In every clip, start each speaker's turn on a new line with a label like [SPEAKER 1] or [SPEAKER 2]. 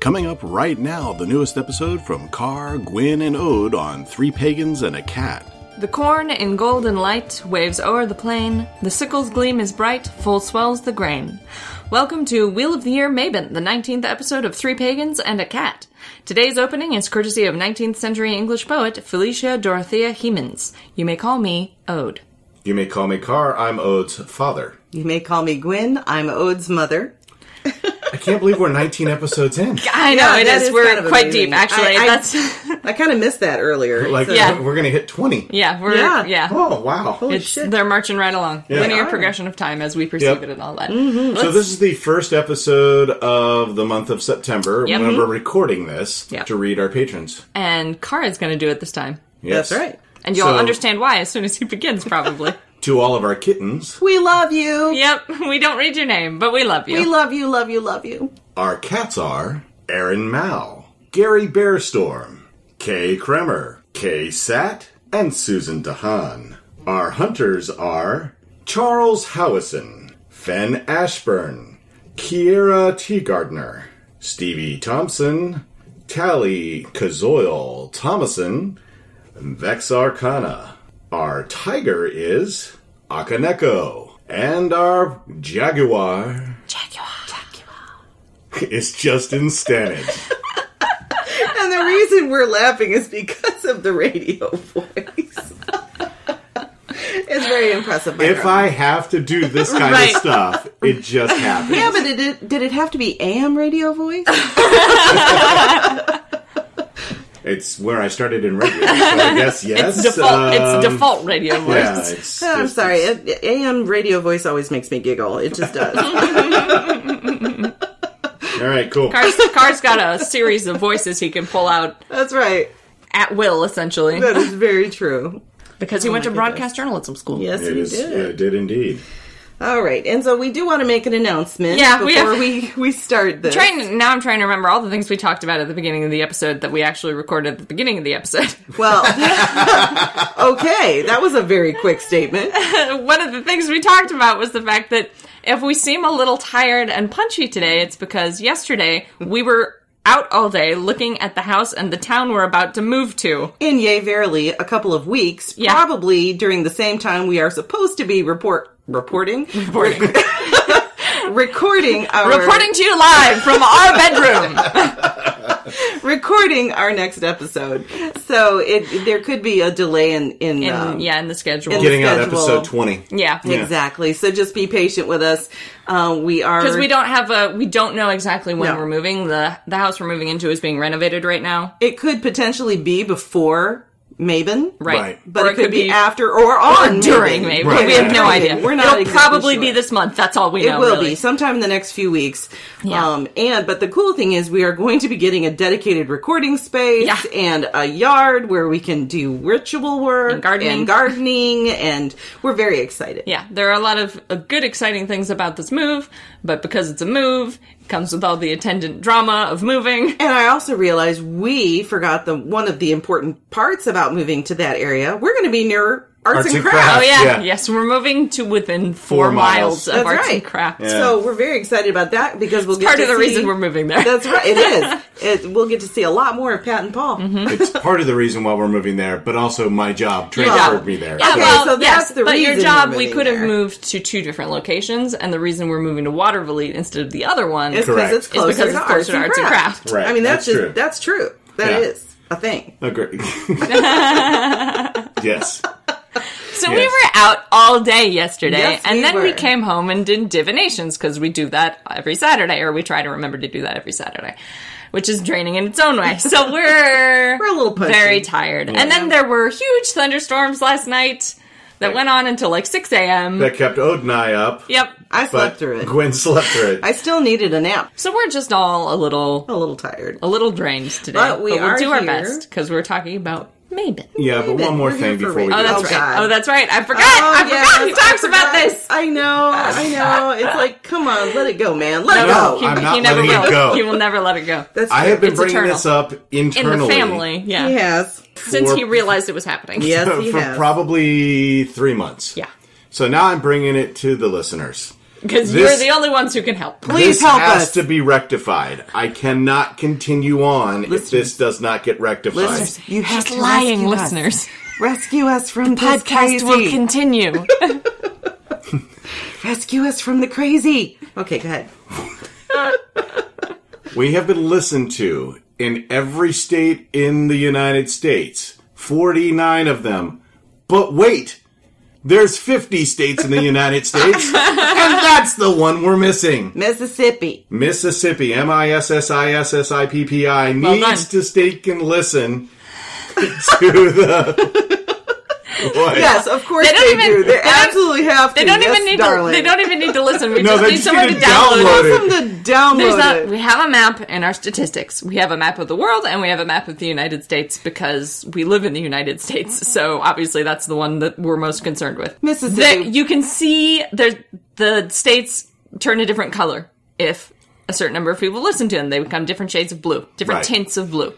[SPEAKER 1] Coming up right now, the newest episode from Carr, Gwyn, and Ode on Three Pagans and a Cat.
[SPEAKER 2] The corn in golden light waves o'er the plain. The sickle's gleam is bright, full swells the grain. Welcome to Wheel of the Year Mabon, the 19th episode of Three Pagans and a Cat. Today's opening is courtesy of 19th century English poet Felicia Dorothea Hemans. You may call me Ode.
[SPEAKER 3] You may call me Carr. I'm Ode's father.
[SPEAKER 4] You may call me Gwyn. I'm Ode's mother.
[SPEAKER 3] I can't believe we're 19 episodes in.
[SPEAKER 2] I know,
[SPEAKER 4] Yeah,
[SPEAKER 2] it
[SPEAKER 4] that
[SPEAKER 2] is.
[SPEAKER 4] is
[SPEAKER 2] We're
[SPEAKER 4] kind of
[SPEAKER 2] quite
[SPEAKER 4] amazing.
[SPEAKER 2] deep, actually.
[SPEAKER 4] I- I-
[SPEAKER 2] That's,
[SPEAKER 4] I kind of missed that earlier.
[SPEAKER 3] Like
[SPEAKER 4] So-
[SPEAKER 2] Yeah.
[SPEAKER 3] we're gonna hit 20.
[SPEAKER 2] yeah, we're, yeah.
[SPEAKER 4] Yeah.
[SPEAKER 3] Oh wow!
[SPEAKER 4] Holy
[SPEAKER 2] It's,
[SPEAKER 4] shit.
[SPEAKER 2] they're marching right along. Linear
[SPEAKER 4] are. Mm-hmm.
[SPEAKER 2] progression of time as we perceive
[SPEAKER 3] Yep.
[SPEAKER 2] it and all that.
[SPEAKER 3] So this is the first episode of the month of September
[SPEAKER 2] Yep. Mm-hmm.
[SPEAKER 3] when we're recording this
[SPEAKER 2] Yep.
[SPEAKER 3] to read our patrons.
[SPEAKER 2] And Kara's going to do it this time.
[SPEAKER 3] Yes.
[SPEAKER 4] That's right.
[SPEAKER 2] And you'll
[SPEAKER 3] So-
[SPEAKER 2] understand why as soon as he begins, probably.
[SPEAKER 3] To all of our kittens,
[SPEAKER 4] We love you.
[SPEAKER 2] yep, we don't read your name, but we love you.
[SPEAKER 4] We love you, love you, love you.
[SPEAKER 3] our cats are Aaron Mao, Gary Bearstorm, Kay Kremer, Kay Sat, and Susan Dahan. Our hunters are Charles Howison, Fen Ashburn, Kiera Teagardner, Stevie Thompson, Tally Kazoil Thomason, Vex Arcana. Our tiger is Akaneko, and our jaguar is Justin Stanage.
[SPEAKER 4] And the reason we're laughing is because of the radio voice. it's very impressive. my
[SPEAKER 3] if
[SPEAKER 4] girl.
[SPEAKER 3] I have to do this kind
[SPEAKER 2] Right.
[SPEAKER 3] of stuff, it just happens.
[SPEAKER 4] yeah, but did it, did it have to be AM radio voice?
[SPEAKER 3] It's where I started in radio. So I guess yes.
[SPEAKER 2] It's default. it's
[SPEAKER 3] um,
[SPEAKER 2] default radio voice.
[SPEAKER 3] Yeah, it's
[SPEAKER 4] I'm
[SPEAKER 3] just-
[SPEAKER 4] sorry. It, AM radio voice always makes me giggle. It just does.
[SPEAKER 3] All right, cool.
[SPEAKER 2] Car's, Car's got a series of voices he can pull out
[SPEAKER 4] That's right.
[SPEAKER 2] at will, essentially,
[SPEAKER 4] That is very true.
[SPEAKER 2] because he went to broadcast journalism school.
[SPEAKER 4] Yes,
[SPEAKER 3] It
[SPEAKER 4] we
[SPEAKER 3] is.
[SPEAKER 4] did.
[SPEAKER 3] yeah, it did indeed.
[SPEAKER 4] All right, and so we do want to make an announcement
[SPEAKER 2] Yeah, we
[SPEAKER 4] before
[SPEAKER 2] have-
[SPEAKER 4] we, we, start this.
[SPEAKER 2] Trying to- now, I'm trying to remember all the things we talked about at the beginning of the episode that we actually recorded at the beginning of the episode.
[SPEAKER 4] Well, okay, that was a very quick statement.
[SPEAKER 2] One of the things we talked about was the fact that if we seem a little tired and punchy today, it's because yesterday we were out all day looking at the house and the town we're about to move to.
[SPEAKER 4] In Yay Verily, a couple of weeks,
[SPEAKER 2] Yeah.
[SPEAKER 4] probably during the same time we are supposed to be report reporting
[SPEAKER 2] Reporting,
[SPEAKER 4] recording our
[SPEAKER 2] reporting to you live from our bedroom.
[SPEAKER 4] recording our next episode. So it there could be a delay in in, um,
[SPEAKER 2] And, yeah, in the schedule.
[SPEAKER 4] in the
[SPEAKER 3] Getting out
[SPEAKER 4] schedule.
[SPEAKER 3] episode twenty.
[SPEAKER 2] yeah,
[SPEAKER 4] exactly. So just be patient with us. Uh, we are
[SPEAKER 2] because we don't have a we don't know exactly when
[SPEAKER 4] No.
[SPEAKER 2] we're moving the the house we're moving into is being renovated right now
[SPEAKER 4] it could potentially be before Maven,
[SPEAKER 2] right,
[SPEAKER 3] Right.
[SPEAKER 4] But
[SPEAKER 2] Or
[SPEAKER 4] it, could, be, after or on Maven.
[SPEAKER 2] during maybe
[SPEAKER 3] Right.
[SPEAKER 2] we have no
[SPEAKER 4] Right.
[SPEAKER 2] idea
[SPEAKER 4] We're not
[SPEAKER 2] it'll
[SPEAKER 4] exactly
[SPEAKER 2] probably be
[SPEAKER 4] sure.
[SPEAKER 2] this month that's all we
[SPEAKER 4] It
[SPEAKER 2] know
[SPEAKER 4] will
[SPEAKER 2] really.
[SPEAKER 4] be sometime in the next few weeks.
[SPEAKER 2] Yeah.
[SPEAKER 4] Um, and but the cool thing is we are going to be getting a dedicated recording space
[SPEAKER 2] Yeah.
[SPEAKER 4] and a yard where we can do ritual work
[SPEAKER 2] And gardening.
[SPEAKER 4] and gardening, and we're very excited.
[SPEAKER 2] yeah there are a lot of uh, good exciting things about this move but because it's a move it comes with all the attendant drama of moving
[SPEAKER 4] And I also realized we forgot the one of the important parts about moving to that area. We're going to be near arts,
[SPEAKER 3] Arts
[SPEAKER 4] and
[SPEAKER 3] and
[SPEAKER 4] crafts.
[SPEAKER 3] crafts.
[SPEAKER 2] oh yeah.
[SPEAKER 3] Yeah.
[SPEAKER 2] yes we're moving to within four,
[SPEAKER 3] Four
[SPEAKER 2] miles.
[SPEAKER 3] miles.
[SPEAKER 2] of
[SPEAKER 4] That's
[SPEAKER 2] arts
[SPEAKER 4] right.
[SPEAKER 2] and crafts
[SPEAKER 3] Yeah.
[SPEAKER 4] So we're very excited about that because we'll get
[SPEAKER 2] part
[SPEAKER 4] to
[SPEAKER 2] of the
[SPEAKER 4] see-
[SPEAKER 2] reason we're moving there
[SPEAKER 4] That's right. It is. It, we'll get to see a lot more of Pat and Paul.
[SPEAKER 2] Mm-hmm.
[SPEAKER 3] it's part of the reason why we're moving there, but also my job transferred me there.
[SPEAKER 2] Yeah,
[SPEAKER 3] So-
[SPEAKER 2] well,
[SPEAKER 4] so that's
[SPEAKER 2] yes,
[SPEAKER 4] the
[SPEAKER 2] but your
[SPEAKER 4] reason
[SPEAKER 2] job,
[SPEAKER 4] we're
[SPEAKER 2] we
[SPEAKER 4] moving
[SPEAKER 2] could have
[SPEAKER 4] there.
[SPEAKER 2] moved to two different locations, and the reason we're moving to Waterville instead of the other one
[SPEAKER 4] It's because
[SPEAKER 3] Correct.
[SPEAKER 4] it's
[SPEAKER 3] It's
[SPEAKER 4] closer
[SPEAKER 2] because
[SPEAKER 4] to
[SPEAKER 2] it's
[SPEAKER 4] arts,
[SPEAKER 2] closer to
[SPEAKER 4] and
[SPEAKER 2] arts and
[SPEAKER 4] crafts.
[SPEAKER 2] crafts.
[SPEAKER 3] Right,
[SPEAKER 4] I mean,
[SPEAKER 3] that's
[SPEAKER 4] that's, just
[SPEAKER 3] true.
[SPEAKER 4] that's true. That
[SPEAKER 3] Yeah.
[SPEAKER 4] is a thing.
[SPEAKER 3] Agree. oh, yes.
[SPEAKER 2] So we
[SPEAKER 3] Yes.
[SPEAKER 2] were out all day yesterday,
[SPEAKER 4] Yes,
[SPEAKER 2] and
[SPEAKER 4] we
[SPEAKER 2] then we
[SPEAKER 4] were.
[SPEAKER 2] came home and did divinations because we do that every Saturday, or we try to remember to do that every Saturday, which is draining in its own way. So we're
[SPEAKER 4] We're a little punchy.
[SPEAKER 2] very tired. And then there were huge thunderstorms last night that went on until like six a.m.
[SPEAKER 3] That kept Ode and I up.
[SPEAKER 2] Yep.
[SPEAKER 4] I slept
[SPEAKER 3] but
[SPEAKER 4] through it.
[SPEAKER 3] Gwen slept through it.
[SPEAKER 4] I still needed a nap.
[SPEAKER 2] So we're just all a little
[SPEAKER 4] A little tired.
[SPEAKER 2] a little drained today,
[SPEAKER 4] But we
[SPEAKER 2] we'll
[SPEAKER 4] are
[SPEAKER 2] do our
[SPEAKER 4] here.
[SPEAKER 2] best because we're talking about Maven.
[SPEAKER 3] yeah, but one more
[SPEAKER 4] We're
[SPEAKER 3] thing
[SPEAKER 4] here
[SPEAKER 3] before
[SPEAKER 4] for
[SPEAKER 3] we do
[SPEAKER 4] reasons.
[SPEAKER 2] Oh, that's
[SPEAKER 4] Oh,
[SPEAKER 2] right.
[SPEAKER 4] God.
[SPEAKER 2] Oh, that's right. I forgot.
[SPEAKER 4] Oh,
[SPEAKER 2] I
[SPEAKER 4] yeah,
[SPEAKER 2] forgot. He
[SPEAKER 4] I
[SPEAKER 2] talks about
[SPEAKER 4] forgot.
[SPEAKER 2] this.
[SPEAKER 4] I know. I know. It's like, come on, let it go, man. Let it
[SPEAKER 3] No,
[SPEAKER 4] go.
[SPEAKER 2] he,
[SPEAKER 3] I'm
[SPEAKER 2] Oh, he
[SPEAKER 3] not
[SPEAKER 2] never
[SPEAKER 3] letting it
[SPEAKER 2] will.
[SPEAKER 3] go.
[SPEAKER 2] He will never let it go.
[SPEAKER 4] That's
[SPEAKER 3] I
[SPEAKER 4] true.
[SPEAKER 3] have been
[SPEAKER 2] It's
[SPEAKER 3] bringing
[SPEAKER 2] eternal.
[SPEAKER 3] this up
[SPEAKER 2] In
[SPEAKER 3] internally.
[SPEAKER 2] the family, yeah.
[SPEAKER 4] He has.
[SPEAKER 2] Since
[SPEAKER 3] For-
[SPEAKER 2] he realized it was happening.
[SPEAKER 4] Yes,
[SPEAKER 3] for,
[SPEAKER 4] he
[SPEAKER 3] for
[SPEAKER 4] has.
[SPEAKER 3] probably three months.
[SPEAKER 2] Yeah.
[SPEAKER 3] So now I'm bringing it to the listeners.
[SPEAKER 2] because you're
[SPEAKER 3] This-
[SPEAKER 2] the only ones who can help.
[SPEAKER 3] this
[SPEAKER 4] Please help
[SPEAKER 3] has
[SPEAKER 4] us.
[SPEAKER 3] to be rectified. I cannot continue on if this does not get rectified.
[SPEAKER 4] Listeners, you have
[SPEAKER 2] Just
[SPEAKER 4] to
[SPEAKER 2] lying
[SPEAKER 4] rescue us.
[SPEAKER 2] listeners.
[SPEAKER 4] Rescue us from this
[SPEAKER 2] Podcast will
[SPEAKER 4] crazy.
[SPEAKER 2] continue.
[SPEAKER 4] rescue us from the crazy. Okay, go ahead.
[SPEAKER 3] We have been listened to in every state in the United States, 49 of them. But wait, there's 50 states in the United States, and that's the one we're missing.
[SPEAKER 4] Mississippi.
[SPEAKER 3] Mississippi, M I S S I S S I P P I,
[SPEAKER 2] Well done.
[SPEAKER 3] needs to stake and listen to the. What?
[SPEAKER 4] Yes, of course
[SPEAKER 2] They
[SPEAKER 4] they,
[SPEAKER 2] don't even-
[SPEAKER 4] do. They,
[SPEAKER 2] they don't-
[SPEAKER 4] absolutely have to.
[SPEAKER 2] They don't
[SPEAKER 4] yes,
[SPEAKER 2] even need
[SPEAKER 4] darling.
[SPEAKER 2] to. They don't even need to listen. We
[SPEAKER 3] No,
[SPEAKER 2] just
[SPEAKER 3] they
[SPEAKER 2] need
[SPEAKER 3] just
[SPEAKER 2] someone
[SPEAKER 3] need
[SPEAKER 2] to
[SPEAKER 3] to
[SPEAKER 2] download,
[SPEAKER 3] download
[SPEAKER 2] it.
[SPEAKER 3] it.
[SPEAKER 4] From the download.
[SPEAKER 2] There's not,
[SPEAKER 4] it.
[SPEAKER 2] we have a map in our statistics. We have a map of the world and we have a map of the United States because we live in the United States. So obviously that's the one that we're most concerned with.
[SPEAKER 4] Mississippi.
[SPEAKER 2] There- you can see there's the states turn a different color if a certain number of people listen to them. They become different shades of blue, different
[SPEAKER 3] Right.
[SPEAKER 2] tints of blue.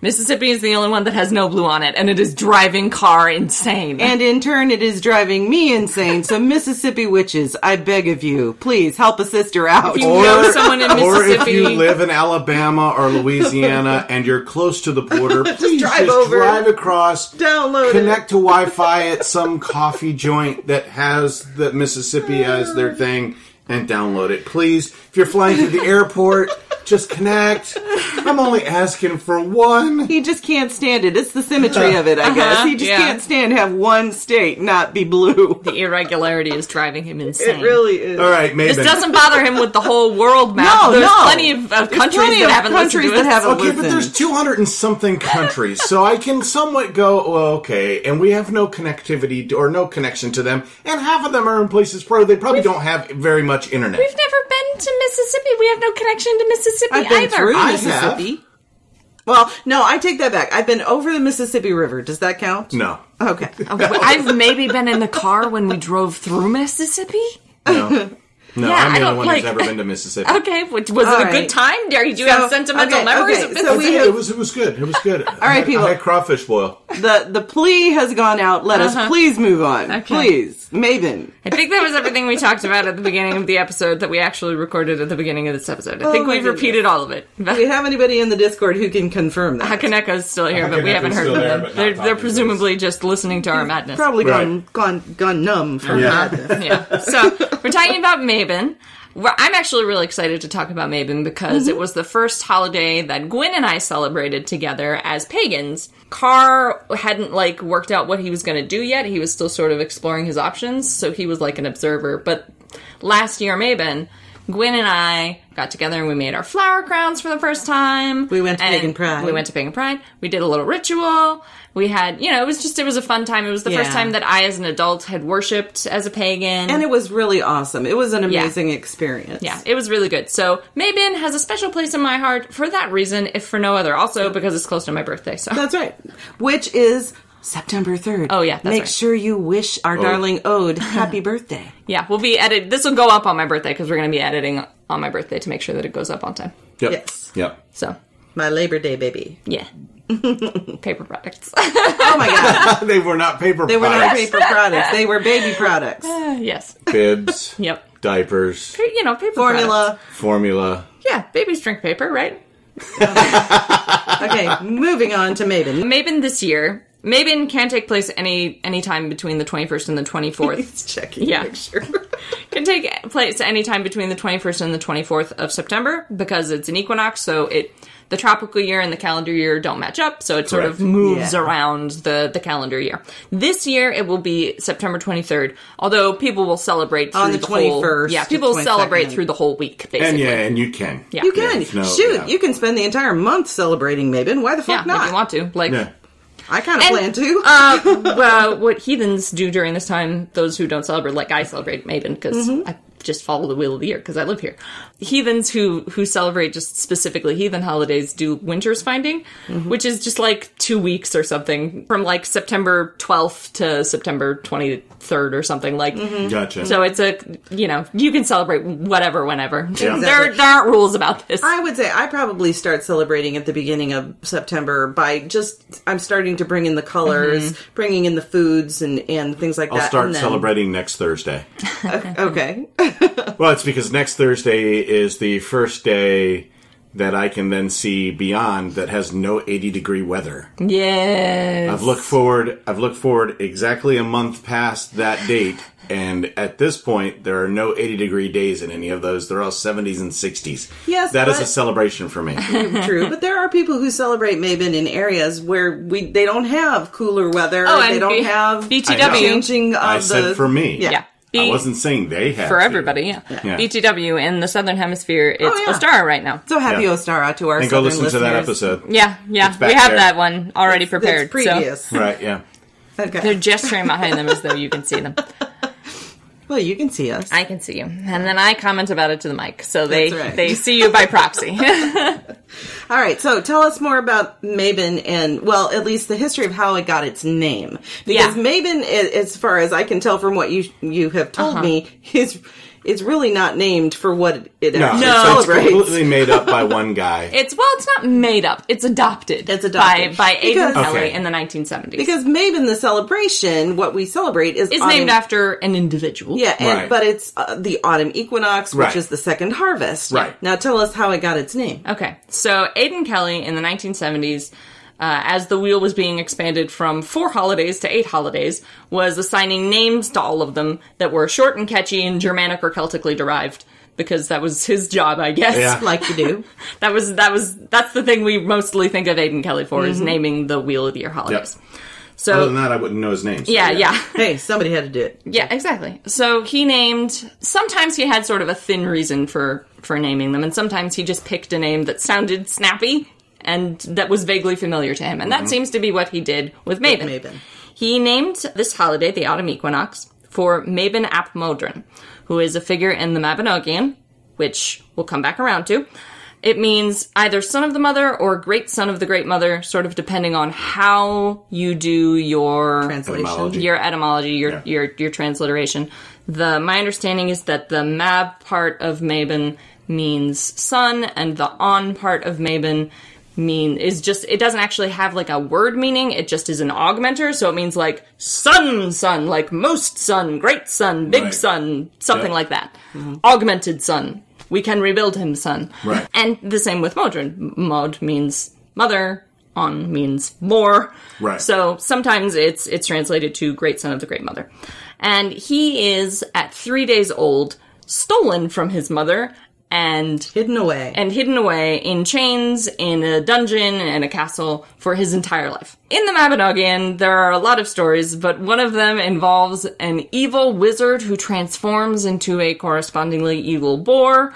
[SPEAKER 2] Mississippi is the only one that has no blue on it, and it is driving car insane.
[SPEAKER 4] And in turn, it is driving me insane. So, Mississippi witches, I beg of you, please help a sister out.
[SPEAKER 2] If you know someone in
[SPEAKER 3] Or if you
[SPEAKER 2] Mississippi,
[SPEAKER 3] live in Alabama or Louisiana and you're close to the border, please
[SPEAKER 4] drive
[SPEAKER 3] just
[SPEAKER 4] over.
[SPEAKER 3] drive across,
[SPEAKER 4] Download it.
[SPEAKER 3] connect to Wi-Fi at some coffee joint that has that Mississippi as their thing, and download it, please. If you're flying to the airport, just connect. I'm only asking for one.
[SPEAKER 4] He just can't stand it. It's the symmetry of it, I guess. He just
[SPEAKER 2] Uh-huh. yeah.
[SPEAKER 4] can't stand to have one state not be blue.
[SPEAKER 2] the irregularity is driving him insane.
[SPEAKER 4] It really is.
[SPEAKER 3] All right, Maven.
[SPEAKER 2] This doesn't bother him with the whole world map.
[SPEAKER 4] No,
[SPEAKER 2] there's
[SPEAKER 4] no.
[SPEAKER 2] plenty of, of
[SPEAKER 4] There's
[SPEAKER 2] countries
[SPEAKER 4] plenty
[SPEAKER 2] that
[SPEAKER 4] of
[SPEAKER 2] haven't
[SPEAKER 4] countries
[SPEAKER 2] listened to
[SPEAKER 4] that
[SPEAKER 2] us.
[SPEAKER 4] haven't
[SPEAKER 3] Okay, but there's
[SPEAKER 4] listened.
[SPEAKER 3] 200 and something countries, so I can somewhat go, well, okay, and we have no connectivity or no connection to them, and half of them are in places where they probably don't have very much internet.
[SPEAKER 2] We've never been to Mississippi. We have no connection to Mississippi
[SPEAKER 4] I've been
[SPEAKER 2] either.
[SPEAKER 4] through
[SPEAKER 3] I have.
[SPEAKER 4] Mississippi. Well, no, I take that back. I've been over the Mississippi River. Does that count?
[SPEAKER 3] No.
[SPEAKER 4] Okay.
[SPEAKER 2] oh, I've maybe been in the car when we drove through Mississippi.
[SPEAKER 3] No. No,
[SPEAKER 2] Yeah,
[SPEAKER 3] I'm the
[SPEAKER 2] I don't
[SPEAKER 3] only one
[SPEAKER 2] like-
[SPEAKER 3] who's ever been to Mississippi.
[SPEAKER 2] Okay, which was it a
[SPEAKER 4] right.
[SPEAKER 2] good time? Dare you do
[SPEAKER 4] So,
[SPEAKER 2] have sentimental
[SPEAKER 4] okay,
[SPEAKER 2] memories
[SPEAKER 4] okay,
[SPEAKER 2] of
[SPEAKER 4] so
[SPEAKER 2] Mississippi?
[SPEAKER 4] we have-
[SPEAKER 3] It was it was good. It was good. All
[SPEAKER 4] right, people.
[SPEAKER 3] I had crawfish boil.
[SPEAKER 4] the the plea has gone out. Let us please move on.
[SPEAKER 2] Uh-huh. Okay.
[SPEAKER 4] Please, Maven.
[SPEAKER 2] I think that was everything we talked about at the beginning of the episode that we actually recorded at the beginning of this episode. I think
[SPEAKER 4] Oh my
[SPEAKER 2] we've
[SPEAKER 4] goodness.
[SPEAKER 2] repeated all of it.
[SPEAKER 4] Do you have anybody in the Discord who can confirm that?
[SPEAKER 2] Hakaneko's still here, but we
[SPEAKER 3] Hakeneko's
[SPEAKER 2] haven't heard
[SPEAKER 3] still
[SPEAKER 2] from
[SPEAKER 3] there,
[SPEAKER 2] them.
[SPEAKER 3] but not
[SPEAKER 2] They're,
[SPEAKER 3] talking
[SPEAKER 2] they're
[SPEAKER 3] to us.
[SPEAKER 2] presumably just listening to our madness.
[SPEAKER 4] Probably
[SPEAKER 3] Right.
[SPEAKER 4] gone gone gone numb from
[SPEAKER 3] Yeah.
[SPEAKER 4] that.
[SPEAKER 2] yeah. So we're talking about Maven. Well, I'm actually really excited to talk about Maven because
[SPEAKER 4] Mm-hmm.
[SPEAKER 2] it was the first holiday that Gwen and I celebrated together as pagans. Carr hadn't like worked out what he was going to do yet. He was still sort of exploring his options, so he was like an observer. But last year, Maven, Gwen and I got together and we made our flower crowns for the first time.
[SPEAKER 4] We went to
[SPEAKER 2] And
[SPEAKER 4] Pagan Pride.
[SPEAKER 2] We went to Pagan Pride. We did a little ritual. We had, you know, it was just it was a fun time. It was the first
[SPEAKER 4] Yeah.
[SPEAKER 2] time that I, as an adult, had worshipped as a pagan.
[SPEAKER 4] And it was really awesome. It was an amazing experience.
[SPEAKER 2] yeah, it was really good. So Mabin has a special place in my heart for that reason, if for no other. Also because it's close to my birthday. So
[SPEAKER 4] That's right. Which is September 3rd.
[SPEAKER 2] Oh, yeah, that's
[SPEAKER 4] Make
[SPEAKER 2] right.
[SPEAKER 4] sure you wish
[SPEAKER 3] Oh.
[SPEAKER 4] our darling Ode happy birthday.
[SPEAKER 2] yeah, we'll be edit. This will go up on my birthday because we're going to be editing on my birthday to make sure that it goes up on time.
[SPEAKER 3] Yep.
[SPEAKER 4] Yes.
[SPEAKER 3] Yep.
[SPEAKER 2] So
[SPEAKER 4] My Labor Day baby.
[SPEAKER 2] yeah, paper products.
[SPEAKER 4] Oh my god.
[SPEAKER 3] they were not paper
[SPEAKER 4] They were not
[SPEAKER 3] products.
[SPEAKER 4] paper products. They were baby products.
[SPEAKER 2] yes.
[SPEAKER 3] Bibs.
[SPEAKER 2] Yep.
[SPEAKER 3] Diapers.
[SPEAKER 2] You know, paper products.
[SPEAKER 4] Formula.
[SPEAKER 3] Formula.
[SPEAKER 2] Yeah, babies drink paper, right?
[SPEAKER 4] Okay, moving on to Maven.
[SPEAKER 2] Mabin this year. Mabin can take place any any time between the 21st and the 24th.
[SPEAKER 4] He's checking
[SPEAKER 2] Yeah.
[SPEAKER 4] yeah. picture.
[SPEAKER 2] can take place anytime between the 21st and the 24th of September because it's an equinox, so it the tropical year and the calendar year don't match up, so it sort of
[SPEAKER 3] Correct.
[SPEAKER 2] moves
[SPEAKER 4] Yeah.
[SPEAKER 2] around the, the calendar year. This year it will be September 23rd, although people will celebrate through
[SPEAKER 4] On the
[SPEAKER 2] whole-
[SPEAKER 4] 21st,
[SPEAKER 2] yeah,
[SPEAKER 4] the
[SPEAKER 2] people will celebrate
[SPEAKER 4] 22nd.
[SPEAKER 2] through the whole week basically.
[SPEAKER 3] And yeah, and you can.
[SPEAKER 2] Yeah.
[SPEAKER 4] You can.
[SPEAKER 3] no,
[SPEAKER 4] Shoot,
[SPEAKER 3] yeah.
[SPEAKER 4] you can spend the entire month celebrating Maven. Why the
[SPEAKER 2] Yeah,
[SPEAKER 4] fuck
[SPEAKER 2] if you
[SPEAKER 4] not?
[SPEAKER 2] want to, like,
[SPEAKER 3] Yeah.
[SPEAKER 4] I kind of
[SPEAKER 2] And-
[SPEAKER 4] plan to.
[SPEAKER 2] uh, well, what heathens do during this time, those who don't celebrate, like I celebrate Maven because
[SPEAKER 4] Mm-hmm.
[SPEAKER 2] I just follow the wheel of the year because I live here. Heathens who who celebrate just specifically heathen holidays do winter's finding,
[SPEAKER 4] Mm-hmm.
[SPEAKER 2] which is just like two weeks or something from like September 12th to September 23rd or something like.
[SPEAKER 4] Mm-hmm.
[SPEAKER 3] Gotcha.
[SPEAKER 2] So it's a you know you can celebrate whatever whenever.
[SPEAKER 3] Yeah.
[SPEAKER 2] There there aren't rules about this.
[SPEAKER 4] I would say I probably start celebrating at the beginning of September by just I'm starting to bring in the colors,
[SPEAKER 2] Mm-hmm.
[SPEAKER 4] bringing in the foods and and things like
[SPEAKER 3] I'll
[SPEAKER 4] that.
[SPEAKER 3] start
[SPEAKER 4] and then-
[SPEAKER 3] celebrating next Thursday.
[SPEAKER 4] Okay.
[SPEAKER 3] Well, it's because next Thursday is the first day that I can then see beyond that has no 80 degree weather.
[SPEAKER 2] Yes.
[SPEAKER 3] I've looked forward I've looked forward exactly a month past that date and at this point there are no 80 degree days in any of those. They're all 70s and 60s.
[SPEAKER 4] Yes,
[SPEAKER 3] that is
[SPEAKER 4] but-
[SPEAKER 3] a celebration for me.
[SPEAKER 4] True, but there are people who celebrate Mabon in areas where we they don't have cooler weather.
[SPEAKER 2] Oh, and
[SPEAKER 4] they don't
[SPEAKER 2] B-
[SPEAKER 4] have
[SPEAKER 2] BTW.
[SPEAKER 4] changing of
[SPEAKER 3] I
[SPEAKER 4] the
[SPEAKER 3] said for me.
[SPEAKER 4] Yeah.
[SPEAKER 2] yeah.
[SPEAKER 3] I
[SPEAKER 2] B-
[SPEAKER 3] wasn't saying they had
[SPEAKER 2] for
[SPEAKER 3] to.
[SPEAKER 2] everybody. Yeah.
[SPEAKER 3] Yeah.
[SPEAKER 2] BTW in the southern hemisphere, it's
[SPEAKER 4] yeah.
[SPEAKER 2] Ostara right now.
[SPEAKER 4] So happy
[SPEAKER 3] Yeah.
[SPEAKER 4] Ostara to our
[SPEAKER 3] And go
[SPEAKER 4] southern
[SPEAKER 3] listen to that
[SPEAKER 4] listeners.
[SPEAKER 3] episode.
[SPEAKER 2] Yeah, yeah.
[SPEAKER 3] back
[SPEAKER 2] We have
[SPEAKER 3] there.
[SPEAKER 2] that one already prepared.
[SPEAKER 4] That's previous.
[SPEAKER 2] So
[SPEAKER 3] Right, yeah.
[SPEAKER 4] Okay.
[SPEAKER 2] they're gesturing behind them as though you can see them.
[SPEAKER 4] well, you can see us.
[SPEAKER 2] I can see you. And then I comment about it to the mic. So they
[SPEAKER 4] That's right.
[SPEAKER 2] they see you by proxy.
[SPEAKER 4] All right, so tell us more about Mabon and, well, at least the history of how it got its name. Because
[SPEAKER 2] Yeah.
[SPEAKER 4] Mabon, i- as far as I can tell from what you you have told
[SPEAKER 2] Uh-huh.
[SPEAKER 4] me, is it's really not named for what it
[SPEAKER 3] it's,
[SPEAKER 4] actually
[SPEAKER 3] it's
[SPEAKER 4] celebrates.
[SPEAKER 3] completely made up by one guy.
[SPEAKER 2] it's well, it's not made up. It's adopted.
[SPEAKER 4] It's
[SPEAKER 2] by
[SPEAKER 4] adopted.
[SPEAKER 2] by Aidan
[SPEAKER 4] Because-
[SPEAKER 2] Kelly
[SPEAKER 3] Okay.
[SPEAKER 2] in the 1970s.
[SPEAKER 4] because Mabon, the celebration, what we celebrate is
[SPEAKER 2] it's
[SPEAKER 4] autumn-
[SPEAKER 2] named after an individual.
[SPEAKER 4] Yeah, and,
[SPEAKER 3] Right.
[SPEAKER 4] but it's uh, the autumn equinox, which
[SPEAKER 3] Right.
[SPEAKER 4] is the second harvest.
[SPEAKER 3] Right.
[SPEAKER 4] Now tell us how it got its name.
[SPEAKER 2] Okay, so Aidan Kelly in the 1970s, uh, as the wheel was being expanded from four holidays to eight holidays, was assigning names to all of them that were short and catchy and Germanic or Celtically derived because that was his job, I guess.
[SPEAKER 3] Yeah.
[SPEAKER 4] Like you do.
[SPEAKER 2] That was that was that's the thing we mostly think of Aidan Kelly for is naming the wheel of the year holidays.
[SPEAKER 3] Other than
[SPEAKER 2] So
[SPEAKER 3] that, I wouldn't know his name. so
[SPEAKER 2] yeah, yeah.
[SPEAKER 4] hey, somebody had to do it.
[SPEAKER 2] Yeah, exactly. So he named. Sometimes he had sort of a thin reason for for naming them, and sometimes he just picked a name that sounded snappy and that was vaguely familiar to him. And that seems to be what he did Mm-hmm. with Maven.
[SPEAKER 4] Mabon.
[SPEAKER 2] He named this holiday the autumn equinox for Mabon ap Modron, who is a figure in the Mabinogion, which we'll come back around to. It means either son of the mother or great son of the great mother, sort of depending on how you do your
[SPEAKER 4] Translation.
[SPEAKER 3] Etymology.
[SPEAKER 2] your etymology, your
[SPEAKER 3] Yeah.
[SPEAKER 2] your your transliteration. The my understanding is that the mab part of Mabon means sun, and the on part of Mabon mean is just it doesn't actually have like a word meaning. It just is an augmenter, so it means like sun, sun, like most sun, great sun, big
[SPEAKER 3] Right.
[SPEAKER 2] sun, something
[SPEAKER 3] Yeah.
[SPEAKER 2] like that. Augmented sun. We can rebuild him, son.
[SPEAKER 3] Right.
[SPEAKER 2] And the same with modron. Mod means mother. On means more.
[SPEAKER 3] Right.
[SPEAKER 2] So sometimes it's it's translated to great son of the great mother. And he is at 3 days old stolen from his mother and
[SPEAKER 4] Hidden away.
[SPEAKER 2] and hidden away in chains in a dungeon and a castle for his entire life. In the Mabinogion, there are a lot of stories, but one of them involves an evil wizard who transforms into a correspondingly evil boar,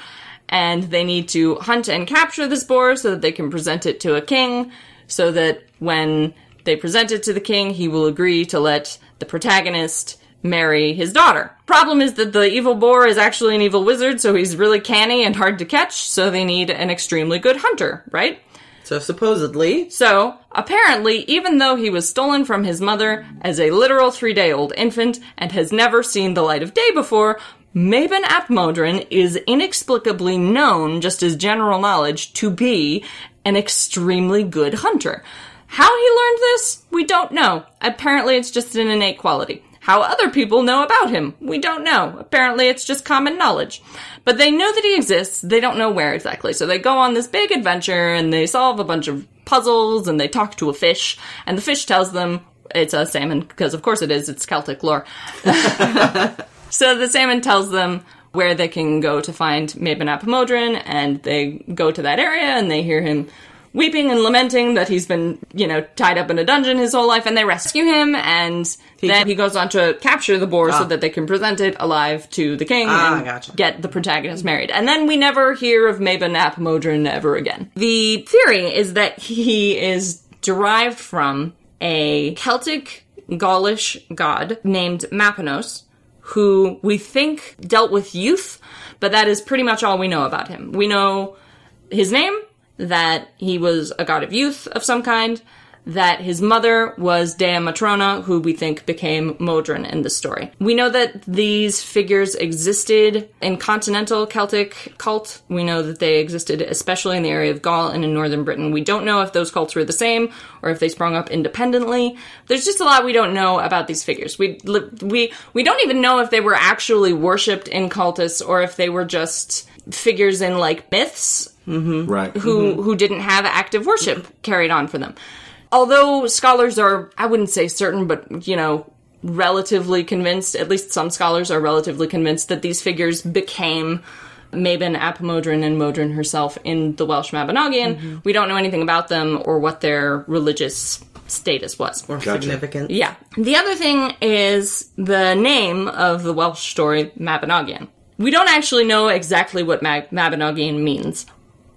[SPEAKER 2] and they need to hunt and capture this boar so that they can present it to a king, so that when they present it to the king, he will agree to let the protagonist marry his daughter. Problem is that the evil boar is actually an evil wizard, so he's really canny and hard to catch, so they need an extremely good hunter, right?
[SPEAKER 4] so supposedly,
[SPEAKER 2] So, apparently, even though he was stolen from his mother as a literal three day old infant and has never seen the light of day before, Mabon ap Modron is inexplicably known, just as general knowledge, to be an extremely good hunter. How he learned this, we don't know. Apparently, it's just an innate quality. How other people know about him, we don't know. Apparently, it's just common knowledge. But they know that he exists, they don't know where exactly. So they go on this big adventure and they solve a bunch of puzzles and they talk to a fish, and the fish tells them it's a salmon, because of course it is, it's Celtic lore. So the salmon tells them where they can go to find Mabon ap Modron, and they go to that area and they hear him weeping and lamenting that he's been, you know, tied up in a dungeon his whole life, and they rescue him, and then he Ah. goes on to capture the boar so that they can present it alive to the king
[SPEAKER 4] Ah,
[SPEAKER 2] and
[SPEAKER 4] gotcha.
[SPEAKER 2] get the protagonist married. And then we never hear of Mabon ap Modron ever again. The theory is that he is derived from a Celtic Gaulish god named Mapinos who we think dealt with youth, but that is pretty much all we know about him. We know his name, that he was a god of youth of some kind, that his mother was Dea Matrona, who we think became Modron in the story. We know that these figures existed in continental Celtic cult. We know that they existed especially in the area of Gaul and in northern Britain. We don't know if those cults were the same or if they sprung up independently. There's just a lot we don't know about these figures. We we we don't even know if they were actually worshipped in cultists or if they were just figures in like myths
[SPEAKER 3] Right.
[SPEAKER 2] who who didn't have active worship carried on for them. Although scholars are, I wouldn't say certain, but you know, relatively convinced. At least some scholars are relatively convinced that these figures became Mabon, Apamodron, and Modron herself in the Welsh Mabinogion. We don't know anything about them or what their religious status was.
[SPEAKER 4] More significant.
[SPEAKER 2] Yeah. The other thing is the name of the Welsh story, Mabinogion. We don't actually know exactly what Mag- Mabinogion means.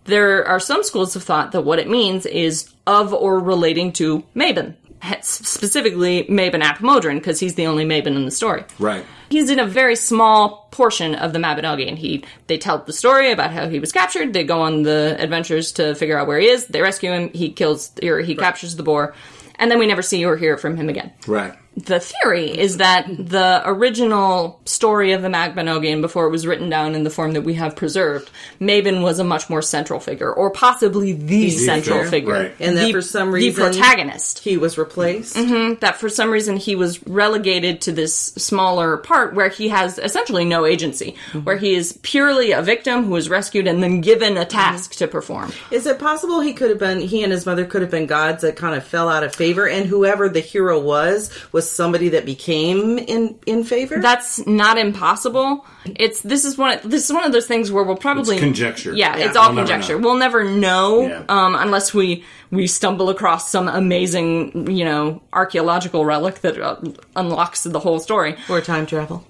[SPEAKER 2] There are some schools of thought that what it means is of or relating to Mabon, he- specifically Mabon ap Modron, because he's the only Mabon in the story
[SPEAKER 3] Right.
[SPEAKER 2] he's in a very small portion of the Mabinogion. He they tell the story about how he was captured. They go on the adventures to figure out where he is. They rescue him. He kills or he captures the boar, and then we never see or hear from him again.
[SPEAKER 3] Right.
[SPEAKER 2] The theory
[SPEAKER 3] Mm-hmm.
[SPEAKER 2] is that the original story of the Mabinogion, before it was written down in the form that we have preserved, Mabon was a much more central figure, or possibly the, central
[SPEAKER 4] figure.
[SPEAKER 2] figure,
[SPEAKER 3] Right.
[SPEAKER 4] And that
[SPEAKER 2] the,
[SPEAKER 4] for some
[SPEAKER 2] the
[SPEAKER 4] reason-
[SPEAKER 2] protagonist
[SPEAKER 4] He was replaced.
[SPEAKER 2] that for some reason he was relegated to this smaller part where he has essentially no agency,
[SPEAKER 3] Mm-hmm.
[SPEAKER 2] where he is purely a victim who is rescued and then given a
[SPEAKER 3] Mm-hmm.
[SPEAKER 2] task to perform.
[SPEAKER 4] Is it possible he could have been, he and his mother could have been gods that kind of fell out of favor, and whoever the hero was, was somebody that became in, in favor?
[SPEAKER 2] That's not impossible. It's this is one of, this is one of those things where we'll probably
[SPEAKER 3] It's conjecture.
[SPEAKER 2] Yeah,
[SPEAKER 4] Yeah.
[SPEAKER 2] it's all
[SPEAKER 3] We'll never
[SPEAKER 2] conjecture.
[SPEAKER 3] know.
[SPEAKER 2] We'll never know
[SPEAKER 3] Yeah.
[SPEAKER 2] um, unless we we stumble across some amazing you know archaeological relic that uh, unlocks the whole story.
[SPEAKER 4] or time travel.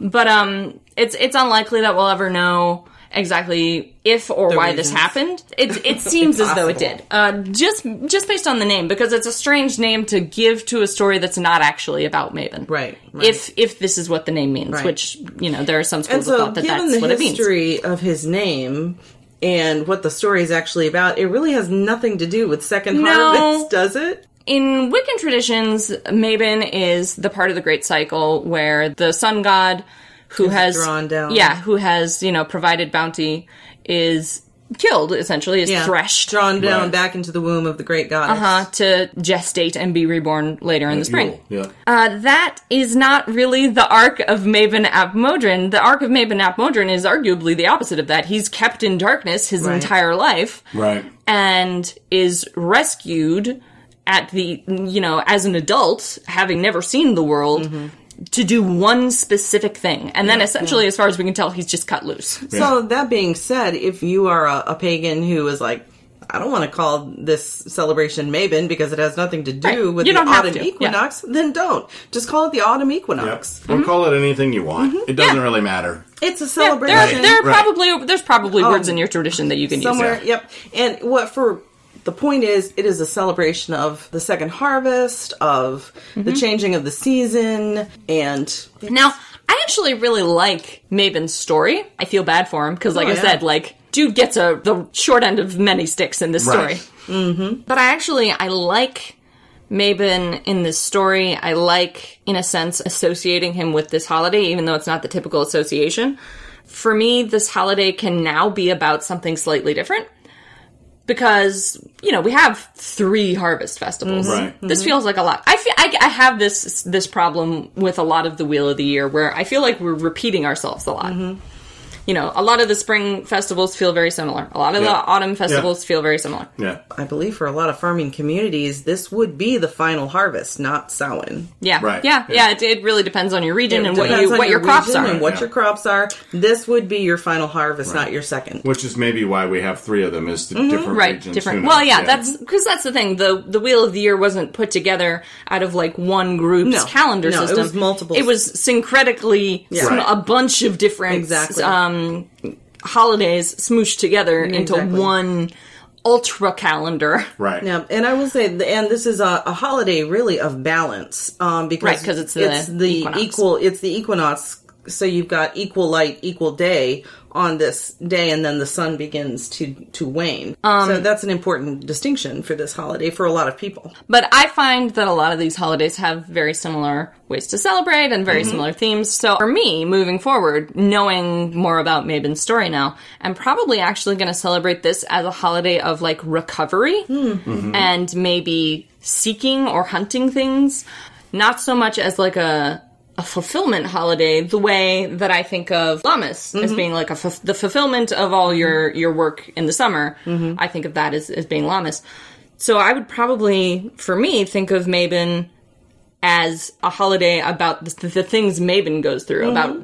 [SPEAKER 2] But um, it's it's unlikely that we'll ever know exactly if or why this
[SPEAKER 4] reasons.
[SPEAKER 2] happened. It it seems as though it did. Uh, just just based on the name, because it's a strange name to give to a story that's not actually about Maven.
[SPEAKER 4] Right, right.
[SPEAKER 2] If if this is what the name means,
[SPEAKER 4] Right.
[SPEAKER 2] which you know there are some
[SPEAKER 4] and
[SPEAKER 2] schools of
[SPEAKER 4] so,
[SPEAKER 2] thought that
[SPEAKER 4] given
[SPEAKER 2] that's
[SPEAKER 4] the
[SPEAKER 2] what it means.
[SPEAKER 4] history of his name and what the story is actually about, it really has nothing to do with Second
[SPEAKER 2] No.
[SPEAKER 4] Harvest, does it?
[SPEAKER 2] In Wiccan traditions, Maven is the part of the great cycle where the sun god who has
[SPEAKER 4] drawn down.
[SPEAKER 2] yeah, who has you know provided bounty is killed essentially is threshed
[SPEAKER 4] Drawn down
[SPEAKER 3] Right.
[SPEAKER 4] back into the womb of the great goddess.
[SPEAKER 2] uh, to gestate and be reborn later in the spring.
[SPEAKER 3] Yeah.
[SPEAKER 2] Uh, that is not really the arc of Maven Apmodron. The arc of Maven Apmodron is arguably the opposite of that. He's kept in darkness his
[SPEAKER 4] Right.
[SPEAKER 2] entire life
[SPEAKER 3] Right.
[SPEAKER 2] and is rescued at the, you know, as an adult, having never seen the world. To do one specific thing, and then essentially, as far as we can tell, he's just cut loose.
[SPEAKER 4] So that being said, if you are a, a pagan who is like, I don't want to call this celebration Mabon because it has nothing to do
[SPEAKER 2] Right.
[SPEAKER 4] with
[SPEAKER 2] You
[SPEAKER 4] the
[SPEAKER 2] don't have
[SPEAKER 4] autumn
[SPEAKER 2] to. Yeah.
[SPEAKER 4] equinox, then don't. Just call it the autumn
[SPEAKER 3] Yep.
[SPEAKER 4] equinox.
[SPEAKER 2] Mm-hmm.
[SPEAKER 3] Or call it anything you want. It doesn't really matter.
[SPEAKER 4] It's a
[SPEAKER 2] Yeah, there,
[SPEAKER 4] celebration.
[SPEAKER 2] are, there are
[SPEAKER 3] Right.
[SPEAKER 2] probably there's probably words in your tradition that you can use.
[SPEAKER 4] somewhere.
[SPEAKER 3] Yeah.
[SPEAKER 4] Yep. And what for the point is, it is a celebration of the second harvest, of
[SPEAKER 2] Mm-hmm.
[SPEAKER 4] the changing of the season, and
[SPEAKER 2] Now, I actually really like Maven's story. I feel bad for him because, like
[SPEAKER 4] Oh,
[SPEAKER 2] I
[SPEAKER 4] yeah.
[SPEAKER 2] said, like dude gets a the short end of many sticks in this
[SPEAKER 3] Right.
[SPEAKER 2] story. Mm-hmm. But I actually I like Mabon in this story. I like, in a sense, associating him with this holiday, even though it's not the typical association. For me, this holiday can now be about something slightly different. Because you know we have three harvest festivals,
[SPEAKER 3] Mm-hmm. Right.
[SPEAKER 2] this
[SPEAKER 4] Mm-hmm.
[SPEAKER 2] feels like a lot. I feel I, I have this this problem with a lot of the Wheel of the Year, where I feel like we're repeating ourselves a lot.
[SPEAKER 4] Mm-hmm.
[SPEAKER 2] You know, a lot of the spring festivals feel very similar. A lot of the
[SPEAKER 3] Yeah.
[SPEAKER 2] autumn festivals feel very similar.
[SPEAKER 3] Yeah.
[SPEAKER 4] I believe for a lot of farming communities, this would be the final harvest, not Samhain.
[SPEAKER 2] Yeah,
[SPEAKER 3] Right.
[SPEAKER 2] yeah,
[SPEAKER 3] Yeah.
[SPEAKER 2] yeah. It, it really depends on your region and what
[SPEAKER 4] Depends
[SPEAKER 2] you
[SPEAKER 4] on
[SPEAKER 2] what your, crops
[SPEAKER 4] region
[SPEAKER 2] are.
[SPEAKER 4] and what
[SPEAKER 3] Yeah.
[SPEAKER 4] your crops are. This would be your final harvest, not your second.
[SPEAKER 3] Which is maybe why we have three of them is the different
[SPEAKER 2] Mm-hmm. right
[SPEAKER 3] regions.
[SPEAKER 2] different
[SPEAKER 3] Who
[SPEAKER 2] well
[SPEAKER 3] knows?
[SPEAKER 2] yeah, that's because that's the thing the the wheel of the year wasn't put together out of like one group's
[SPEAKER 4] No.
[SPEAKER 2] calendar
[SPEAKER 4] No, it
[SPEAKER 2] system
[SPEAKER 4] was multiple-
[SPEAKER 2] it was syncretically some-
[SPEAKER 3] Right.
[SPEAKER 2] a bunch of different
[SPEAKER 4] Exactly.
[SPEAKER 2] um holidays smooshed together
[SPEAKER 4] Exactly.
[SPEAKER 2] into one ultra calendar
[SPEAKER 3] right.
[SPEAKER 4] Yeah, and I will say, the- and this is a, a holiday really of balance, um, because
[SPEAKER 2] Right, 'cause it's the
[SPEAKER 4] the
[SPEAKER 2] equinox.
[SPEAKER 4] equal, it's the equinox so you've got equal light, equal day on this day, and then the sun begins to to wane.
[SPEAKER 2] Um,
[SPEAKER 4] so that's an important distinction for this holiday for a lot of people.
[SPEAKER 2] But I find that a lot of these holidays have very similar ways to celebrate and very similar themes. So for me, moving forward, knowing more about Mabin's story now, I'm probably actually going to celebrate this as a holiday of like recovery and maybe seeking or hunting things, not so much as like a a fulfillment holiday the way that I think of Lammas as being like a fu- the fulfillment of all your your work in the summer. I think of that as, as being Lammas. So I would probably, for me, think of Mabon as a holiday about the, the things Mabon goes through, about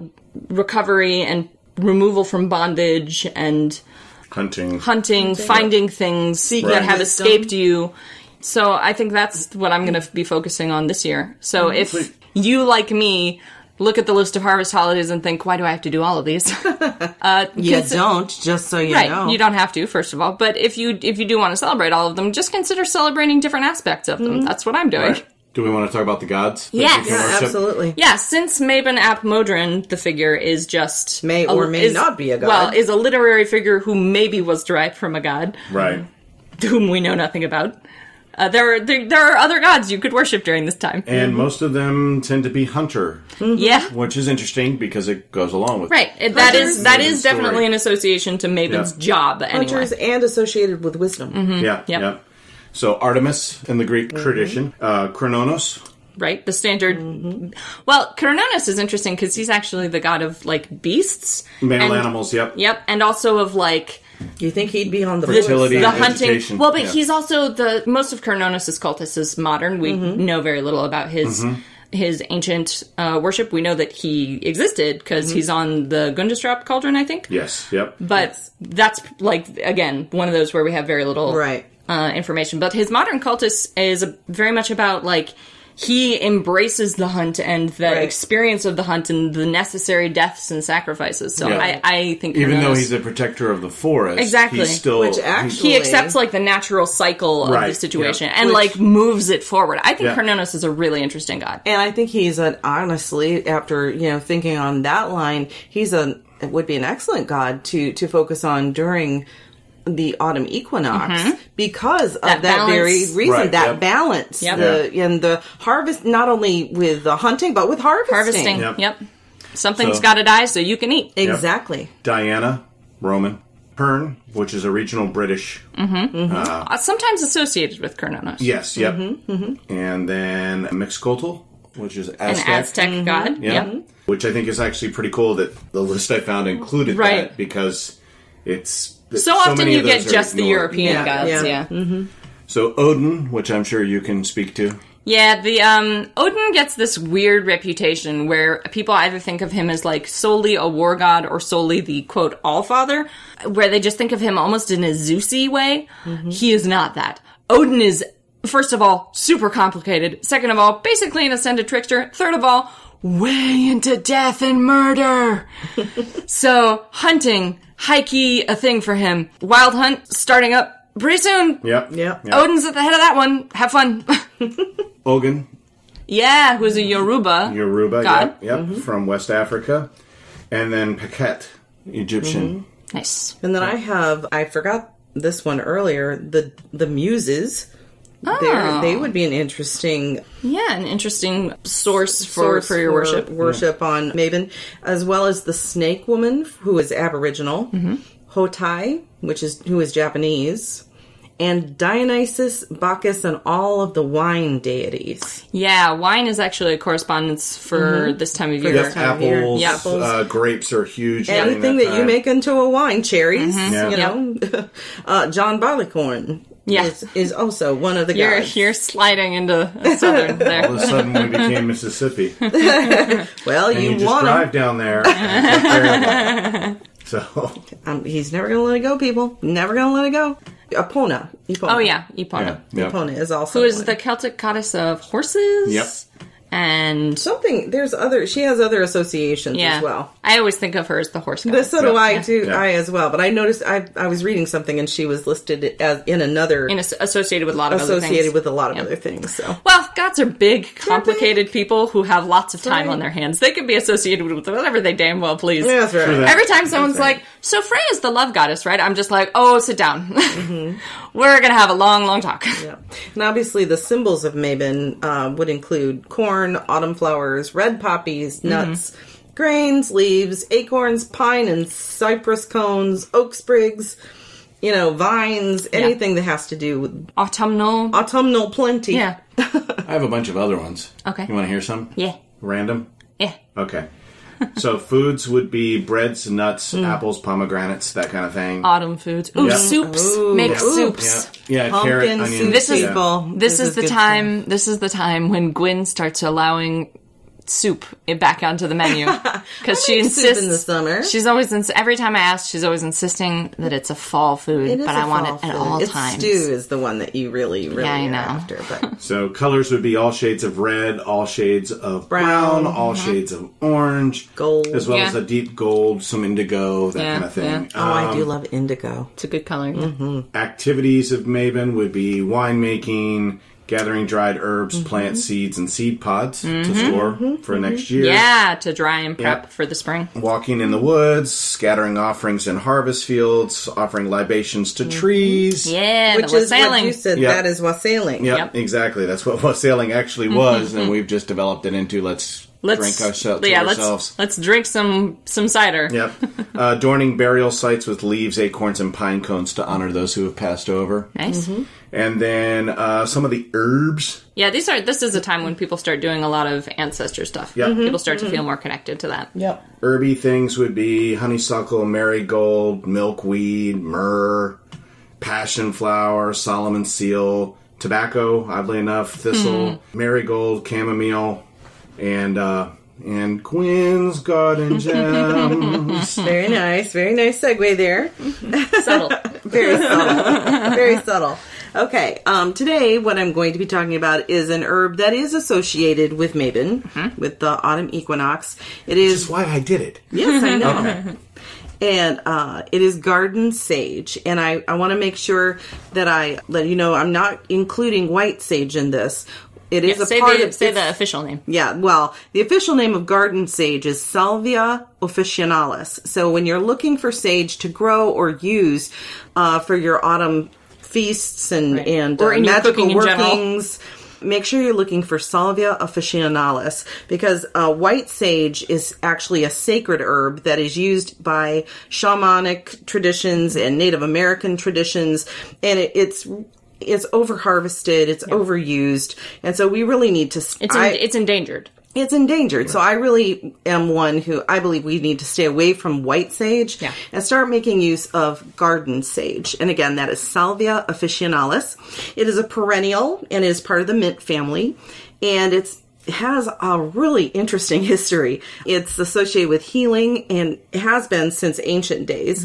[SPEAKER 2] recovery and removal from bondage and
[SPEAKER 3] Hunting.
[SPEAKER 2] hunting, finding things that have
[SPEAKER 4] wisdom.
[SPEAKER 2] escaped you. So I think that's what I'm going to be focusing on this year. So if you, like me, look at the list of harvest holidays and think, why do I have to do all of these?
[SPEAKER 4] You don't, just so you
[SPEAKER 2] right. You don't have to, first of all. But if you if you do want to celebrate all of them, just consider celebrating different aspects of them. That's what I'm doing.
[SPEAKER 3] Right. Do we want to talk about the gods? that
[SPEAKER 2] Yes.
[SPEAKER 3] we can
[SPEAKER 2] Yeah,
[SPEAKER 3] worship?
[SPEAKER 4] Absolutely.
[SPEAKER 2] Yeah, since Mabon Ap Modron, the figure, is just
[SPEAKER 4] May or may not be a god.
[SPEAKER 2] Well, is a literary figure who maybe was derived from a god.
[SPEAKER 3] Right.
[SPEAKER 2] Mm-hmm. whom we know nothing about. Uh, there, are, there, there are other gods you could worship during this time.
[SPEAKER 3] And most of them tend to be hunter,
[SPEAKER 2] Yeah,
[SPEAKER 3] which is interesting because it goes along with
[SPEAKER 2] Mm-hmm. right. It- That is
[SPEAKER 4] Hunters.
[SPEAKER 2] that is
[SPEAKER 3] Story.
[SPEAKER 2] definitely an association to Mabon's
[SPEAKER 3] Yeah.
[SPEAKER 2] job. Anyway,
[SPEAKER 4] Hunters and associated with wisdom.
[SPEAKER 2] Mm-hmm.
[SPEAKER 3] Yeah.
[SPEAKER 2] Yep. Mm-hmm.
[SPEAKER 3] Yeah. So Artemis in the Greek tradition, uh, Chrononos.
[SPEAKER 2] right? The standard.
[SPEAKER 4] Mm-hmm.
[SPEAKER 2] Well, Coronatus is interesting because he's actually the god of like beasts,
[SPEAKER 3] Male
[SPEAKER 2] and-
[SPEAKER 3] animals, yep.
[SPEAKER 2] Yep, and also of like
[SPEAKER 4] You think he'd be on the
[SPEAKER 3] Fertility.
[SPEAKER 2] the
[SPEAKER 4] force
[SPEAKER 3] Yeah,
[SPEAKER 4] side.
[SPEAKER 2] hunting.
[SPEAKER 3] vegetation,
[SPEAKER 2] Well, but
[SPEAKER 3] yeah.
[SPEAKER 2] he's also the most of Coronatus's cultists is modern. We
[SPEAKER 4] Mm-hmm.
[SPEAKER 2] know very little about his.
[SPEAKER 3] Mm-hmm.
[SPEAKER 2] His ancient uh, worship, we know that he existed because
[SPEAKER 4] Mm-hmm.
[SPEAKER 2] he's on the Gundestrap cauldron, I think.
[SPEAKER 3] Yes, yep.
[SPEAKER 2] But that's like again one of those where we have very little
[SPEAKER 4] Right.
[SPEAKER 2] uh, information. But his modern cultist is very much about like he embraces the hunt and the
[SPEAKER 4] Right.
[SPEAKER 2] experience of the hunt and the necessary deaths and sacrifices. So
[SPEAKER 3] Yeah.
[SPEAKER 2] I, I think
[SPEAKER 3] Even though
[SPEAKER 2] Cronos-
[SPEAKER 3] he's a protector of the forest,
[SPEAKER 2] Exactly.
[SPEAKER 3] he's still
[SPEAKER 4] Which actually-
[SPEAKER 2] he accepts like the natural cycle of the
[SPEAKER 3] Right,
[SPEAKER 2] situation
[SPEAKER 3] yeah.
[SPEAKER 2] and
[SPEAKER 4] Which-
[SPEAKER 2] like moves it forward. I think
[SPEAKER 3] Yeah.
[SPEAKER 2] Cronos is a really interesting god.
[SPEAKER 4] And I think he's an honestly, after you know thinking on that line, he's a would be an excellent god to to focus on during the autumn equinox because of that
[SPEAKER 2] Mm-hmm. That balance.
[SPEAKER 4] very reason
[SPEAKER 3] Right,
[SPEAKER 4] that
[SPEAKER 3] yep.
[SPEAKER 4] balance
[SPEAKER 2] Yep.
[SPEAKER 4] the and the harvest not only with the hunting but with harvesting,
[SPEAKER 2] Harvesting.
[SPEAKER 3] Yep.
[SPEAKER 2] Yep. Something's
[SPEAKER 3] So-
[SPEAKER 2] got to die so you can eat.
[SPEAKER 4] exactly
[SPEAKER 3] Diana Roman Pern, which is a regional British.
[SPEAKER 2] Uh, sometimes associated with Cronos.
[SPEAKER 3] Yes, yep.
[SPEAKER 2] Mm-hmm,
[SPEAKER 3] And then Mixcoatl, which is
[SPEAKER 2] An
[SPEAKER 3] Aztec.
[SPEAKER 2] Aztec
[SPEAKER 4] Mm-hmm.
[SPEAKER 2] god.
[SPEAKER 3] Yeah.
[SPEAKER 2] Yep.
[SPEAKER 3] Which I think is actually pretty cool that the list I found included
[SPEAKER 2] Right.
[SPEAKER 3] that because it's
[SPEAKER 2] So, often
[SPEAKER 3] many
[SPEAKER 2] you
[SPEAKER 3] of those
[SPEAKER 2] get
[SPEAKER 3] are
[SPEAKER 2] just the
[SPEAKER 3] ignored.
[SPEAKER 2] European
[SPEAKER 4] Yeah,
[SPEAKER 2] gods,
[SPEAKER 4] yeah.
[SPEAKER 2] yeah.
[SPEAKER 3] So Odin, which I'm sure you can speak to.
[SPEAKER 2] Yeah, the um Odin gets this weird reputation where people either think of him as like solely a war god or solely the quote all father, where they just think of him almost in a Zeusy way. He is not that. Odin is first of all super complicated, second of all basically an ascended trickster, third of all way into death and murder. so, hunting, hikey a thing for him. Wild hunt starting up pretty soon.
[SPEAKER 3] Yep.
[SPEAKER 4] Yep.
[SPEAKER 2] Odin's at the head of that one. Have fun.
[SPEAKER 3] Ogun,
[SPEAKER 2] Yeah, who's a Yoruba.
[SPEAKER 3] Yoruba,
[SPEAKER 2] God.
[SPEAKER 3] yep, yep, from West Africa. And then Paquette,
[SPEAKER 2] Mm-hmm.
[SPEAKER 3] Egyptian.
[SPEAKER 2] Nice.
[SPEAKER 4] And then I have I forgot this one earlier the the muses.
[SPEAKER 2] Oh.
[SPEAKER 4] They're- They would be an interesting
[SPEAKER 2] Yeah, an interesting source for,
[SPEAKER 4] source
[SPEAKER 2] for your worship.
[SPEAKER 4] worship on Maven, as well as the Snake Woman, who is Aboriginal, Hotai, which is who is Japanese, and Dionysus, Bacchus, and all of the wine deities.
[SPEAKER 2] Yeah, wine is actually a correspondence for this time of year.
[SPEAKER 3] Yep,
[SPEAKER 4] Mm-hmm. time of year.
[SPEAKER 3] apples,
[SPEAKER 2] Yeah,
[SPEAKER 4] apples.
[SPEAKER 3] Uh, grapes are huge. during
[SPEAKER 4] Anything that, you
[SPEAKER 3] time.
[SPEAKER 4] make into a wine, cherries,
[SPEAKER 3] Yeah.
[SPEAKER 4] you know. uh, John Barleycorn
[SPEAKER 2] Mm-hmm. Yeah.
[SPEAKER 4] is, is also one of the
[SPEAKER 2] You're,
[SPEAKER 4] guys.
[SPEAKER 2] you're sliding into southern
[SPEAKER 3] All
[SPEAKER 2] there.
[SPEAKER 3] of a sudden, we became Mississippi. And
[SPEAKER 4] Well,
[SPEAKER 3] you,
[SPEAKER 4] you,
[SPEAKER 3] just
[SPEAKER 4] want him.
[SPEAKER 3] drive down there. and it's like, so,
[SPEAKER 4] Um, he's never going to let it go, people. Never going to let it go. Epona. Epona.
[SPEAKER 2] Oh, yeah, Ipona.
[SPEAKER 3] yeah. yeah.
[SPEAKER 4] Epona is also
[SPEAKER 2] Who is
[SPEAKER 4] one.
[SPEAKER 2] the Celtic goddess of horses?
[SPEAKER 3] Yep.
[SPEAKER 2] and
[SPEAKER 4] Something there's other. She has other associations
[SPEAKER 2] yeah,
[SPEAKER 4] as well.
[SPEAKER 2] I always think of her as the horse goddess.
[SPEAKER 4] But so do I
[SPEAKER 2] Yeah.
[SPEAKER 4] too.
[SPEAKER 3] Yeah.
[SPEAKER 4] I as well. But I noticed I I was reading something and she was listed as in another
[SPEAKER 2] And it's associated with a lot of other
[SPEAKER 4] associated
[SPEAKER 2] things.
[SPEAKER 4] with a lot of
[SPEAKER 2] Yeah.
[SPEAKER 4] other things. So
[SPEAKER 2] Well, gods are big, complicated people who have lots of time
[SPEAKER 4] right.
[SPEAKER 2] on their hands. They can be associated with whatever they damn well please.
[SPEAKER 4] yeah, that's right.
[SPEAKER 3] that.
[SPEAKER 2] Every time someone's
[SPEAKER 4] right.
[SPEAKER 2] like, "So Freya's the love goddess, right?" I'm just like, "Oh, sit down. We're gonna have a long, long talk."
[SPEAKER 4] Yeah. And obviously, the symbols of Mabon uh, would include corn, autumn flowers, red
[SPEAKER 2] Mm-hmm.
[SPEAKER 4] poppies, nuts, grains, leaves, acorns, pine and cypress cones, oak sprigs, you know, vines, anything that has to do with
[SPEAKER 2] Autumnal.
[SPEAKER 4] autumnal plenty.
[SPEAKER 2] Yeah.
[SPEAKER 3] I have a bunch of other ones.
[SPEAKER 2] Okay.
[SPEAKER 3] You want to hear some?
[SPEAKER 2] Yeah.
[SPEAKER 3] Random?
[SPEAKER 2] Yeah.
[SPEAKER 3] Okay. so foods would be breads, nuts,
[SPEAKER 4] Mm.
[SPEAKER 3] apples, pomegranates, that kind of thing.
[SPEAKER 2] Autumn foods. Ooh,
[SPEAKER 3] Yeah.
[SPEAKER 2] soups. Make
[SPEAKER 3] yeah.
[SPEAKER 2] soups.
[SPEAKER 3] Yeah, carrot,
[SPEAKER 4] Pumpkin,
[SPEAKER 3] onion.
[SPEAKER 4] soup,
[SPEAKER 2] This is-
[SPEAKER 3] yeah.
[SPEAKER 4] people.
[SPEAKER 2] This, is, the
[SPEAKER 4] good
[SPEAKER 2] time. This is the time when Gwyn starts allowing soup i- back onto the menu because she
[SPEAKER 4] make soup in
[SPEAKER 2] insists
[SPEAKER 4] the summer.
[SPEAKER 2] She's always ins- every time I ask, she's always insisting that it's a fall food,
[SPEAKER 4] It is
[SPEAKER 2] but
[SPEAKER 4] a
[SPEAKER 2] I want
[SPEAKER 4] fall
[SPEAKER 2] it at
[SPEAKER 4] food.
[SPEAKER 2] all
[SPEAKER 4] it's
[SPEAKER 2] times.
[SPEAKER 4] Stew is the one that you really, really
[SPEAKER 2] I
[SPEAKER 4] are
[SPEAKER 2] know.
[SPEAKER 4] after. But
[SPEAKER 3] So colors would be all shades of red, all shades of brown,
[SPEAKER 4] Brown. Uh-huh.
[SPEAKER 3] all shades of orange,
[SPEAKER 4] Gold.
[SPEAKER 3] as well as
[SPEAKER 2] Yeah.
[SPEAKER 3] a deep gold, some indigo, that
[SPEAKER 2] Yeah,
[SPEAKER 3] kind of thing. Uh,
[SPEAKER 4] oh, I
[SPEAKER 3] Um,
[SPEAKER 4] do love indigo.
[SPEAKER 2] It's a good color.
[SPEAKER 3] Mm-hmm. activities of Maven would be winemaking, gathering dried herbs,
[SPEAKER 4] Mm-hmm.
[SPEAKER 3] plant seeds, and seed pods to store for next year.
[SPEAKER 2] Yeah, to dry and prep
[SPEAKER 3] Yeah.
[SPEAKER 2] for the spring.
[SPEAKER 3] Walking in the woods, scattering offerings in harvest fields, offering libations
[SPEAKER 4] Mm-hmm.
[SPEAKER 3] to trees.
[SPEAKER 2] Yeah,
[SPEAKER 4] Which
[SPEAKER 2] the
[SPEAKER 4] is what
[SPEAKER 2] wassailing.
[SPEAKER 4] you said.
[SPEAKER 3] Yeah.
[SPEAKER 4] That is wassailing.
[SPEAKER 3] Yep,
[SPEAKER 2] Yep. Mm-hmm.
[SPEAKER 3] exactly. That's what wassailing actually was, and we've just developed it into let's, drink ourselves.
[SPEAKER 2] yeah,
[SPEAKER 3] to
[SPEAKER 2] let's
[SPEAKER 3] ourselves.
[SPEAKER 2] let's drink some some cider.
[SPEAKER 3] Yep. Uh, adorning burial sites with leaves, acorns, and pine cones to honor those who have passed over.
[SPEAKER 2] Nice.
[SPEAKER 4] Mm-hmm.
[SPEAKER 3] And then uh, some of the herbs.
[SPEAKER 2] Yeah, these are. This is a time when people start doing a lot of ancestor stuff.
[SPEAKER 3] Yeah. Mhm,
[SPEAKER 4] Mm-hmm.
[SPEAKER 2] people start to feel more connected to that.
[SPEAKER 4] Yep.
[SPEAKER 3] Herby things would be honeysuckle, marigold, milkweed, myrrh, passion flower, Solomon seal, tobacco, oddly enough, thistle, marigold, chamomile, and uh, and Quinn's garden gems.
[SPEAKER 4] Very nice. Very nice segue there.
[SPEAKER 2] Subtle.
[SPEAKER 4] Very subtle. Very subtle. Okay. Um, today, what I'm going to be talking about is an herb that is associated with Mabon,
[SPEAKER 2] Mm-hmm.
[SPEAKER 4] with the autumn equinox. It
[SPEAKER 3] That's
[SPEAKER 4] is.
[SPEAKER 3] why I did it.
[SPEAKER 4] Yes, I know. And uh, it is garden sage. And I, I want to make sure that I let you know I'm not including white sage in this. It is a
[SPEAKER 2] say
[SPEAKER 4] part
[SPEAKER 2] the
[SPEAKER 4] of
[SPEAKER 2] say
[SPEAKER 4] it's-
[SPEAKER 2] the official name.
[SPEAKER 4] yeah, well, the official name of garden sage is Salvia officinalis. So when you're looking for sage to grow or use uh, for your autumn feasts and
[SPEAKER 2] Right.
[SPEAKER 4] and
[SPEAKER 2] Or
[SPEAKER 4] uh,
[SPEAKER 2] in your
[SPEAKER 4] magical
[SPEAKER 2] cooking in general.
[SPEAKER 4] workings, make sure you're looking for Salvia officinalis because uh, white sage is actually a sacred herb that is used by shamanic traditions and Native American traditions, and it, it's it's over harvested, it's overused, and so we really need to. s-
[SPEAKER 2] It's en-
[SPEAKER 4] I-
[SPEAKER 2] it's endangered.
[SPEAKER 4] it's endangered. So I really am one who I believe we need to stay away from white sage
[SPEAKER 2] Yeah.
[SPEAKER 4] and start making use of garden sage. And again, that is Salvia officinalis. It is a perennial and is part of the mint family and it's has a really interesting history. It's associated with healing and has been since ancient days.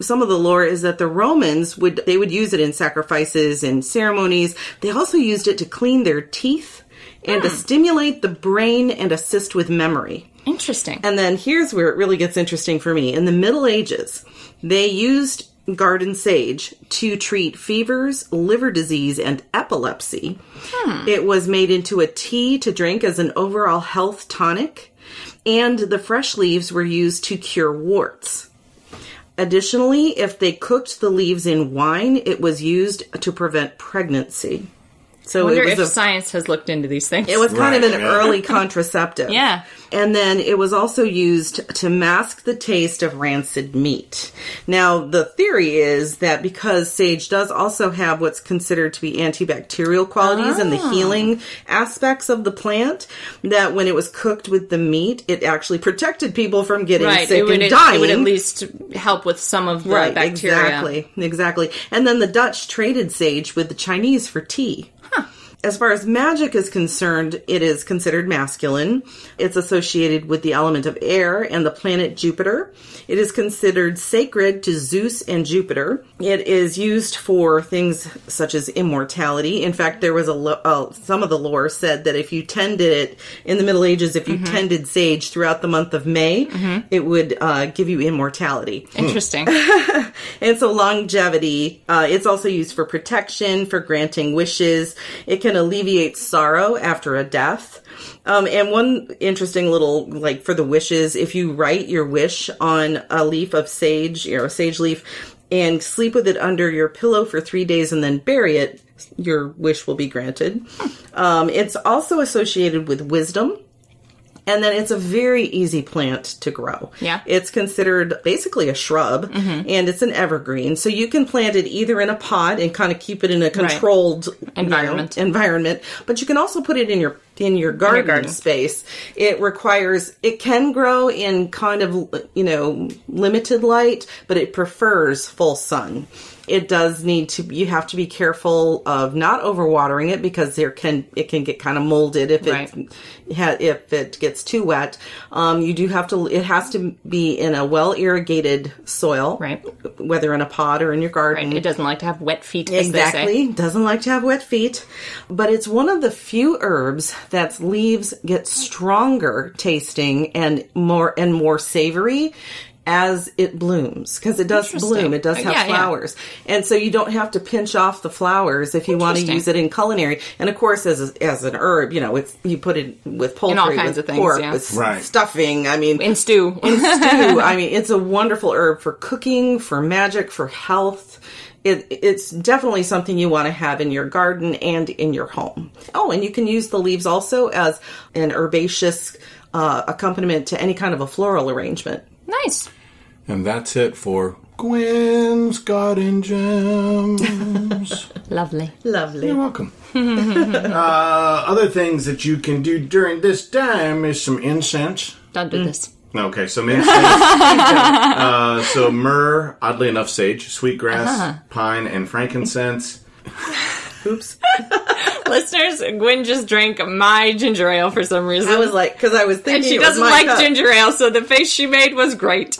[SPEAKER 4] Some of the lore is that the Romans would they would use it in sacrifices and ceremonies. They also used it to clean their teeth and to stimulate the brain and assist with memory.
[SPEAKER 2] Interesting.
[SPEAKER 4] And then here's where it really gets interesting for me. In the Middle Ages, they used garden sage to treat fevers, liver disease, and epilepsy.
[SPEAKER 2] Hmm.
[SPEAKER 4] It was made into a tea to drink as an overall health tonic, and the fresh leaves were used to cure warts. Additionally, if they cooked the leaves in wine, it was used to prevent pregnancy.
[SPEAKER 2] I
[SPEAKER 4] So
[SPEAKER 2] wonder
[SPEAKER 4] it was
[SPEAKER 2] if
[SPEAKER 4] a
[SPEAKER 2] science has looked into these things.
[SPEAKER 4] it was
[SPEAKER 3] Right,
[SPEAKER 4] kind of an
[SPEAKER 3] yeah.
[SPEAKER 4] early contraceptive.
[SPEAKER 2] Yeah.
[SPEAKER 4] And then it was also used to mask the taste of rancid meat. Now, the theory is that because sage does also have what's considered to be antibacterial qualities and
[SPEAKER 2] Ah.
[SPEAKER 4] the healing aspects of the plant, that when it was cooked with the meat, it actually protected people from getting
[SPEAKER 2] right.
[SPEAKER 4] sick
[SPEAKER 2] It would,
[SPEAKER 4] and
[SPEAKER 2] it,
[SPEAKER 4] dying
[SPEAKER 2] it would at least help with some of the
[SPEAKER 4] right
[SPEAKER 2] bacteria.
[SPEAKER 4] exactly exactly and then the dutch traded sage with the chinese for tea As far as magic is concerned, it is considered masculine. It's associated with the element of air and the planet Jupiter. It is considered sacred to Zeus and Jupiter. It is used for things such as immortality. In fact, there was a lo- uh, some of the lore said that if you tended it in the Middle Ages, if you tended sage throughout the month of May, it would uh, give you immortality.
[SPEAKER 2] Interesting.
[SPEAKER 4] And so longevity, uh, it's also used for protection, for granting wishes. It can alleviate sorrow after a death. Um, and one interesting little, like for the wishes, if you write your wish on a leaf of sage, you know, a sage leaf, and sleep with it under your pillow for three days and then bury it, your wish will be granted. Um, it's also associated with wisdom. And then it's a very easy plant to grow.
[SPEAKER 2] Yeah.
[SPEAKER 4] It's considered basically a shrub and it's an evergreen. So you can plant it either in a pot and kind of keep it in a controlled you know,
[SPEAKER 2] Environment.
[SPEAKER 4] environment, but you can also put it in your in your garden,
[SPEAKER 2] garden.
[SPEAKER 4] space. It requires it can grow in kind of you know limited light, but it prefers full sun. It does need to you have to be careful of not overwatering it because there can it can get kind of molded if it
[SPEAKER 2] Right.
[SPEAKER 4] ha- if it gets too wet. Um, you do have to it has to be in a well irrigated soil.
[SPEAKER 2] Right.
[SPEAKER 4] Whether in a pot or in your garden.
[SPEAKER 2] It doesn't like to have wet feet. as they say.
[SPEAKER 4] Exactly. Doesn't like to have wet feet. But it's one of the few herbs that's leaves get stronger tasting and more and more savory as it blooms because it does
[SPEAKER 2] Interesting. Uh,
[SPEAKER 4] bloom it does have
[SPEAKER 2] Yeah, yeah.
[SPEAKER 4] flowers and so you don't have to pinch off the flowers if you want to
[SPEAKER 2] Interesting.
[SPEAKER 4] use it in culinary and of course as a, as an herb you know it's you put it with poultry
[SPEAKER 2] kinds
[SPEAKER 4] with
[SPEAKER 2] of things,
[SPEAKER 4] pork
[SPEAKER 2] yeah.
[SPEAKER 4] with
[SPEAKER 3] Right.
[SPEAKER 4] stuffing i mean
[SPEAKER 2] In stew.
[SPEAKER 4] stew. I mean, it's a wonderful herb for cooking, for magic, for health. It, it's definitely something you want to have in your garden and in your home. Oh, and you can use the leaves also as an herbaceous uh, accompaniment to any kind of a floral arrangement.
[SPEAKER 2] nice.
[SPEAKER 3] And that's it for Gwen's Garden Gems.
[SPEAKER 2] Lovely.
[SPEAKER 4] Lovely.
[SPEAKER 3] You're welcome. uh, other things that you can do during this time is some incense.
[SPEAKER 2] Don't
[SPEAKER 4] Mm.
[SPEAKER 2] do this.
[SPEAKER 3] Okay, some incense. uh, so myrrh, oddly enough, sage, sweetgrass, pine, and frankincense.
[SPEAKER 4] Oops.
[SPEAKER 2] Listeners, Gwen just drank my ginger ale for some reason.
[SPEAKER 4] I was like, because I was thinking
[SPEAKER 2] and she
[SPEAKER 4] it was
[SPEAKER 2] doesn't
[SPEAKER 4] my
[SPEAKER 2] like
[SPEAKER 4] cup.
[SPEAKER 2] ginger ale, so the face she made was great.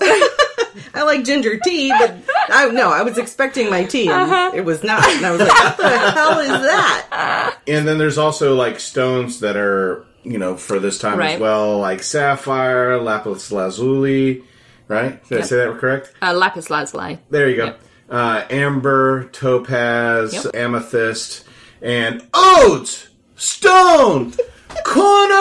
[SPEAKER 4] I like ginger tea, but I no, I was expecting my tea, and
[SPEAKER 2] Uh-huh.
[SPEAKER 4] it was not. And I was like, what the hell is that?
[SPEAKER 3] And then there's also like stones that are, you know, for this time
[SPEAKER 2] Right.
[SPEAKER 3] as well, like sapphire, lapis lazuli, right? Did I say that correct?
[SPEAKER 2] uh, lapis lazuli.
[SPEAKER 3] There you go.
[SPEAKER 2] Yep.
[SPEAKER 3] Uh, amber, topaz,
[SPEAKER 2] Yep.
[SPEAKER 3] amethyst, and odes stone corner.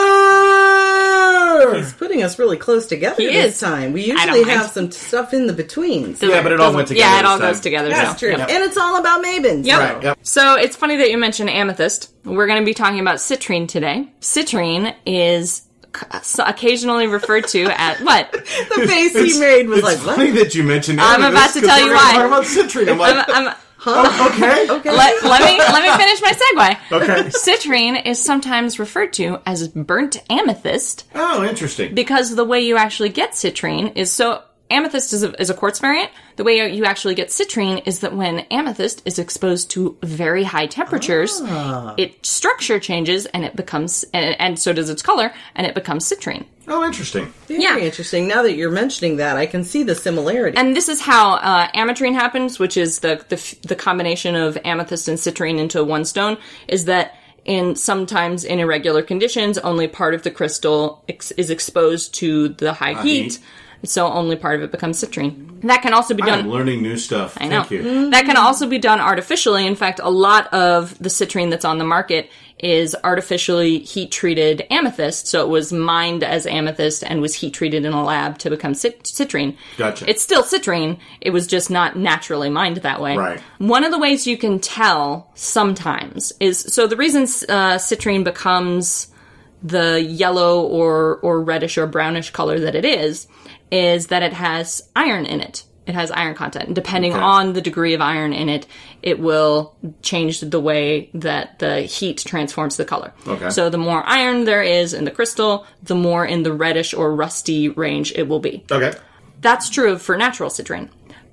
[SPEAKER 4] Putting us really close together
[SPEAKER 2] He
[SPEAKER 4] this
[SPEAKER 2] is.
[SPEAKER 4] time. We
[SPEAKER 2] don't
[SPEAKER 4] usually
[SPEAKER 2] mind.
[SPEAKER 4] have some stuff in the betweens.
[SPEAKER 3] Yeah, but it all went together
[SPEAKER 2] Yeah, it
[SPEAKER 3] this
[SPEAKER 2] all goes
[SPEAKER 3] time.
[SPEAKER 2] together.
[SPEAKER 4] That's
[SPEAKER 2] so,
[SPEAKER 4] true.
[SPEAKER 2] yeah.
[SPEAKER 4] And it's all about Mabins.
[SPEAKER 2] Yep.
[SPEAKER 3] Right, yep.
[SPEAKER 2] So it's funny that you mentioned amethyst. We're going to be talking about citrine today. Citrine is c- occasionally referred to as what?
[SPEAKER 4] The face he made was
[SPEAKER 3] It's
[SPEAKER 4] like,
[SPEAKER 3] funny
[SPEAKER 4] what?
[SPEAKER 3] that you mentioned.
[SPEAKER 2] I'm
[SPEAKER 3] amethyst,
[SPEAKER 2] about to
[SPEAKER 3] 'cause
[SPEAKER 2] tell
[SPEAKER 3] we're
[SPEAKER 2] you
[SPEAKER 3] gonna
[SPEAKER 2] why.
[SPEAKER 3] Talk about citrine. I'm like,
[SPEAKER 2] I'm, I'm,
[SPEAKER 3] oh, okay, okay,
[SPEAKER 2] let, Um, let me let me finish my segue.
[SPEAKER 3] okay.
[SPEAKER 2] Citrine is sometimes referred to as burnt amethyst
[SPEAKER 3] Oh, interesting.
[SPEAKER 2] because the way you actually get citrine is so amethyst is a, is a quartz variant. The way you actually get citrine is that when amethyst is exposed to very high temperatures, its structure changes and it becomes and, and so does its color and it becomes citrine.
[SPEAKER 3] Oh, interesting.
[SPEAKER 4] Very
[SPEAKER 2] Yeah.
[SPEAKER 4] interesting. Now that you're mentioning that, I can see the similarity.
[SPEAKER 2] And this is how uh, ametrine happens, which is the, the f- the combination of amethyst and citrine into one stone. Is that in sometimes in irregular conditions, only part of the crystal ex- is exposed to the high heat, so only part of it becomes citrine. That can also be
[SPEAKER 3] I'm
[SPEAKER 2] done.
[SPEAKER 3] learning new stuff.
[SPEAKER 2] I know.
[SPEAKER 3] Thank you.
[SPEAKER 2] That can also be done artificially. In fact, a lot of the citrine that's on the market is artificially heat treated amethyst. So it was mined as amethyst and was heat treated in a lab to become cit- citrine.
[SPEAKER 3] Gotcha.
[SPEAKER 2] It's still citrine. It was just not naturally mined that way.
[SPEAKER 3] Right.
[SPEAKER 2] One of the ways you can tell sometimes is so the reason uh, citrine becomes the yellow or or reddish or brownish color that it is is that it has iron in it. It has iron content. And depending
[SPEAKER 3] Okay.
[SPEAKER 2] on the degree of iron in it, it will change the way that the heat transforms the color.
[SPEAKER 3] Okay.
[SPEAKER 2] So the more iron there is in the crystal, the more in the reddish or rusty range it will be.
[SPEAKER 3] Okay.
[SPEAKER 2] That's true for natural citrine.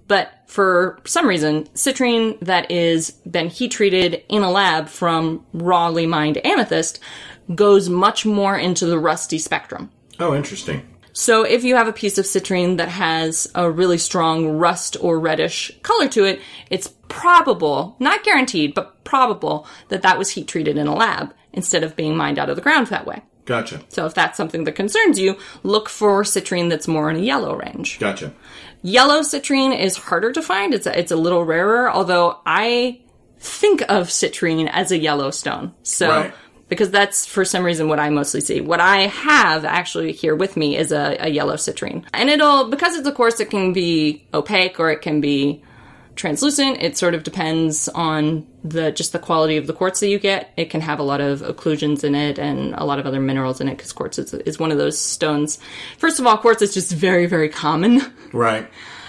[SPEAKER 2] But for some reason, citrine that is been heat treated in a lab from rawly mined amethyst goes much more into the rusty spectrum.
[SPEAKER 3] Oh, interesting.
[SPEAKER 2] So if you have a piece of citrine that has a really strong rust or reddish color to it, it's probable, not guaranteed, but probable that that was heat treated in a lab instead of being mined out of the ground that way.
[SPEAKER 3] Gotcha.
[SPEAKER 2] So if that's something that concerns you, look for citrine that's more in a yellow range.
[SPEAKER 3] Gotcha.
[SPEAKER 2] Yellow citrine is harder to find. It's a, it's a little rarer, although I think of citrine as a yellowstone. So
[SPEAKER 3] Right.
[SPEAKER 2] because that's for some reason what I mostly see. What I have actually here with me is a, a yellow citrine. And it'll because it's a course it can be opaque or it can be translucent. It sort of depends on the just the quality of the quartz that you get. It can have a lot of occlusions in it and a lot of other minerals in it because quartz is, is one of those stones. First of all, quartz is just very very common.
[SPEAKER 3] Right.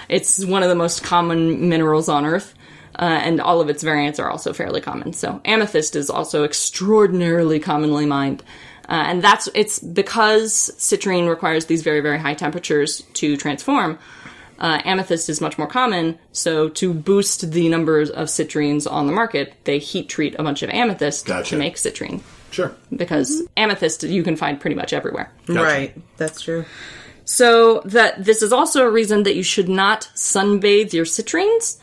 [SPEAKER 2] It's one of the most common minerals on Earth. Uh, and all of its variants are also fairly common. So amethyst is also extraordinarily commonly mined, uh, and that's it's because citrine requires these very very high temperatures to transform uh, amethyst is much more common. So to boost the numbers of citrines on the market, they heat treat a bunch of amethyst
[SPEAKER 3] Gotcha.
[SPEAKER 2] to make citrine
[SPEAKER 3] Sure.
[SPEAKER 2] because amethyst you can find pretty much everywhere.
[SPEAKER 3] Gotcha.
[SPEAKER 4] Right. That's true.
[SPEAKER 2] So that this is also a reason that you should not sunbathe your citrines.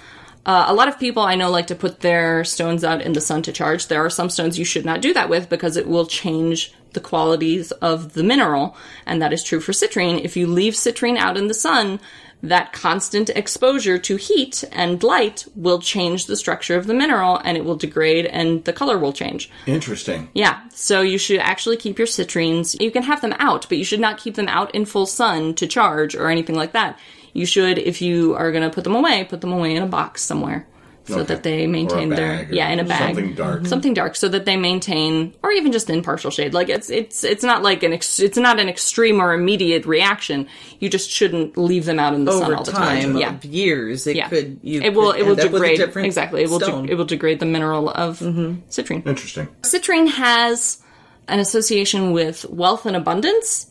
[SPEAKER 2] Uh, a lot of people I know like to put their stones out in the sun to charge. There are some stones you should not do that with because it will change the qualities of the mineral, and that is true for citrine. If you leave citrine out in the sun, that constant exposure to heat and light will change the structure of the mineral and it will degrade and the color will change.
[SPEAKER 3] Interesting.
[SPEAKER 2] Yeah, so you should actually keep your citrines. You can have them out, but you should not keep them out in full sun to charge or anything like that. You should, if you are going to put them away, put them away in a box somewhere so
[SPEAKER 3] Okay.
[SPEAKER 2] that they maintain
[SPEAKER 3] Or a
[SPEAKER 2] their
[SPEAKER 3] bag or
[SPEAKER 2] yeah in a bag
[SPEAKER 3] something dark.
[SPEAKER 2] something dark so that they maintain or even just in partial shade like it's it's it's not like an ex- it's not an extreme or immediate reaction you just shouldn't leave them out in the sun
[SPEAKER 4] Over
[SPEAKER 2] all the
[SPEAKER 4] time,
[SPEAKER 2] yeah
[SPEAKER 4] of years, it
[SPEAKER 2] yeah
[SPEAKER 4] could you
[SPEAKER 2] it will
[SPEAKER 4] could
[SPEAKER 2] it will
[SPEAKER 4] end up with a
[SPEAKER 2] degrade
[SPEAKER 4] different
[SPEAKER 2] exactly it will de-
[SPEAKER 4] stone. Mm-hmm.
[SPEAKER 2] it will degrade the mineral of citrine
[SPEAKER 3] Interesting.
[SPEAKER 2] Citrine has an association with wealth and abundance.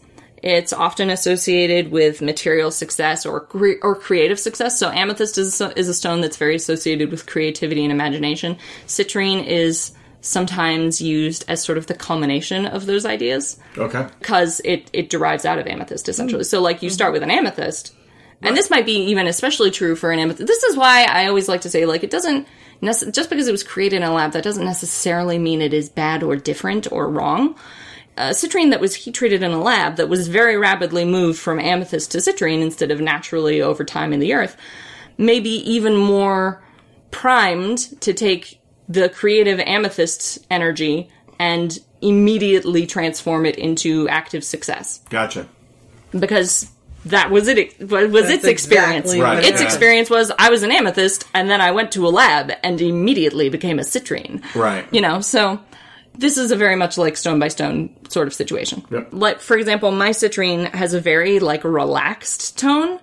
[SPEAKER 2] It's often associated with material success or cre- or creative success. So amethyst is a, is a stone that's very associated with creativity and imagination. Citrine is sometimes used as sort of the culmination of those ideas
[SPEAKER 3] Okay.
[SPEAKER 2] because it it derives out of amethyst essentially. So like you start with an amethyst, and this might be even especially true for an amethyst. This is why I always like to say like it doesn't nece- just because it was created in a lab that doesn't necessarily mean it is bad or different or wrong. Uh, citrine that was heat treated in a lab that was very rapidly moved from amethyst to citrine instead of naturally over time in the earth may be even more primed to take the creative amethyst energy and immediately transform it into active success
[SPEAKER 3] Gotcha.
[SPEAKER 2] because that was it was its experience
[SPEAKER 4] exactly what
[SPEAKER 3] Right,
[SPEAKER 2] its
[SPEAKER 3] yeah.
[SPEAKER 2] experience was i was an amethyst and then i went to a lab and immediately became a citrine
[SPEAKER 3] Right.
[SPEAKER 2] you know so this is a very much like stone by stone sort of situation
[SPEAKER 3] Yep.
[SPEAKER 2] like for example my citrine has a very like relaxed tone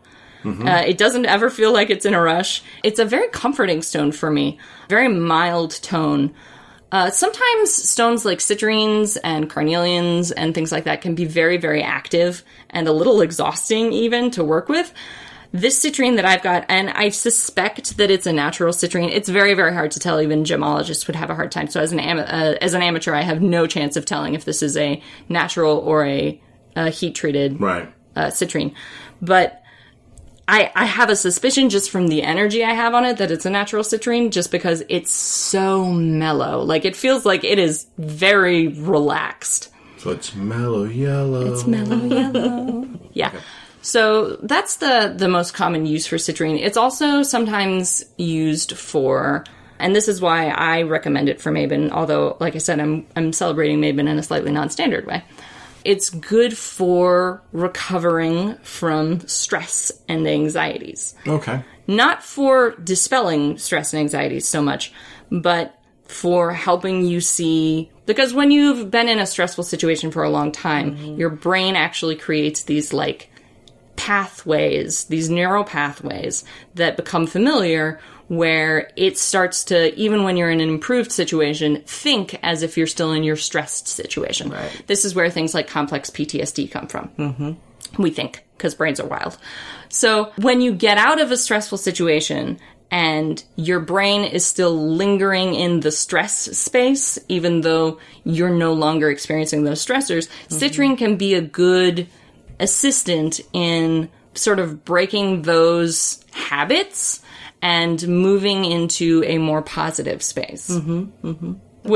[SPEAKER 2] uh, it doesn't ever feel like it's in a rush. It's a very comforting stone for me, very mild tone. Uh, sometimes stones like citrines and carnelians and things like that can be very, very active and a little exhausting even to work with. This citrine that I've got, and I suspect that it's a natural citrine. It's very, very hard to tell. Even gemologists would have a hard time. So, as an ama- uh, as an amateur, I have no chance of telling if this is a natural or a, uh heat treated
[SPEAKER 3] Right.
[SPEAKER 2] uh, citrine. But I, I have a suspicion just from the energy I have on it that it's a natural citrine just because it's so mellow. Like it feels like it is very relaxed.
[SPEAKER 3] So it's mellow yellow.
[SPEAKER 2] It's mellow yellow. yeah. So that's the the most common use for citrine. It's also sometimes used for and this is why I recommend it for Mabin, although like I said I'm I'm celebrating Mabin in a slightly non-standard way. It's good for recovering from stress and anxieties
[SPEAKER 3] okay.
[SPEAKER 2] not for dispelling stress and anxiety so much, but for helping you see because when you've been in a stressful situation for a long time, your brain actually creates these like pathways, these neural pathways that become familiar where it starts to even when you're in an improved situation, think as if you're still in your stressed situation. This is where things like complex PTSD come from we think, because brains are wild. So when you get out of a stressful situation and your brain is still lingering in the stress space, even though you're no longer experiencing those stressors, citrine can be a good assistant in sort of breaking those habits and moving into a more positive space.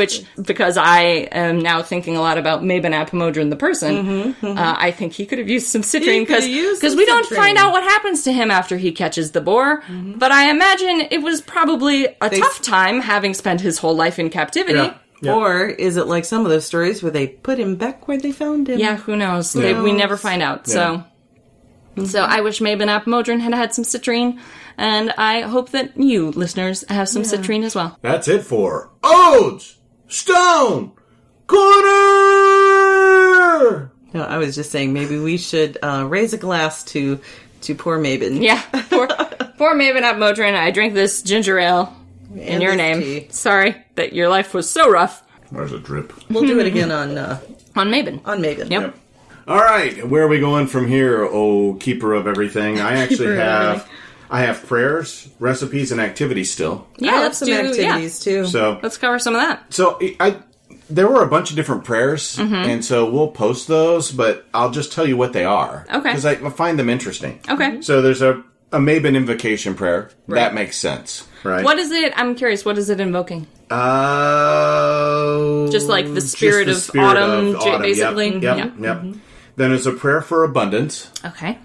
[SPEAKER 2] Which, because I am now thinking a lot about Mabin Apomodrin, the person, Uh, I think he could have used some citrine
[SPEAKER 4] Mm-hmm, could have
[SPEAKER 2] because
[SPEAKER 4] used
[SPEAKER 2] because
[SPEAKER 4] some
[SPEAKER 2] we don't
[SPEAKER 4] citrine. Mm-hmm.
[SPEAKER 2] find out what happens to him after he catches the boar. But I imagine it was probably a tough time having spent his whole life in captivity.
[SPEAKER 3] Yeah.
[SPEAKER 2] Yeah,
[SPEAKER 3] Yeah.
[SPEAKER 4] Or is it like some of those stories where they put him back where they found him?
[SPEAKER 2] who knows? They- we never find out. So,
[SPEAKER 4] Mm-hmm.
[SPEAKER 2] so I wish Mabin Apomodrin had had some citrine, and I hope that you listeners have some citrine as well.
[SPEAKER 3] That's it for Odes Stone Corner.
[SPEAKER 4] No, I was just saying maybe we should uh, raise a glass to to poor Mabin.
[SPEAKER 2] Yeah, poor, poor Maven up Motrin. I drank this ginger ale in
[SPEAKER 4] And
[SPEAKER 2] your
[SPEAKER 4] this
[SPEAKER 2] name.
[SPEAKER 4] tea.
[SPEAKER 2] Sorry that your life was so rough
[SPEAKER 3] There's a drip.
[SPEAKER 4] We'll do it again on uh,
[SPEAKER 2] on Maven.
[SPEAKER 4] on Mabin.
[SPEAKER 2] Yep.
[SPEAKER 3] All right, where are we going from here, oh keeper of everything? I
[SPEAKER 2] Keeper
[SPEAKER 3] actually
[SPEAKER 2] of
[SPEAKER 3] have
[SPEAKER 2] everything.
[SPEAKER 3] I have prayers, recipes, and activities still.
[SPEAKER 2] Yeah,
[SPEAKER 4] I have
[SPEAKER 2] let's
[SPEAKER 4] some
[SPEAKER 2] do.
[SPEAKER 4] activities too.
[SPEAKER 3] So
[SPEAKER 2] Yeah, let's cover some of that.
[SPEAKER 3] So I there were a bunch of different prayers,
[SPEAKER 2] Mm-hmm.
[SPEAKER 3] and so we'll post those, but I'll just tell you what they are.
[SPEAKER 2] Okay.
[SPEAKER 3] Because I I find them interesting.
[SPEAKER 2] Okay.
[SPEAKER 4] Mm-hmm.
[SPEAKER 3] So there's a a Mabin invocation prayer. That makes sense, right?
[SPEAKER 2] What is it? I'm curious. What is it invoking?
[SPEAKER 3] Uh,
[SPEAKER 2] Just like the spirit of autumn, j- basically?
[SPEAKER 3] Yep.
[SPEAKER 2] Yeah. Mm-hmm.
[SPEAKER 3] Yep. yep. Then there's a prayer for abundance.
[SPEAKER 2] Okay.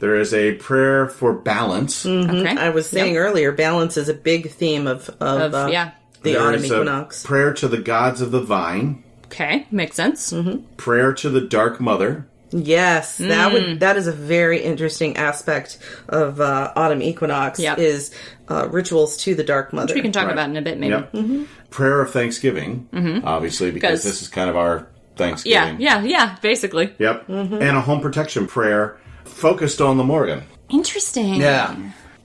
[SPEAKER 3] There is a prayer for balance.
[SPEAKER 2] Okay.
[SPEAKER 4] Mm-hmm. I was saying earlier, balance is a big theme of of,
[SPEAKER 2] Of-
[SPEAKER 4] uh,
[SPEAKER 2] yeah.
[SPEAKER 4] the
[SPEAKER 3] There
[SPEAKER 4] autumn
[SPEAKER 3] is a
[SPEAKER 4] equinox.
[SPEAKER 3] Prayer to the gods of the vine.
[SPEAKER 2] okay. Makes sense.
[SPEAKER 4] Mm-hmm.
[SPEAKER 3] Prayer to the dark mother.
[SPEAKER 4] Yes, that
[SPEAKER 2] Mm.
[SPEAKER 4] would that is a very interesting aspect of uh, autumn equinox
[SPEAKER 2] Yep.
[SPEAKER 4] is uh, rituals to the dark mother.
[SPEAKER 2] We can talk
[SPEAKER 3] Right.
[SPEAKER 2] about it in a bit, maybe. Mm-hmm.
[SPEAKER 3] Yep. Prayer of Thanksgiving, obviously, because
[SPEAKER 2] 'Cause-
[SPEAKER 3] this is kind of our
[SPEAKER 2] Yeah, Mm-hmm.
[SPEAKER 3] Thanksgiving.
[SPEAKER 2] yeah, yeah, basically.
[SPEAKER 3] Yep. And a home protection prayer focused on the Morgan.
[SPEAKER 2] Interesting.
[SPEAKER 3] Yeah.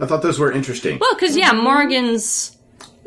[SPEAKER 3] I thought those were interesting.
[SPEAKER 2] Well, because, yeah, Morgan's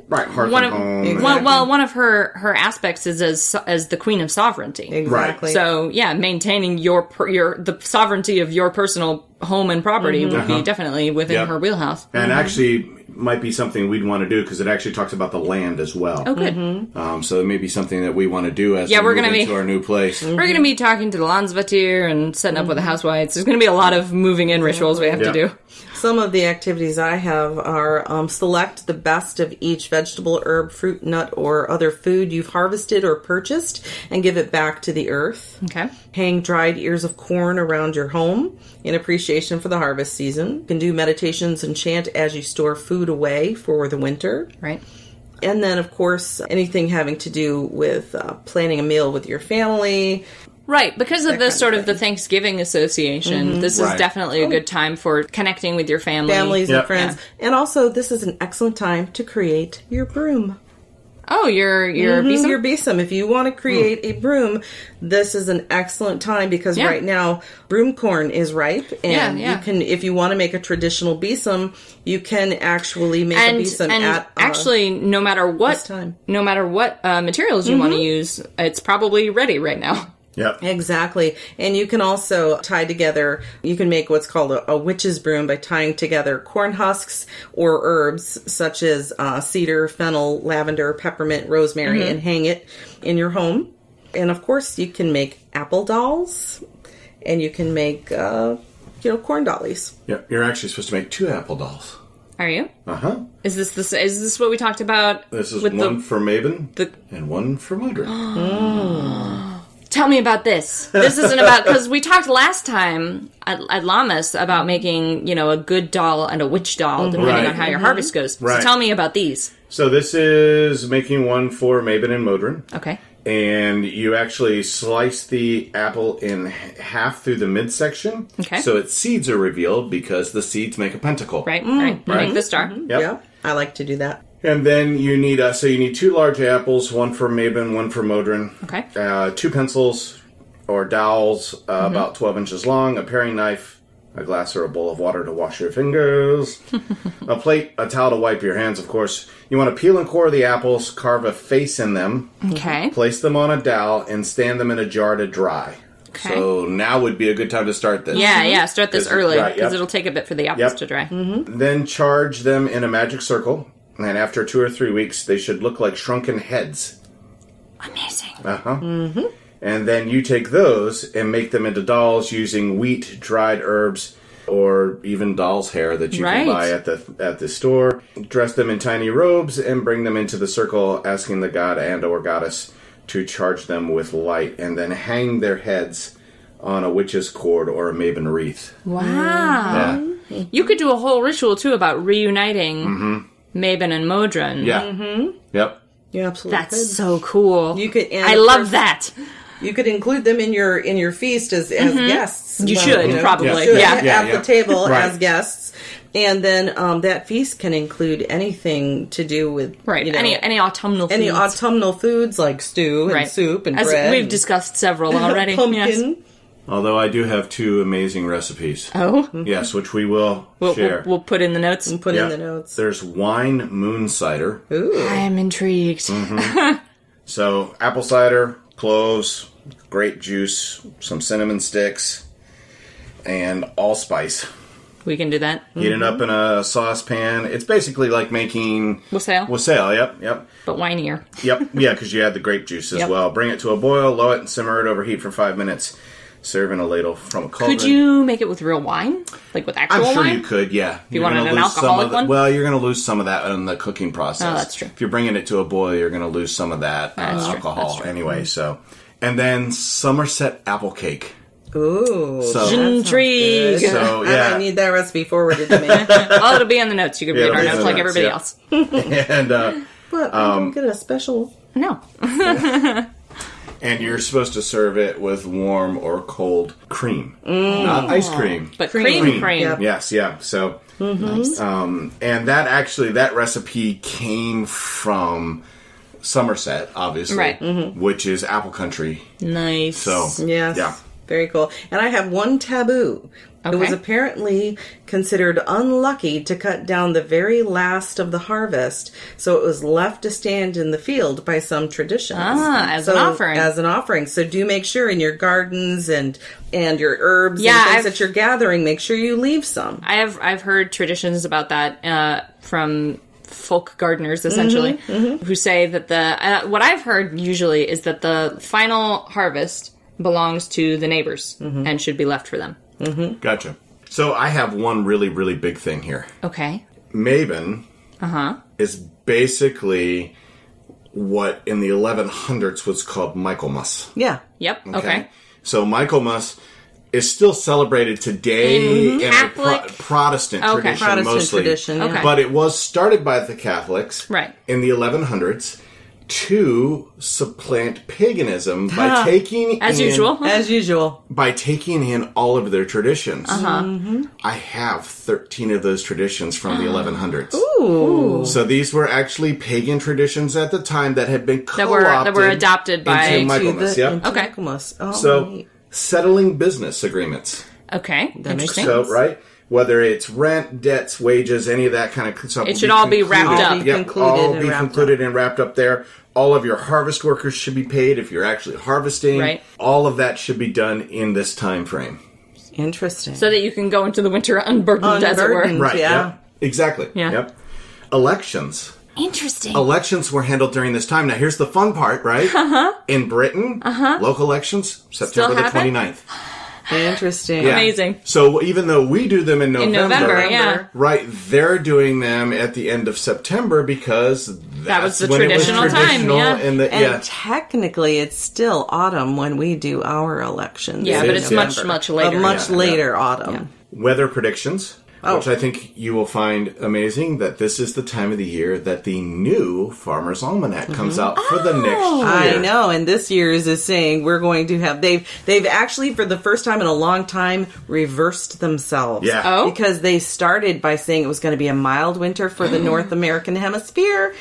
[SPEAKER 3] right. Hearth
[SPEAKER 2] one
[SPEAKER 3] and
[SPEAKER 2] of
[SPEAKER 3] home.
[SPEAKER 2] well, well, one of her her aspects is as as the queen of sovereignty.
[SPEAKER 4] exactly.
[SPEAKER 2] So yeah, maintaining your per, your the sovereignty of your personal home and property
[SPEAKER 4] Mm-hmm.
[SPEAKER 2] would be
[SPEAKER 3] Uh-huh.
[SPEAKER 2] definitely within
[SPEAKER 3] Yep.
[SPEAKER 2] her wheelhouse.
[SPEAKER 3] and actually might be something we'd want to do because it actually talks about the land as well.
[SPEAKER 2] Oh,
[SPEAKER 4] Mm-hmm.
[SPEAKER 2] good.
[SPEAKER 3] Um, so it may be something that we want to do as
[SPEAKER 2] Yeah,
[SPEAKER 3] we
[SPEAKER 2] we're
[SPEAKER 3] move
[SPEAKER 2] gonna be-
[SPEAKER 3] into our new place.
[SPEAKER 2] We're going to be talking to the Landsvatir and setting up with the housewives. There's going to be a lot of moving in rituals we have
[SPEAKER 3] Mm-hmm. Yeah.
[SPEAKER 2] to do.
[SPEAKER 4] Some of the activities I have are um, select the best of each vegetable, herb, fruit, nut, or other food you've harvested or purchased and give it back to the earth.
[SPEAKER 2] Okay.
[SPEAKER 4] Hang dried ears of corn around your home in appreciation for the harvest season. You can do meditations and chant as you store food away for the winter.
[SPEAKER 2] Right.
[SPEAKER 4] And then, of course, anything having to do with uh, planning a meal with your family.
[SPEAKER 2] Right, because of the sort of, the Thanksgiving association, this is
[SPEAKER 3] Mm-hmm. Right. Oh.
[SPEAKER 2] definitely a good time for connecting with your family.
[SPEAKER 4] Families
[SPEAKER 3] Yep.
[SPEAKER 4] and friends, and also this is an excellent time to create your broom.
[SPEAKER 2] Oh, your your
[SPEAKER 3] Mm-hmm.
[SPEAKER 4] Mhm,
[SPEAKER 2] besom?
[SPEAKER 4] your besom. If you want to create a broom, this is an excellent time because
[SPEAKER 2] Hmm. Yeah.
[SPEAKER 4] right now broom corn is ripe, and
[SPEAKER 2] Yeah, yeah.
[SPEAKER 4] you can, if you want to make a traditional besom, you can actually make a besom at uh,
[SPEAKER 2] actually no matter what
[SPEAKER 4] time.
[SPEAKER 2] no matter what uh, materials you want
[SPEAKER 3] Mm-hmm.
[SPEAKER 2] to use it's probably ready right now
[SPEAKER 3] Yep.
[SPEAKER 4] Exactly. And you can also tie together, you can make what's called a, a witch's broom by tying together corn husks or herbs such as uh, cedar, fennel, lavender, peppermint, rosemary, and hang it in your home. And of course, you can make apple dolls and you can make, uh, you know, corn dollies.
[SPEAKER 3] Yep. You're actually supposed to make two apple dolls.
[SPEAKER 2] are you
[SPEAKER 3] Uh huh.
[SPEAKER 2] is this this is this what we talked about
[SPEAKER 3] This is
[SPEAKER 2] with
[SPEAKER 3] one
[SPEAKER 2] the
[SPEAKER 3] for Mabin
[SPEAKER 2] the-
[SPEAKER 3] and one for Mudra.
[SPEAKER 2] tell me about this this isn't about because we talked last time at, at lamas about making you know a good doll and a witch doll depending
[SPEAKER 3] Mm-hmm. Right.
[SPEAKER 2] on how your harvest goes
[SPEAKER 3] Right.
[SPEAKER 2] so tell me about these
[SPEAKER 3] so this is making one for Mabin and Modron.
[SPEAKER 2] okay
[SPEAKER 3] and you actually slice the apple in h- half through the midsection.
[SPEAKER 2] Okay.
[SPEAKER 3] So its seeds are revealed because the seeds make a pentacle.
[SPEAKER 2] right right like the star
[SPEAKER 3] Yep.
[SPEAKER 4] Yeah. I like to do that.
[SPEAKER 3] And then you need uh, so you need two large apples, one for Mabin, one for Modron.
[SPEAKER 2] Okay.
[SPEAKER 3] Uh, two pencils or dowels, uh,
[SPEAKER 2] Mm-hmm.
[SPEAKER 3] about twelve inches long, a paring knife, a glass or a bowl of water to wash your fingers, a plate, a towel to wipe your hands. Of course, you want to peel and core the apples, carve a face in them,
[SPEAKER 2] okay
[SPEAKER 3] place them on a dowel, and stand them in a jar to dry.
[SPEAKER 2] Okay.
[SPEAKER 3] So now would be a good time to start this.
[SPEAKER 2] yeah, yeah. Start this
[SPEAKER 3] This is
[SPEAKER 2] early
[SPEAKER 3] dry,
[SPEAKER 2] because
[SPEAKER 3] yep.
[SPEAKER 2] it'll take a bit for the apples
[SPEAKER 3] Yep. Mm-hmm.
[SPEAKER 2] to dry.
[SPEAKER 3] Then charge them in a magic circle, and after two or three weeks, they should look like shrunken heads.
[SPEAKER 2] Amazing.
[SPEAKER 3] Uh huh. Mm-hmm. And then you take those and make them into dolls using wheat, dried herbs, or even doll's hair that you
[SPEAKER 2] Right.
[SPEAKER 3] can buy at the at the store. Dress them in tiny robes and bring them into the circle, asking the god and or goddess to charge them with light, and then hang their heads on a witch's cord or a maven wreath.
[SPEAKER 2] Wow.
[SPEAKER 3] Yeah.
[SPEAKER 2] You could do a whole ritual too about reuniting Mabin and Modron.
[SPEAKER 3] Mm-hmm. Yeah. Yep.
[SPEAKER 4] You absolutely
[SPEAKER 2] That's
[SPEAKER 4] could.
[SPEAKER 2] so cool.
[SPEAKER 4] You could- and
[SPEAKER 2] I
[SPEAKER 4] of
[SPEAKER 2] love
[SPEAKER 4] course-
[SPEAKER 2] that.
[SPEAKER 4] You could include them in your in your feast as, as guests.
[SPEAKER 2] Mm-hmm. You should, probably.
[SPEAKER 4] you
[SPEAKER 2] Yeah.
[SPEAKER 4] at
[SPEAKER 3] Yeah, yeah.
[SPEAKER 4] the table
[SPEAKER 3] Right.
[SPEAKER 4] as guests, and then um, that feast can include anything to do with
[SPEAKER 2] Right.
[SPEAKER 4] you know,
[SPEAKER 2] any any autumnal
[SPEAKER 4] any
[SPEAKER 2] foods.
[SPEAKER 4] autumnal foods like stew and
[SPEAKER 2] right.
[SPEAKER 4] soup and
[SPEAKER 2] As
[SPEAKER 4] bread.
[SPEAKER 2] We've
[SPEAKER 4] and
[SPEAKER 2] discussed several already.
[SPEAKER 4] pumpkin.
[SPEAKER 2] Yes.
[SPEAKER 3] Although I do have two amazing recipes.
[SPEAKER 2] Oh.
[SPEAKER 3] Yes, which we will
[SPEAKER 2] We'll,
[SPEAKER 3] share.
[SPEAKER 2] we'll, we'll put in the notes.
[SPEAKER 4] Put
[SPEAKER 3] Yeah.
[SPEAKER 4] in the notes.
[SPEAKER 3] There's wine moon cider.
[SPEAKER 4] Ooh,
[SPEAKER 2] I am intrigued.
[SPEAKER 3] Mm-hmm. So apple cider, cloves, grape juice, some cinnamon sticks, and allspice.
[SPEAKER 2] We can do that.
[SPEAKER 3] Heat it up in a saucepan. It's basically like making
[SPEAKER 2] Wassail.
[SPEAKER 3] wassail. Yep, yep,
[SPEAKER 2] But winier.
[SPEAKER 3] yep. yeah, because you add the grape juice as
[SPEAKER 2] Yep.
[SPEAKER 3] well. Bring it to a boil, low it, and simmer it over heat for five minutes. Serve in a ladle from a cauldron.
[SPEAKER 2] Could you make it with real wine? Like with actual
[SPEAKER 3] I'm sure
[SPEAKER 2] wine?
[SPEAKER 3] you could, yeah. If
[SPEAKER 2] you wanted an alcoholic
[SPEAKER 3] some of the,
[SPEAKER 2] one?
[SPEAKER 3] Well, you're going to lose some of that in the cooking process.
[SPEAKER 2] Oh, that's true.
[SPEAKER 3] If you're bringing it to a boil, you're going to lose some of that uh,
[SPEAKER 2] That's true,
[SPEAKER 3] alcohol
[SPEAKER 2] that's true.
[SPEAKER 3] anyway. So, and then Somerset apple cake.
[SPEAKER 4] ooh.
[SPEAKER 3] So,
[SPEAKER 2] Intrigue.
[SPEAKER 4] Good.
[SPEAKER 3] So,
[SPEAKER 4] I
[SPEAKER 3] yeah.
[SPEAKER 4] might need that recipe forwarded to me.
[SPEAKER 2] oh, it'll be in the notes. You can
[SPEAKER 3] Yeah,
[SPEAKER 2] read
[SPEAKER 3] it'll
[SPEAKER 2] our
[SPEAKER 3] be in
[SPEAKER 2] notes
[SPEAKER 3] the notes,
[SPEAKER 2] like everybody
[SPEAKER 3] yeah.
[SPEAKER 2] else.
[SPEAKER 3] and uh,
[SPEAKER 4] but I don't get a special.
[SPEAKER 2] No.
[SPEAKER 3] and you're supposed to serve it with warm or cold cream, not ice cream.
[SPEAKER 2] Mm. But cream cream. Mm-hmm.
[SPEAKER 3] Cream. yes, yeah. So, um, and that actually that recipe came from Somerset, obviously,
[SPEAKER 2] Right. Mm-hmm.
[SPEAKER 3] which is apple country.
[SPEAKER 2] Nice.
[SPEAKER 3] So,
[SPEAKER 4] Yes.
[SPEAKER 3] yeah.
[SPEAKER 4] Very cool. And I have one taboo. It was
[SPEAKER 2] Okay.
[SPEAKER 4] apparently considered unlucky to cut down the very last of the harvest, so it was left to stand in the field by some traditions.
[SPEAKER 2] Ah, as an
[SPEAKER 4] So-
[SPEAKER 2] offering.
[SPEAKER 4] As an offering. So do make sure in your gardens and and your herbs
[SPEAKER 2] Yeah,
[SPEAKER 4] and things
[SPEAKER 2] I've-
[SPEAKER 4] that you're gathering, make sure you leave some.
[SPEAKER 2] I have I've heard traditions about that uh, from folk gardeners essentially
[SPEAKER 4] Mm-hmm,
[SPEAKER 2] who say that the uh, what I've heard usually is that the final harvest belongs to the neighbors
[SPEAKER 4] Mm-hmm.
[SPEAKER 2] and should be left for them.
[SPEAKER 3] Gotcha. So I have one really, really big thing here.
[SPEAKER 2] Okay.
[SPEAKER 3] Maven
[SPEAKER 2] Uh-huh.
[SPEAKER 3] is basically what in the 1100s was called Michaelmas.
[SPEAKER 4] Yeah.
[SPEAKER 2] Yep. Okay.
[SPEAKER 3] So Michaelmas is still celebrated today in, a pro-
[SPEAKER 2] Mm-hmm. Catholic-
[SPEAKER 3] Protestant
[SPEAKER 2] Okay.
[SPEAKER 3] tradition
[SPEAKER 4] Protestant
[SPEAKER 3] mostly.
[SPEAKER 4] tradition, yeah.
[SPEAKER 2] Okay.
[SPEAKER 3] But it was started by the Catholics
[SPEAKER 2] Right.
[SPEAKER 3] in the 1100s to supplant paganism by taking
[SPEAKER 2] Ah. As
[SPEAKER 3] in-
[SPEAKER 2] usual.
[SPEAKER 4] As usual.
[SPEAKER 3] by taking in all of their traditions,
[SPEAKER 2] Uh-huh.
[SPEAKER 3] Mm-hmm. I have 13 of those traditions from the 1100s.
[SPEAKER 4] Ooh.
[SPEAKER 3] So these were actually pagan traditions at the time that had been co-opted
[SPEAKER 2] That were- that were adopted by-
[SPEAKER 3] into
[SPEAKER 2] Into
[SPEAKER 3] Michaelmas.
[SPEAKER 4] The-
[SPEAKER 3] yep.
[SPEAKER 4] into
[SPEAKER 2] Okay.
[SPEAKER 4] Michaelmas. Oh,
[SPEAKER 3] So
[SPEAKER 4] neat.
[SPEAKER 3] settling business agreements.
[SPEAKER 2] Okay. Interesting.
[SPEAKER 4] sense.
[SPEAKER 3] So right, whether it's rent, debts, wages, any of that kind of stuff,
[SPEAKER 2] It should all be wrapped
[SPEAKER 3] concluded-
[SPEAKER 2] up. All
[SPEAKER 4] be
[SPEAKER 3] Yep,
[SPEAKER 4] concluded
[SPEAKER 3] all
[SPEAKER 4] and
[SPEAKER 3] be
[SPEAKER 4] wrapped
[SPEAKER 3] concluded and wrapped up there. All of your harvest workers should be paid if you're actually harvesting.
[SPEAKER 2] Right.
[SPEAKER 3] All of that should be done in this time frame.
[SPEAKER 4] interesting.
[SPEAKER 2] So that you can go into the winter unburdened, as it were.
[SPEAKER 4] Unburdened.
[SPEAKER 3] Right.
[SPEAKER 4] Yeah.
[SPEAKER 3] Yep. Exactly.
[SPEAKER 2] Yeah.
[SPEAKER 3] Yep. Elections.
[SPEAKER 2] Interesting.
[SPEAKER 3] Elections were handled during this time. Now, here's the fun part, right? Uh-huh. In Britain, uh-huh. local elections, September the
[SPEAKER 2] happen?
[SPEAKER 3] 29th.
[SPEAKER 4] interesting.
[SPEAKER 3] Yeah.
[SPEAKER 2] Amazing.
[SPEAKER 3] So, even though we do them in November,
[SPEAKER 2] In November, yeah.
[SPEAKER 3] right, they're doing them at the end of September because that's
[SPEAKER 2] was the
[SPEAKER 3] when it was
[SPEAKER 2] traditional time,
[SPEAKER 3] traditional
[SPEAKER 2] yeah.
[SPEAKER 3] in the-
[SPEAKER 4] And
[SPEAKER 3] yeah.
[SPEAKER 4] technically, it's still autumn when we do our elections.
[SPEAKER 2] Yeah,
[SPEAKER 4] in
[SPEAKER 2] but it's
[SPEAKER 3] Yeah.
[SPEAKER 2] much,
[SPEAKER 4] November.
[SPEAKER 2] much later.
[SPEAKER 4] A much
[SPEAKER 3] Yeah, yeah.
[SPEAKER 4] later autumn.
[SPEAKER 3] Weather predictions,
[SPEAKER 4] Oh.
[SPEAKER 3] which I think you will find amazing that this is the time of the year that the new Farmer's Almanac comes
[SPEAKER 2] Mm-hmm.
[SPEAKER 3] out for the
[SPEAKER 2] Oh.
[SPEAKER 3] next year.
[SPEAKER 4] I know, and this year's is saying we're going to have they've they've actually for the first time in a long time reversed themselves.
[SPEAKER 3] Yeah. Oh?
[SPEAKER 4] because they started by saying it was going to be a mild winter for the North American Hemisphere,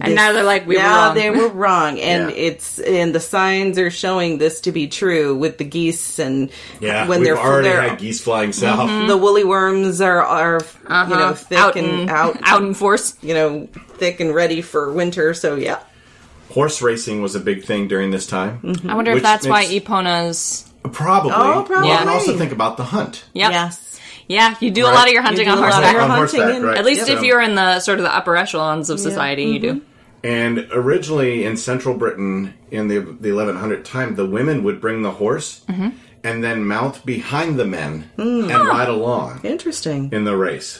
[SPEAKER 4] and
[SPEAKER 2] now they're like, we were
[SPEAKER 4] now
[SPEAKER 2] wrong.
[SPEAKER 4] they were wrong, and
[SPEAKER 3] Yeah.
[SPEAKER 4] it's and the signs are showing this to be true with the geese and
[SPEAKER 3] Yeah,
[SPEAKER 4] when
[SPEAKER 3] we've
[SPEAKER 4] they're
[SPEAKER 3] already
[SPEAKER 4] they're- Mm-hmm.
[SPEAKER 3] had geese flying south.
[SPEAKER 4] the woolly worms are are you know thick
[SPEAKER 2] Uh-huh. out
[SPEAKER 4] and
[SPEAKER 2] in,
[SPEAKER 4] out
[SPEAKER 2] out in force.
[SPEAKER 4] you know thick and ready for winter. So yeah,
[SPEAKER 3] Horse racing was a big thing during this time.
[SPEAKER 2] I wonder if
[SPEAKER 3] Which
[SPEAKER 2] that's why e-,
[SPEAKER 3] makes-
[SPEAKER 2] Epona's
[SPEAKER 3] Probably.
[SPEAKER 4] Mm-hmm. Oh, probably.
[SPEAKER 3] Well, and also
[SPEAKER 4] Yeah.
[SPEAKER 3] think about the hunt.
[SPEAKER 2] Yep.
[SPEAKER 4] Yes.
[SPEAKER 2] Yeah, you do a lot of your hunting
[SPEAKER 4] do
[SPEAKER 2] on
[SPEAKER 4] a lot of
[SPEAKER 2] horseback.
[SPEAKER 4] your
[SPEAKER 3] On
[SPEAKER 4] hunting
[SPEAKER 3] horseback,
[SPEAKER 4] and-
[SPEAKER 3] right.
[SPEAKER 2] At least
[SPEAKER 3] So-
[SPEAKER 2] if you're in the sort of the upper echelons of society, you
[SPEAKER 4] Mm-hmm.
[SPEAKER 2] do.
[SPEAKER 3] And originally in Central Britain in the the 1100 time, the women would bring the horse
[SPEAKER 4] Mm-hmm.
[SPEAKER 3] and then mount behind the men
[SPEAKER 4] Mm.
[SPEAKER 3] and ride along
[SPEAKER 4] Interesting.
[SPEAKER 3] in the race.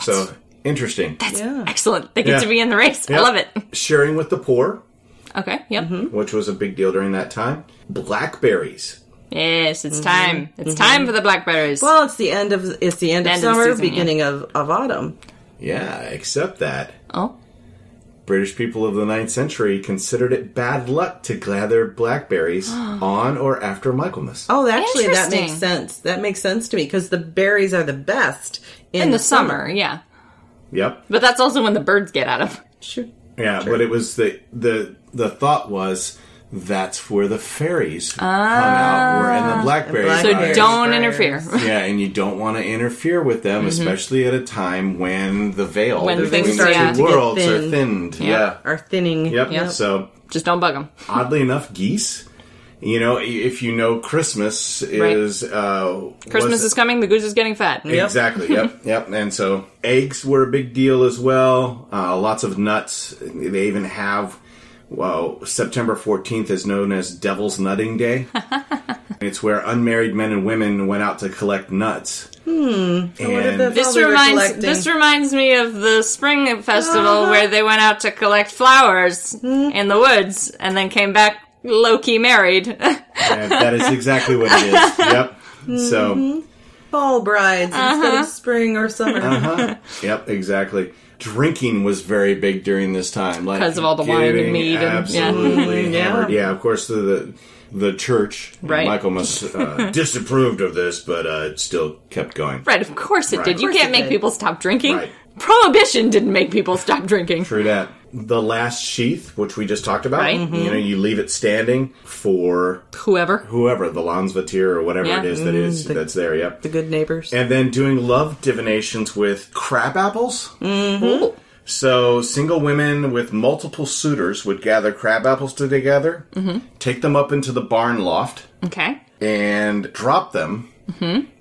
[SPEAKER 3] so interesting.
[SPEAKER 4] Yeah.
[SPEAKER 2] Excellent. They get
[SPEAKER 3] Yeah.
[SPEAKER 2] to be in the race. I
[SPEAKER 3] Yep.
[SPEAKER 2] love it.
[SPEAKER 3] Sharing with the poor,
[SPEAKER 2] Okay. Yep.
[SPEAKER 4] Mm-hmm.
[SPEAKER 3] which was a big deal during that time. Blackberries.
[SPEAKER 2] Yes, it's time. It's time for the blackberries.
[SPEAKER 4] Mm-hmm. Well, it's the end of it's the end of
[SPEAKER 2] End of the
[SPEAKER 4] summer,
[SPEAKER 2] season, yeah.
[SPEAKER 4] beginning of, of autumn.
[SPEAKER 3] Yeah, except that
[SPEAKER 2] oh,
[SPEAKER 3] British people of the 9th century considered it bad luck to gather blackberries on or after Michaelmas.
[SPEAKER 4] Oh, that- actually, that makes
[SPEAKER 2] Interesting.
[SPEAKER 4] sense. That makes sense to me because the berries are the best in,
[SPEAKER 2] in the summer, yeah.
[SPEAKER 3] Yep.
[SPEAKER 2] But that's also when the birds get out of.
[SPEAKER 4] Sure.
[SPEAKER 3] Yeah, but it was the the the thought was that's where the fairies come out, where and the blackberries.
[SPEAKER 2] So
[SPEAKER 4] Blackberries,
[SPEAKER 2] Ah, don't
[SPEAKER 4] birds.
[SPEAKER 2] interfere.
[SPEAKER 3] Yeah, and you don't want to interfere with them, especially at a time when the veil
[SPEAKER 2] When
[SPEAKER 3] between
[SPEAKER 2] things
[SPEAKER 3] the two
[SPEAKER 2] start to get
[SPEAKER 3] worlds are
[SPEAKER 4] thin.
[SPEAKER 3] thinned. Yeah.
[SPEAKER 4] Are thinning.
[SPEAKER 3] Yep. So
[SPEAKER 2] Just don't bug them.
[SPEAKER 3] oddly enough, geese. You know, i- if you know Christmas is uh,
[SPEAKER 2] Christmas
[SPEAKER 3] was-
[SPEAKER 2] is coming. The goose is getting fat.
[SPEAKER 3] Exactly. Yep. Yep. And so eggs were a big deal as well. Uh, lots of nuts. They even have. Well, September 14th is known as Devil's Nutting Day. it's where unmarried men and women went out to collect nuts. Hmm. And
[SPEAKER 4] the-
[SPEAKER 2] This
[SPEAKER 4] Well, we were
[SPEAKER 2] reminds
[SPEAKER 4] collecting.
[SPEAKER 2] this reminds me of the spring festival
[SPEAKER 4] Uh-huh.
[SPEAKER 2] where they went out to collect flowers
[SPEAKER 4] Mm-hmm.
[SPEAKER 2] in the woods and then came back low key married.
[SPEAKER 3] and that is exactly what it is. Yep. So,
[SPEAKER 4] Fall brides
[SPEAKER 2] Uh-huh.
[SPEAKER 4] instead of spring or summer.
[SPEAKER 3] yep, exactly. Drinking was very big during this time, like
[SPEAKER 2] 'Cause of all the wine and
[SPEAKER 3] getting
[SPEAKER 2] mead and- yeah.
[SPEAKER 3] absolutely
[SPEAKER 4] Yeah.
[SPEAKER 3] hammered. yeah. of course the the, the church.
[SPEAKER 2] Right.
[SPEAKER 3] Michael must uh, disapproved of this, but uh, it still kept going.
[SPEAKER 2] right, of course it
[SPEAKER 3] Right.
[SPEAKER 2] did. You
[SPEAKER 3] Of course
[SPEAKER 2] can't
[SPEAKER 4] it
[SPEAKER 2] make
[SPEAKER 4] did.
[SPEAKER 2] people stop drinking.
[SPEAKER 3] Right.
[SPEAKER 2] Prohibition didn't make people stop drinking.
[SPEAKER 3] Through that, the last sheath, which we just talked about,
[SPEAKER 2] Right. Mm-hmm.
[SPEAKER 3] you know, you leave it standing for
[SPEAKER 2] Whoever.
[SPEAKER 3] whoever the Lanzvatir or whatever
[SPEAKER 2] Yeah.
[SPEAKER 3] it is that is
[SPEAKER 4] Mm-hmm. the-
[SPEAKER 3] that's there. Yep.
[SPEAKER 4] The good neighbors.
[SPEAKER 3] and then doing love divinations with crab apples.
[SPEAKER 2] Ooh.
[SPEAKER 3] So, single women with multiple suitors would gather crab apples together, take them up into the barn loft,
[SPEAKER 2] Okay.
[SPEAKER 3] and drop them.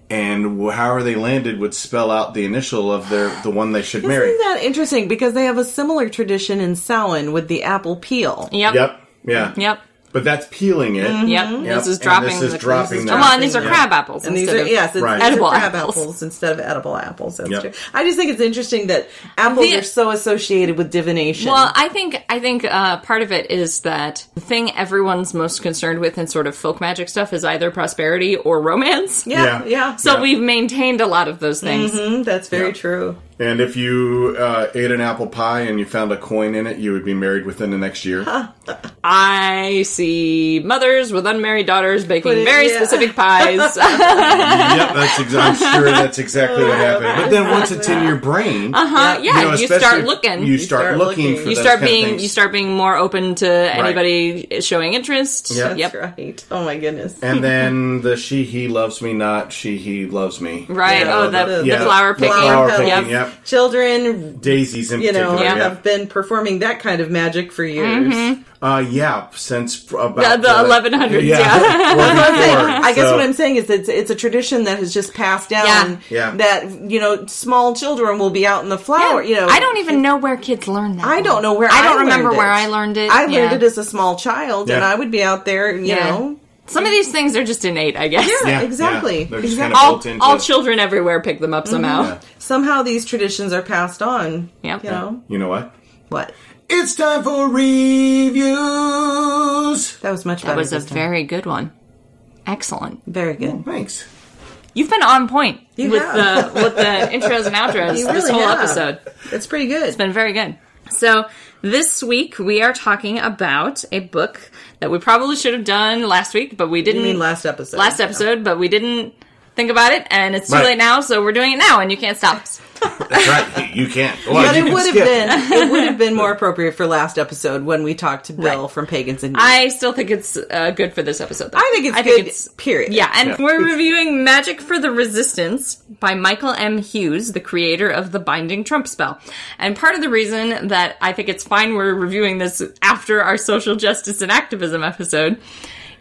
[SPEAKER 3] And wh- however they landed would spell out the initial of their the one they should marry.
[SPEAKER 4] Isn't that interesting? Because they have a similar tradition in Samhain with the apple peel.
[SPEAKER 2] Yep.
[SPEAKER 3] yep. Yeah.
[SPEAKER 2] Yep.
[SPEAKER 3] But that's peeling it.
[SPEAKER 4] Mm-hmm.
[SPEAKER 2] Yep.
[SPEAKER 3] Yep.
[SPEAKER 2] This is
[SPEAKER 3] And
[SPEAKER 2] dropping.
[SPEAKER 3] this is
[SPEAKER 2] the-
[SPEAKER 3] dropping
[SPEAKER 2] Come on, these are
[SPEAKER 4] that.
[SPEAKER 2] crab apples.
[SPEAKER 4] And these
[SPEAKER 2] instead
[SPEAKER 4] are
[SPEAKER 2] of-
[SPEAKER 4] yes, it's
[SPEAKER 3] Right.
[SPEAKER 4] these are
[SPEAKER 2] Edible
[SPEAKER 4] crab
[SPEAKER 2] apples.
[SPEAKER 4] apples. instead of edible apples. That's
[SPEAKER 3] Yep.
[SPEAKER 4] true. I just think it's interesting that apples
[SPEAKER 2] The-
[SPEAKER 4] are so associated with divination.
[SPEAKER 2] Well, I think I think uh, part of it is that the thing everyone's most concerned with in sort of folk magic stuff is either prosperity or romance.
[SPEAKER 4] yeah,
[SPEAKER 3] Yeah.
[SPEAKER 4] yeah.
[SPEAKER 2] So
[SPEAKER 3] Yeah. Mm-hmm.
[SPEAKER 2] we've maintained a lot of those things.
[SPEAKER 4] Mhm, that's very
[SPEAKER 3] Yeah.
[SPEAKER 4] true.
[SPEAKER 3] And if you uh, ate an apple pie and you found a coin in it, you would be married within the next year.
[SPEAKER 2] I see mothers with unmarried daughters baking
[SPEAKER 4] But it-
[SPEAKER 2] very
[SPEAKER 4] yeah.
[SPEAKER 2] specific pies. uh,
[SPEAKER 3] yep, that's exa- I'm sure that's exactly what happened. But then once it's in your brain,
[SPEAKER 4] Uh-huh.
[SPEAKER 2] yeah,
[SPEAKER 3] you, know,
[SPEAKER 2] you
[SPEAKER 3] especially
[SPEAKER 2] start
[SPEAKER 3] if
[SPEAKER 2] looking.
[SPEAKER 3] You start,
[SPEAKER 4] start
[SPEAKER 3] looking,
[SPEAKER 4] looking.
[SPEAKER 3] for
[SPEAKER 2] You
[SPEAKER 3] those
[SPEAKER 2] start
[SPEAKER 3] kind of
[SPEAKER 2] being
[SPEAKER 3] things.
[SPEAKER 2] you start being more open to anybody showing interest.
[SPEAKER 3] Yeah.
[SPEAKER 4] That's right. Oh my goodness.
[SPEAKER 3] and then the she he loves me not she he loves me
[SPEAKER 2] Right.
[SPEAKER 3] You
[SPEAKER 2] oh,
[SPEAKER 3] know,
[SPEAKER 2] the, the,
[SPEAKER 3] yeah,
[SPEAKER 2] flower picking.
[SPEAKER 3] flower
[SPEAKER 4] petals.
[SPEAKER 3] picking
[SPEAKER 2] Yep.
[SPEAKER 3] yep.
[SPEAKER 4] Children,
[SPEAKER 3] daisies in
[SPEAKER 4] you
[SPEAKER 3] particular
[SPEAKER 4] know,
[SPEAKER 2] Yeah. Mm-hmm.
[SPEAKER 4] have been performing that kind of magic for years.
[SPEAKER 3] uh yeah since about
[SPEAKER 2] The- the 1100s, yeah.
[SPEAKER 3] Well, before,
[SPEAKER 4] I guess
[SPEAKER 3] so-
[SPEAKER 4] what I'm saying is it's it's a tradition that has just passed down.
[SPEAKER 2] Yeah.
[SPEAKER 3] Yeah.
[SPEAKER 4] That you know, small children will be out in the flower. Oh, You know,
[SPEAKER 2] I don't even know where kids learn that.
[SPEAKER 4] I don't know where
[SPEAKER 2] I don't
[SPEAKER 4] learned
[SPEAKER 2] remember
[SPEAKER 4] it.
[SPEAKER 2] where I learned it.
[SPEAKER 4] I learned
[SPEAKER 2] Yeah.
[SPEAKER 4] it as a small child, and
[SPEAKER 3] Yeah.
[SPEAKER 4] I would be out there. You
[SPEAKER 2] Yeah.
[SPEAKER 4] know,
[SPEAKER 2] Some of these things are just innate, I guess.
[SPEAKER 3] yeah,
[SPEAKER 4] exactly.
[SPEAKER 3] yeah. They're just
[SPEAKER 4] Exactly.
[SPEAKER 3] kind of
[SPEAKER 2] all,
[SPEAKER 3] built into
[SPEAKER 2] all children everywhere pick them
[SPEAKER 4] Mm-hmm.
[SPEAKER 2] up somehow.
[SPEAKER 4] somehow these traditions are passed on.
[SPEAKER 2] Yep.
[SPEAKER 4] You know
[SPEAKER 3] you know what
[SPEAKER 4] what?
[SPEAKER 3] it's time for reviews
[SPEAKER 4] That was much better.
[SPEAKER 2] That was a
[SPEAKER 4] this time.
[SPEAKER 2] very good one. Excellent.
[SPEAKER 4] very good.
[SPEAKER 3] thanks
[SPEAKER 2] You've been on point
[SPEAKER 4] You
[SPEAKER 2] with
[SPEAKER 4] have.
[SPEAKER 2] the with the intros and outros this
[SPEAKER 4] You really
[SPEAKER 2] whole
[SPEAKER 4] have.
[SPEAKER 2] episode.
[SPEAKER 4] It's pretty good.
[SPEAKER 2] It's been very good. So this week we are talking about a book that we probably should have done last week, but we didn't
[SPEAKER 4] I mean, last episode.
[SPEAKER 2] last episode, but we didn't think about it, and it's too
[SPEAKER 3] Right.
[SPEAKER 2] late now. So we're doing it now, and you can't stop us.
[SPEAKER 3] that's right you can't Well,
[SPEAKER 4] But
[SPEAKER 3] you
[SPEAKER 4] it
[SPEAKER 3] can
[SPEAKER 4] would have
[SPEAKER 3] skip.
[SPEAKER 4] been it would have been more appropriate for last episode when we talked to Bill from Pagans and Geeks.
[SPEAKER 2] I still think it's uh, good for this episode. Though.
[SPEAKER 4] I think it's
[SPEAKER 2] I
[SPEAKER 4] good.
[SPEAKER 2] think it's
[SPEAKER 4] period.
[SPEAKER 2] Yeah, and
[SPEAKER 3] Yeah.
[SPEAKER 2] we're reviewing Magic for the Resistance by Michael M. Hughes, the creator of the Binding Trump Spell. And part of the reason that I think it's fine we're reviewing this after our social justice and activism episode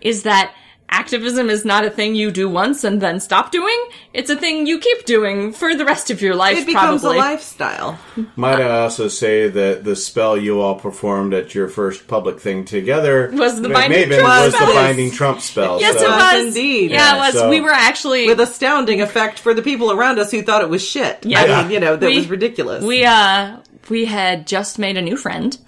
[SPEAKER 2] is that Activism is not a thing you do once and then stop doing. It's a thing you keep doing for the rest of your life,
[SPEAKER 4] It becomes
[SPEAKER 2] probably.
[SPEAKER 4] a lifestyle.
[SPEAKER 3] Might I also say that the spell you all performed at your first public thing together
[SPEAKER 2] Was the
[SPEAKER 3] Ma-
[SPEAKER 2] binding
[SPEAKER 3] Maven
[SPEAKER 2] Trump
[SPEAKER 3] was
[SPEAKER 2] spell.
[SPEAKER 3] the binding Trump spell.
[SPEAKER 2] Yes,
[SPEAKER 3] so-
[SPEAKER 2] it
[SPEAKER 4] Yes,
[SPEAKER 2] was.
[SPEAKER 4] indeed.
[SPEAKER 2] Yeah, it
[SPEAKER 3] Yeah,
[SPEAKER 2] was.
[SPEAKER 3] so-
[SPEAKER 2] We were actually
[SPEAKER 4] With astounding effect for the people around us who thought it was shit.
[SPEAKER 2] Yeah.
[SPEAKER 4] I mean, you know, that
[SPEAKER 2] We-
[SPEAKER 4] was ridiculous.
[SPEAKER 2] we uh we had just made a new friend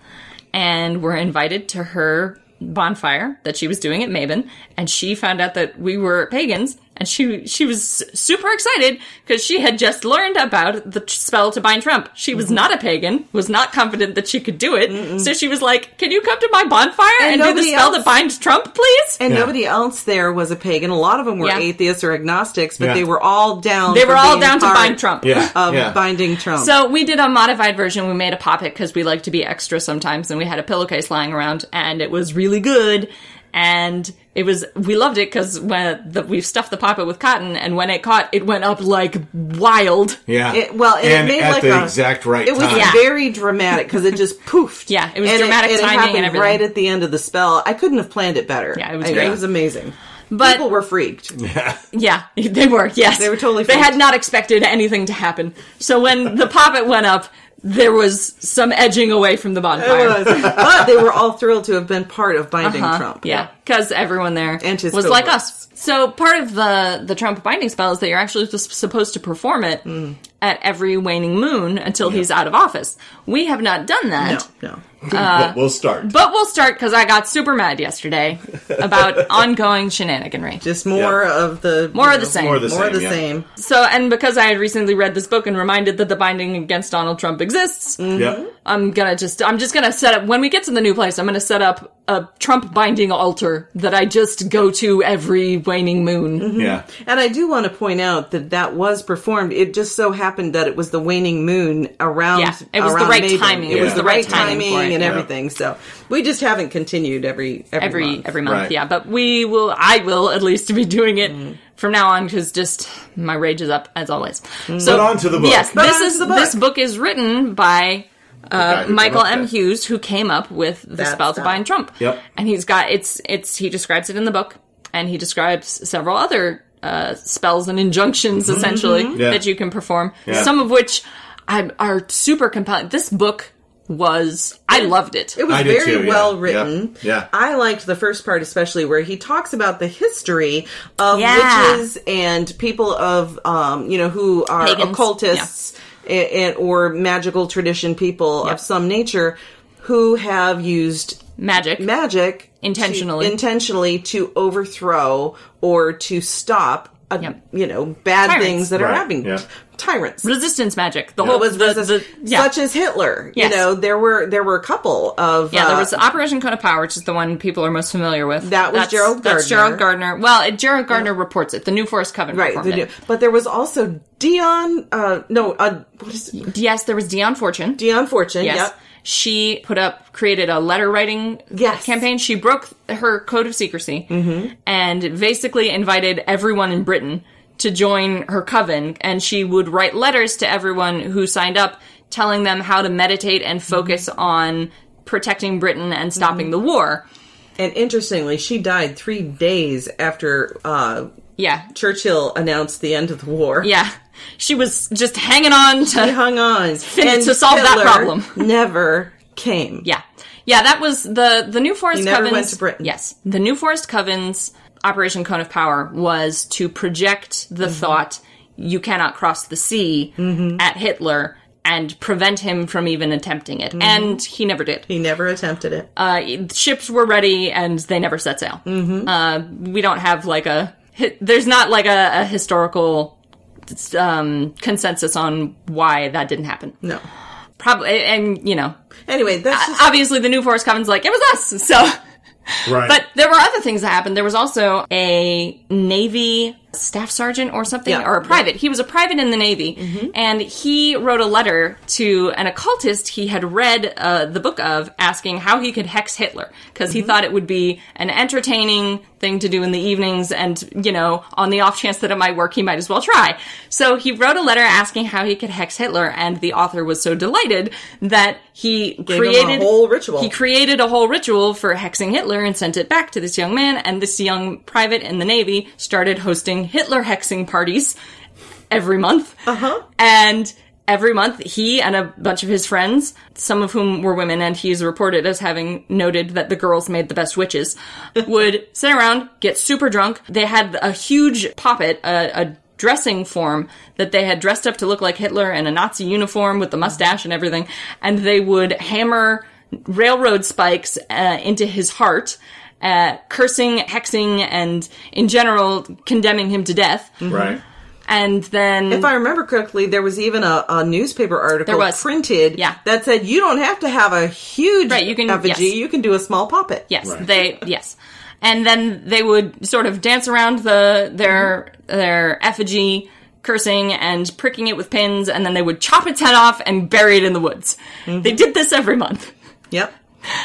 [SPEAKER 2] and were invited to her bonfire that she was doing at Maven and she found out that we were pagans and she she was super excited because she had just learned about the t- spell to bind Trump. She
[SPEAKER 4] Mm-hmm.
[SPEAKER 2] was not a pagan, was not confident that she could do it. So she was like, "Can you come to my bonfire and,
[SPEAKER 4] And
[SPEAKER 2] do the
[SPEAKER 4] nobody
[SPEAKER 2] spell
[SPEAKER 4] else-
[SPEAKER 2] to bind Trump, please?"
[SPEAKER 4] and
[SPEAKER 3] Yeah.
[SPEAKER 4] nobody else there was a pagan. A lot of them were
[SPEAKER 2] Yeah.
[SPEAKER 4] atheists or agnostics, but
[SPEAKER 3] Yeah.
[SPEAKER 4] they were all down.
[SPEAKER 2] they
[SPEAKER 4] for
[SPEAKER 2] were all
[SPEAKER 4] being
[SPEAKER 2] down to
[SPEAKER 4] part
[SPEAKER 2] bind Trump.
[SPEAKER 3] yeah,
[SPEAKER 4] of
[SPEAKER 3] yeah.
[SPEAKER 4] binding Trump.
[SPEAKER 2] So we did a modified version. We made a poppet because we like to be extra sometimes, and we had a pillowcase lying around, and it was really good. And it was we loved it because when the, we stuffed the poppet with cotton, and when it caught, it went up like wild.
[SPEAKER 3] yeah.
[SPEAKER 4] It- well, and it
[SPEAKER 3] and
[SPEAKER 4] made
[SPEAKER 3] at
[SPEAKER 4] like
[SPEAKER 3] the
[SPEAKER 4] a-
[SPEAKER 3] exact right
[SPEAKER 4] It was
[SPEAKER 3] time.
[SPEAKER 2] Yeah.
[SPEAKER 4] very dramatic because it just poofed.
[SPEAKER 2] Yeah, it was
[SPEAKER 4] And
[SPEAKER 2] dramatic
[SPEAKER 4] it,
[SPEAKER 2] timing and
[SPEAKER 4] happened
[SPEAKER 2] everything.
[SPEAKER 4] right at the end of the spell. I couldn't have planned it better.
[SPEAKER 2] Yeah, it was
[SPEAKER 4] I-
[SPEAKER 2] great.
[SPEAKER 4] It was amazing.
[SPEAKER 2] But
[SPEAKER 4] People were freaked.
[SPEAKER 2] yeah, they were. Yes,
[SPEAKER 4] They were totally
[SPEAKER 2] They had
[SPEAKER 4] freaked.
[SPEAKER 2] not expected anything to happen. So when the poppet went up, there was some edging away from the bonfire.
[SPEAKER 4] It was. but they were all thrilled to have been part of binding Trump.
[SPEAKER 2] Uh-huh. Yeah, because everyone there
[SPEAKER 4] And his
[SPEAKER 2] was like
[SPEAKER 4] cohorts.
[SPEAKER 2] us. So part of the the Trump binding spell is that you're actually just supposed to perform it at every waning moon until he's out of office. We have not done that.
[SPEAKER 4] No, no.
[SPEAKER 3] But we'll start.
[SPEAKER 2] Uh, But we'll start because I got super mad yesterday about ongoing shenaniganry.
[SPEAKER 4] Just more
[SPEAKER 3] Yeah.
[SPEAKER 4] of the
[SPEAKER 2] More
[SPEAKER 4] you
[SPEAKER 2] of the
[SPEAKER 4] know,
[SPEAKER 2] same.
[SPEAKER 3] more of the
[SPEAKER 4] More of the
[SPEAKER 3] same, yeah.
[SPEAKER 4] same.
[SPEAKER 2] So, and because I had recently read this book and reminded that the binding against Donald Trump exists,
[SPEAKER 3] yeah.
[SPEAKER 2] I'm gonna just, I'm just gonna set up, when we get to the new place, I'm gonna set up a Trump binding altar that I just go to every waning
[SPEAKER 4] Mm-hmm.
[SPEAKER 2] moon.
[SPEAKER 3] Yeah.
[SPEAKER 4] And I do want to point out that that was performed. It just so happened that it was the waning moon around.
[SPEAKER 2] Yeah, it was the
[SPEAKER 4] around
[SPEAKER 2] right
[SPEAKER 4] Maven.
[SPEAKER 2] timing.
[SPEAKER 4] It
[SPEAKER 3] Yeah.
[SPEAKER 4] was the right timing,
[SPEAKER 2] for it.
[SPEAKER 4] and
[SPEAKER 2] Yeah.
[SPEAKER 4] everything. So we just haven't continued every every
[SPEAKER 2] every
[SPEAKER 4] month.
[SPEAKER 2] every month
[SPEAKER 3] Right.
[SPEAKER 2] yeah but we will i will at least be doing it
[SPEAKER 4] Mm.
[SPEAKER 2] from now on because just my rage is up as always so
[SPEAKER 3] Mm. But on to the book.
[SPEAKER 2] yes
[SPEAKER 4] But
[SPEAKER 2] this
[SPEAKER 4] on to
[SPEAKER 2] is
[SPEAKER 4] the book.
[SPEAKER 2] this book is written by
[SPEAKER 3] guy who
[SPEAKER 2] uh,
[SPEAKER 3] came
[SPEAKER 2] Michael
[SPEAKER 3] up
[SPEAKER 2] M.
[SPEAKER 3] with it.
[SPEAKER 2] Hughes, who came up with the
[SPEAKER 4] That's
[SPEAKER 2] spell to
[SPEAKER 4] that.
[SPEAKER 2] bind Trump,
[SPEAKER 3] Yep.
[SPEAKER 2] and he's got it's it's he describes it in the book, and he describes several other uh, spells and injunctions essentially
[SPEAKER 3] Mm-hmm. Yeah.
[SPEAKER 2] that you can perform.
[SPEAKER 3] Yeah.
[SPEAKER 2] Some of which I, are super compelling. This book was I loved it.
[SPEAKER 4] It was
[SPEAKER 3] I did
[SPEAKER 4] very
[SPEAKER 3] too, yeah.
[SPEAKER 4] well
[SPEAKER 3] Yeah.
[SPEAKER 4] written.
[SPEAKER 3] Yeah.
[SPEAKER 4] I liked the first part especially where he talks about the history of
[SPEAKER 2] Yeah.
[SPEAKER 4] witches and people of um, you know who are
[SPEAKER 2] Pagans.
[SPEAKER 4] occultists a- and, or magical tradition people
[SPEAKER 2] Yep.
[SPEAKER 4] of some nature who have used
[SPEAKER 2] Magic,
[SPEAKER 4] magic
[SPEAKER 2] Intentionally.
[SPEAKER 4] to, intentionally to overthrow or to stop uh
[SPEAKER 2] Yep.
[SPEAKER 4] you know bad
[SPEAKER 2] Tyrants.
[SPEAKER 4] things that are
[SPEAKER 3] Right,
[SPEAKER 4] happening
[SPEAKER 3] yeah.
[SPEAKER 4] tyrants
[SPEAKER 2] resistance magic. The whole
[SPEAKER 4] was
[SPEAKER 2] the,
[SPEAKER 4] resist-
[SPEAKER 2] the- yeah.
[SPEAKER 4] such as Hitler.
[SPEAKER 2] Yes.
[SPEAKER 4] You know, there were there were a couple of
[SPEAKER 2] Yeah, there
[SPEAKER 4] uh,
[SPEAKER 2] was Operation Code of Power, which is the one people are most familiar with.
[SPEAKER 4] That was Gerald
[SPEAKER 2] That's Gerald
[SPEAKER 4] Gardner.
[SPEAKER 2] Gardner. Well, it, Gerald Gardner reports it. The New Forest Coven
[SPEAKER 4] right,
[SPEAKER 2] performed
[SPEAKER 4] the-
[SPEAKER 2] it.
[SPEAKER 4] but there was also Dion. Uh, no, uh, what is it?
[SPEAKER 2] Yes, there was Dion Fortune.
[SPEAKER 4] Dion Fortune?
[SPEAKER 2] yes.
[SPEAKER 4] Yep.
[SPEAKER 2] She put up, created a letter writing
[SPEAKER 4] Yes.
[SPEAKER 2] campaign. She broke her code of secrecy and basically invited everyone in Britain to join her coven. And she would write letters to everyone who signed up telling them how to meditate and focus on protecting Britain and stopping the war.
[SPEAKER 4] And interestingly, she died three days after uh,
[SPEAKER 2] Yeah.
[SPEAKER 4] Churchill announced the end of the war.
[SPEAKER 2] Yeah. She was just hanging on
[SPEAKER 4] He
[SPEAKER 2] to.
[SPEAKER 4] hung on
[SPEAKER 2] to solve that problem.
[SPEAKER 4] never came.
[SPEAKER 2] Yeah. Yeah, that was the the New Forest
[SPEAKER 4] He never
[SPEAKER 2] Covens.
[SPEAKER 4] went to Britain.
[SPEAKER 2] Yes. The New Forest Covens Operation Cone of Power was to project
[SPEAKER 4] Mm-hmm.
[SPEAKER 2] the thought you cannot cross the sea at Hitler and prevent him from even attempting
[SPEAKER 4] Mm-hmm.
[SPEAKER 2] it. And he never did.
[SPEAKER 4] He never attempted it.
[SPEAKER 2] Uh, ships were ready and they never set sail.
[SPEAKER 4] Mm-hmm.
[SPEAKER 2] Uh, we don't have like a hi- there's not like a, a historical um, consensus on why that didn't happen.
[SPEAKER 4] no.
[SPEAKER 2] probably and you know
[SPEAKER 4] Anyway, that's just,
[SPEAKER 2] obviously the new forest coven's like it was us so
[SPEAKER 3] Right.
[SPEAKER 2] but there were other things that happened there was also a navy staff sergeant or something
[SPEAKER 4] Yeah. Mm-hmm.
[SPEAKER 2] or a private. He was a private in the Navy, and he wrote a letter to an occultist he had read uh, the book of, asking how he could hex Hitler because
[SPEAKER 4] Mm-hmm.
[SPEAKER 2] he thought it would be an entertaining thing to do in the evenings, and you know, on the off chance that it might work, he might as well try. So he wrote a letter asking how he could hex Hitler, and the author was so delighted that he
[SPEAKER 4] a
[SPEAKER 2] created
[SPEAKER 4] whole ritual.
[SPEAKER 2] He created a whole ritual for hexing Hitler and sent it back to this young man, and this young private in the Navy started hosting Hitler hexing parties every month. Uh-huh. And every month he and a bunch of his friends, some of whom were women and he's reported as having noted that the girls made the best witches, would sit around, get super drunk. They had a huge poppet, a, a dressing form that they had dressed up to look like Hitler in a Nazi uniform with the mustache and everything, and they would hammer railroad spikes uh, into his heart. Uh, cursing, hexing, and in general condemning him to death
[SPEAKER 3] Right.
[SPEAKER 2] and then
[SPEAKER 4] If I remember correctly, there was even a, a newspaper article
[SPEAKER 2] There was.
[SPEAKER 4] printed
[SPEAKER 2] Yeah.
[SPEAKER 4] that said you don't have to have a huge
[SPEAKER 2] Right, you can-
[SPEAKER 4] effigy.
[SPEAKER 2] yes.
[SPEAKER 4] You can do a small puppet.
[SPEAKER 2] yes they yes and then they would sort of dance around the their their effigy cursing and pricking it with pins and then they would chop its head off and bury it in the woods they did this every month
[SPEAKER 4] Yep.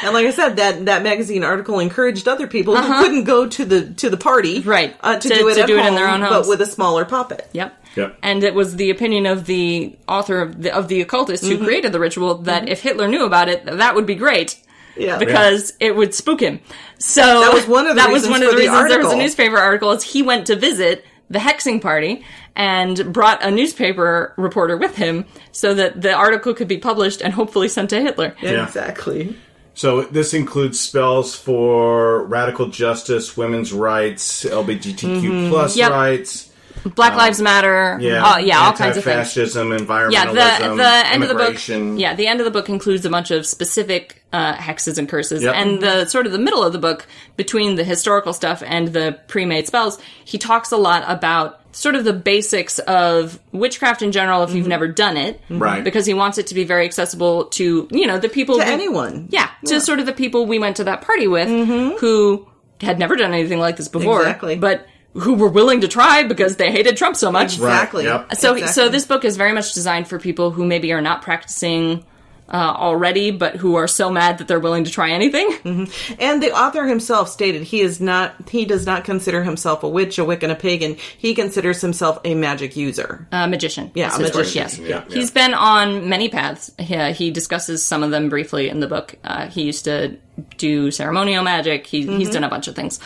[SPEAKER 4] And like I said, that, that magazine article encouraged other people who couldn't go to the to the party,
[SPEAKER 2] Uh-huh. Right.
[SPEAKER 4] uh, to,
[SPEAKER 2] To-
[SPEAKER 4] do it
[SPEAKER 2] to
[SPEAKER 4] at
[SPEAKER 2] do
[SPEAKER 4] home,
[SPEAKER 2] it in their own homes.
[SPEAKER 4] but with a smaller puppet.
[SPEAKER 2] Yep.
[SPEAKER 3] Yep.
[SPEAKER 2] And it was the opinion of the author of the, of the occultist who created the ritual that if Hitler knew about it, that would be great.
[SPEAKER 4] Yeah.
[SPEAKER 2] Because it would spook him. So that
[SPEAKER 4] was one of the
[SPEAKER 2] that was
[SPEAKER 4] reasons
[SPEAKER 2] one of
[SPEAKER 4] for
[SPEAKER 2] the
[SPEAKER 4] the
[SPEAKER 2] reasons there was a
[SPEAKER 4] article.
[SPEAKER 2] newspaper article. Is he went to visit the hexing party and brought a newspaper reporter with him so that the article could be published and hopefully sent to Hitler.
[SPEAKER 3] Yeah.
[SPEAKER 4] Exactly.
[SPEAKER 3] So this includes spells for radical justice, women's rights, LGBTQ plus
[SPEAKER 2] Mm-hmm. Yep.
[SPEAKER 3] rights.
[SPEAKER 2] Black Lives Matter.
[SPEAKER 3] Yeah,
[SPEAKER 2] uh, yeah, all kinds of things.
[SPEAKER 3] Fascism, environmentalism,
[SPEAKER 2] yeah the the end of the book
[SPEAKER 3] immigration.
[SPEAKER 2] yeah the end of the book includes a bunch of specific uh, hexes and curses
[SPEAKER 3] Yep.
[SPEAKER 2] and the sort of the middle of the book between the historical stuff and the pre-made spells he talks a lot about sort of the basics of witchcraft in general if you've never done it
[SPEAKER 3] Mm-hmm. Right.
[SPEAKER 2] because he wants it to be very accessible to you know the people
[SPEAKER 4] To
[SPEAKER 2] who-
[SPEAKER 4] anyone. Mm-hmm.
[SPEAKER 2] yeah, to sort of the people we went to that party with who had never done anything like this before
[SPEAKER 4] Exactly.
[SPEAKER 2] but who were willing to try because they hated Trump so much
[SPEAKER 4] Exactly.
[SPEAKER 3] Yep.
[SPEAKER 2] so
[SPEAKER 4] Exactly.
[SPEAKER 2] so this book is very much designed for people who maybe are not practicing uh, already but who are so mad that they're willing to try anything
[SPEAKER 4] Mm-hmm. And the author himself stated he is not he does not consider himself a witch, a Wiccan, a pagan. He considers himself a magic user.
[SPEAKER 2] uh, magician
[SPEAKER 4] Yeah,
[SPEAKER 2] is
[SPEAKER 4] a
[SPEAKER 2] his word,
[SPEAKER 4] magician,
[SPEAKER 2] yes
[SPEAKER 3] yeah, yeah.
[SPEAKER 2] he's been on many paths he, uh, he discusses some of them briefly in the book uh, he used to do ceremonial magic he,
[SPEAKER 4] Mm-hmm.
[SPEAKER 2] he's done a bunch of things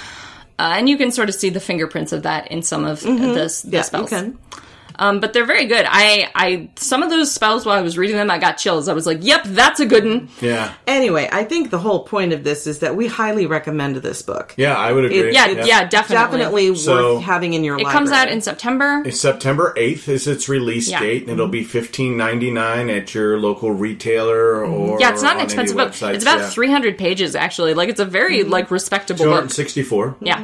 [SPEAKER 2] uh, and you can sort of see the fingerprints of that in some of the, s- the
[SPEAKER 4] Mm-hmm. Yeah, you
[SPEAKER 2] spells
[SPEAKER 4] can.
[SPEAKER 2] Um, but they're very good. I, I, some of those spells while I was reading them, I got chills. I was like, "Yep, that's a good one."
[SPEAKER 3] Yeah.
[SPEAKER 4] Anyway, I think the whole point of this is that we highly recommend this book.
[SPEAKER 3] Yeah, I would agree.
[SPEAKER 4] It-
[SPEAKER 2] Yeah,
[SPEAKER 4] It's
[SPEAKER 2] yeah, definitely.
[SPEAKER 4] Definitely
[SPEAKER 3] So-
[SPEAKER 4] worth having in your
[SPEAKER 2] It
[SPEAKER 4] library.
[SPEAKER 2] comes out in September.
[SPEAKER 3] September 8th is its release
[SPEAKER 2] Yeah. Mm-hmm.
[SPEAKER 3] date, and it'll be fifteen ninety nine at your local retailer or
[SPEAKER 2] Mm-hmm. Yeah, it's not
[SPEAKER 3] on
[SPEAKER 2] an expensive
[SPEAKER 3] any
[SPEAKER 2] book.
[SPEAKER 3] websites.
[SPEAKER 2] It's about
[SPEAKER 3] yeah. Mm-hmm.
[SPEAKER 2] 300 pages actually. Like it's a very like respectable book.
[SPEAKER 3] 264.
[SPEAKER 2] Yeah.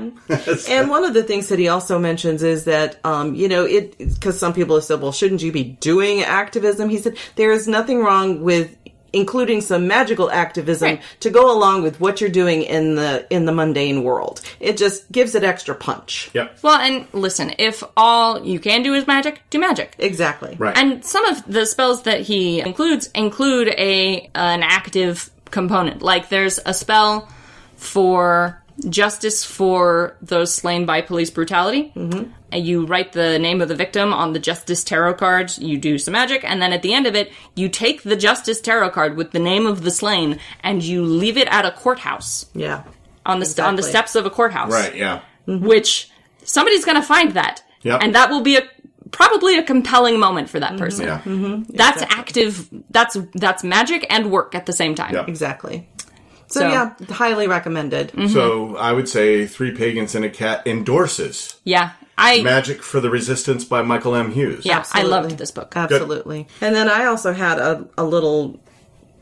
[SPEAKER 4] And one of the things that he also mentions is that, um, you know, it because some people have said, well, shouldn't you be doing activism? He said there is nothing wrong with including some magical activism
[SPEAKER 2] Right.
[SPEAKER 4] to go along with what you're doing in the in the mundane world. It just gives it extra punch.
[SPEAKER 3] Yep.
[SPEAKER 2] Well, and listen, if all you can do is magic, do magic.
[SPEAKER 4] Exactly.
[SPEAKER 3] Right.
[SPEAKER 2] And some of the spells that he includes include a an active component. Like there's a spell for justice for those slain by police brutality. Mm-hmm. And you write the name of the victim on the justice tarot card. You do some magic, and then at the end of it, you take the justice tarot card with the name of the slain, and you leave it at a courthouse
[SPEAKER 4] Yeah.
[SPEAKER 2] on the st- on the
[SPEAKER 4] Exactly.
[SPEAKER 2] steps of a courthouse
[SPEAKER 3] right, yeah.
[SPEAKER 2] which somebody's going to find that.
[SPEAKER 3] Yep. Mm-hmm.
[SPEAKER 2] And that will be a probably a compelling moment for that person.
[SPEAKER 3] Yeah.
[SPEAKER 2] That's active that's that's magic and work at the same time.
[SPEAKER 3] Yeah.
[SPEAKER 4] Exactly. So,
[SPEAKER 2] So-
[SPEAKER 4] yeah, highly recommended.
[SPEAKER 3] So I would say Three Pagans and a Cat endorses
[SPEAKER 2] Yeah. I
[SPEAKER 3] Magic for the Resistance by Michael M. Hughes.
[SPEAKER 2] yeah,
[SPEAKER 4] Absolutely.
[SPEAKER 2] I loved this book.
[SPEAKER 4] Absolutely. And then I also had a, a little.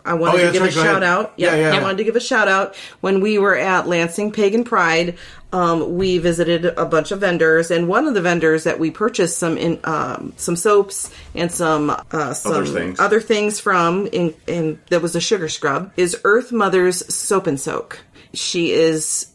[SPEAKER 4] I wanted
[SPEAKER 3] Oh, yeah,
[SPEAKER 4] to give
[SPEAKER 3] that's
[SPEAKER 4] a
[SPEAKER 3] right, go
[SPEAKER 4] shout
[SPEAKER 3] ahead.
[SPEAKER 4] out.
[SPEAKER 3] Yeah, yeah,
[SPEAKER 4] I
[SPEAKER 3] yeah.
[SPEAKER 4] wanted to give a shout out when we were at Lansing Pagan Pride. Um, we visited a bunch of vendors, and one of the vendors that we purchased some in um, some soaps and some uh, some
[SPEAKER 3] Other things.
[SPEAKER 4] other things from, in, in that was a sugar scrub, is Earth Mother's Soap and Soak. She is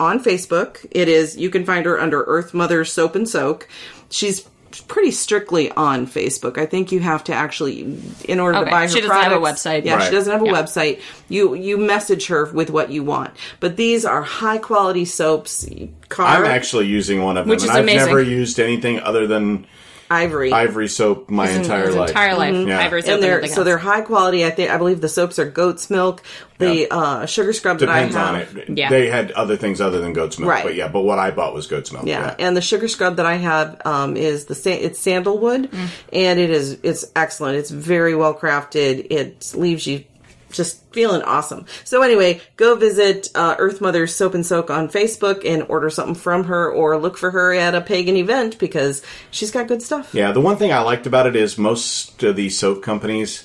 [SPEAKER 4] on Facebook. It is you can find her under Earth Mother Soap and Soak. She's pretty strictly on Facebook. I think you have to actually in order
[SPEAKER 2] Okay,
[SPEAKER 4] to buy her
[SPEAKER 2] she doesn't have a
[SPEAKER 4] products-
[SPEAKER 2] website.
[SPEAKER 4] Yeah,
[SPEAKER 3] Right.
[SPEAKER 4] she doesn't have a
[SPEAKER 2] Yeah.
[SPEAKER 4] website. You you message her with what you want. But these are high quality soaps. Car
[SPEAKER 3] I'm actually using one of them,
[SPEAKER 2] Which
[SPEAKER 3] and
[SPEAKER 2] is
[SPEAKER 3] I've
[SPEAKER 2] amazing.
[SPEAKER 3] never used anything other than
[SPEAKER 4] ivory.
[SPEAKER 3] ivory soap my entire
[SPEAKER 2] His
[SPEAKER 3] life. Mm-hmm.
[SPEAKER 2] entire life.
[SPEAKER 3] Yeah.
[SPEAKER 2] Ivory's
[SPEAKER 4] Mm-hmm. and
[SPEAKER 2] open
[SPEAKER 4] they're
[SPEAKER 2] nothing
[SPEAKER 4] so
[SPEAKER 2] else.
[SPEAKER 4] they're high quality. I think I believe the soaps are goat's milk. The
[SPEAKER 3] Yeah.
[SPEAKER 4] uh, sugar scrub
[SPEAKER 3] Depends
[SPEAKER 4] that I have
[SPEAKER 3] on it.
[SPEAKER 2] Yeah.
[SPEAKER 3] They had other things other than goat's milk,
[SPEAKER 4] Right.
[SPEAKER 3] but yeah. But what I bought was goat's milk.
[SPEAKER 4] Yeah, and the sugar scrub that I have um, is the sa- it's sandalwood, and it is it's excellent. It's very well crafted. It leaves you just feeling awesome. So anyway, go visit uh, Earth Mother Soap and Soak on Facebook and order something from her, or look for her at a pagan event because she's got good stuff.
[SPEAKER 3] Yeah, the one thing I liked about it is most of these soap companies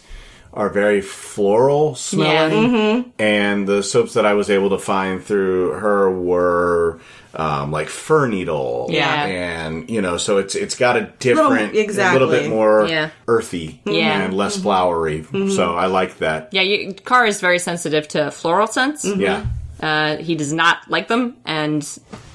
[SPEAKER 3] are very floral smelling,
[SPEAKER 2] Mm-hmm.
[SPEAKER 3] and the soaps that I was able to find through her were um, like fir needle,
[SPEAKER 2] Yeah.
[SPEAKER 3] and you know, so it's it's got a different, a
[SPEAKER 4] exactly. Mm-hmm.
[SPEAKER 3] little bit more
[SPEAKER 2] Yeah.
[SPEAKER 3] earthy,
[SPEAKER 2] Yeah.
[SPEAKER 3] and less flowery. So I like that.
[SPEAKER 2] yeah, you, Carr is very sensitive to floral scents.
[SPEAKER 4] Mm-hmm.
[SPEAKER 3] Yeah.
[SPEAKER 2] Uh, he does not like them, and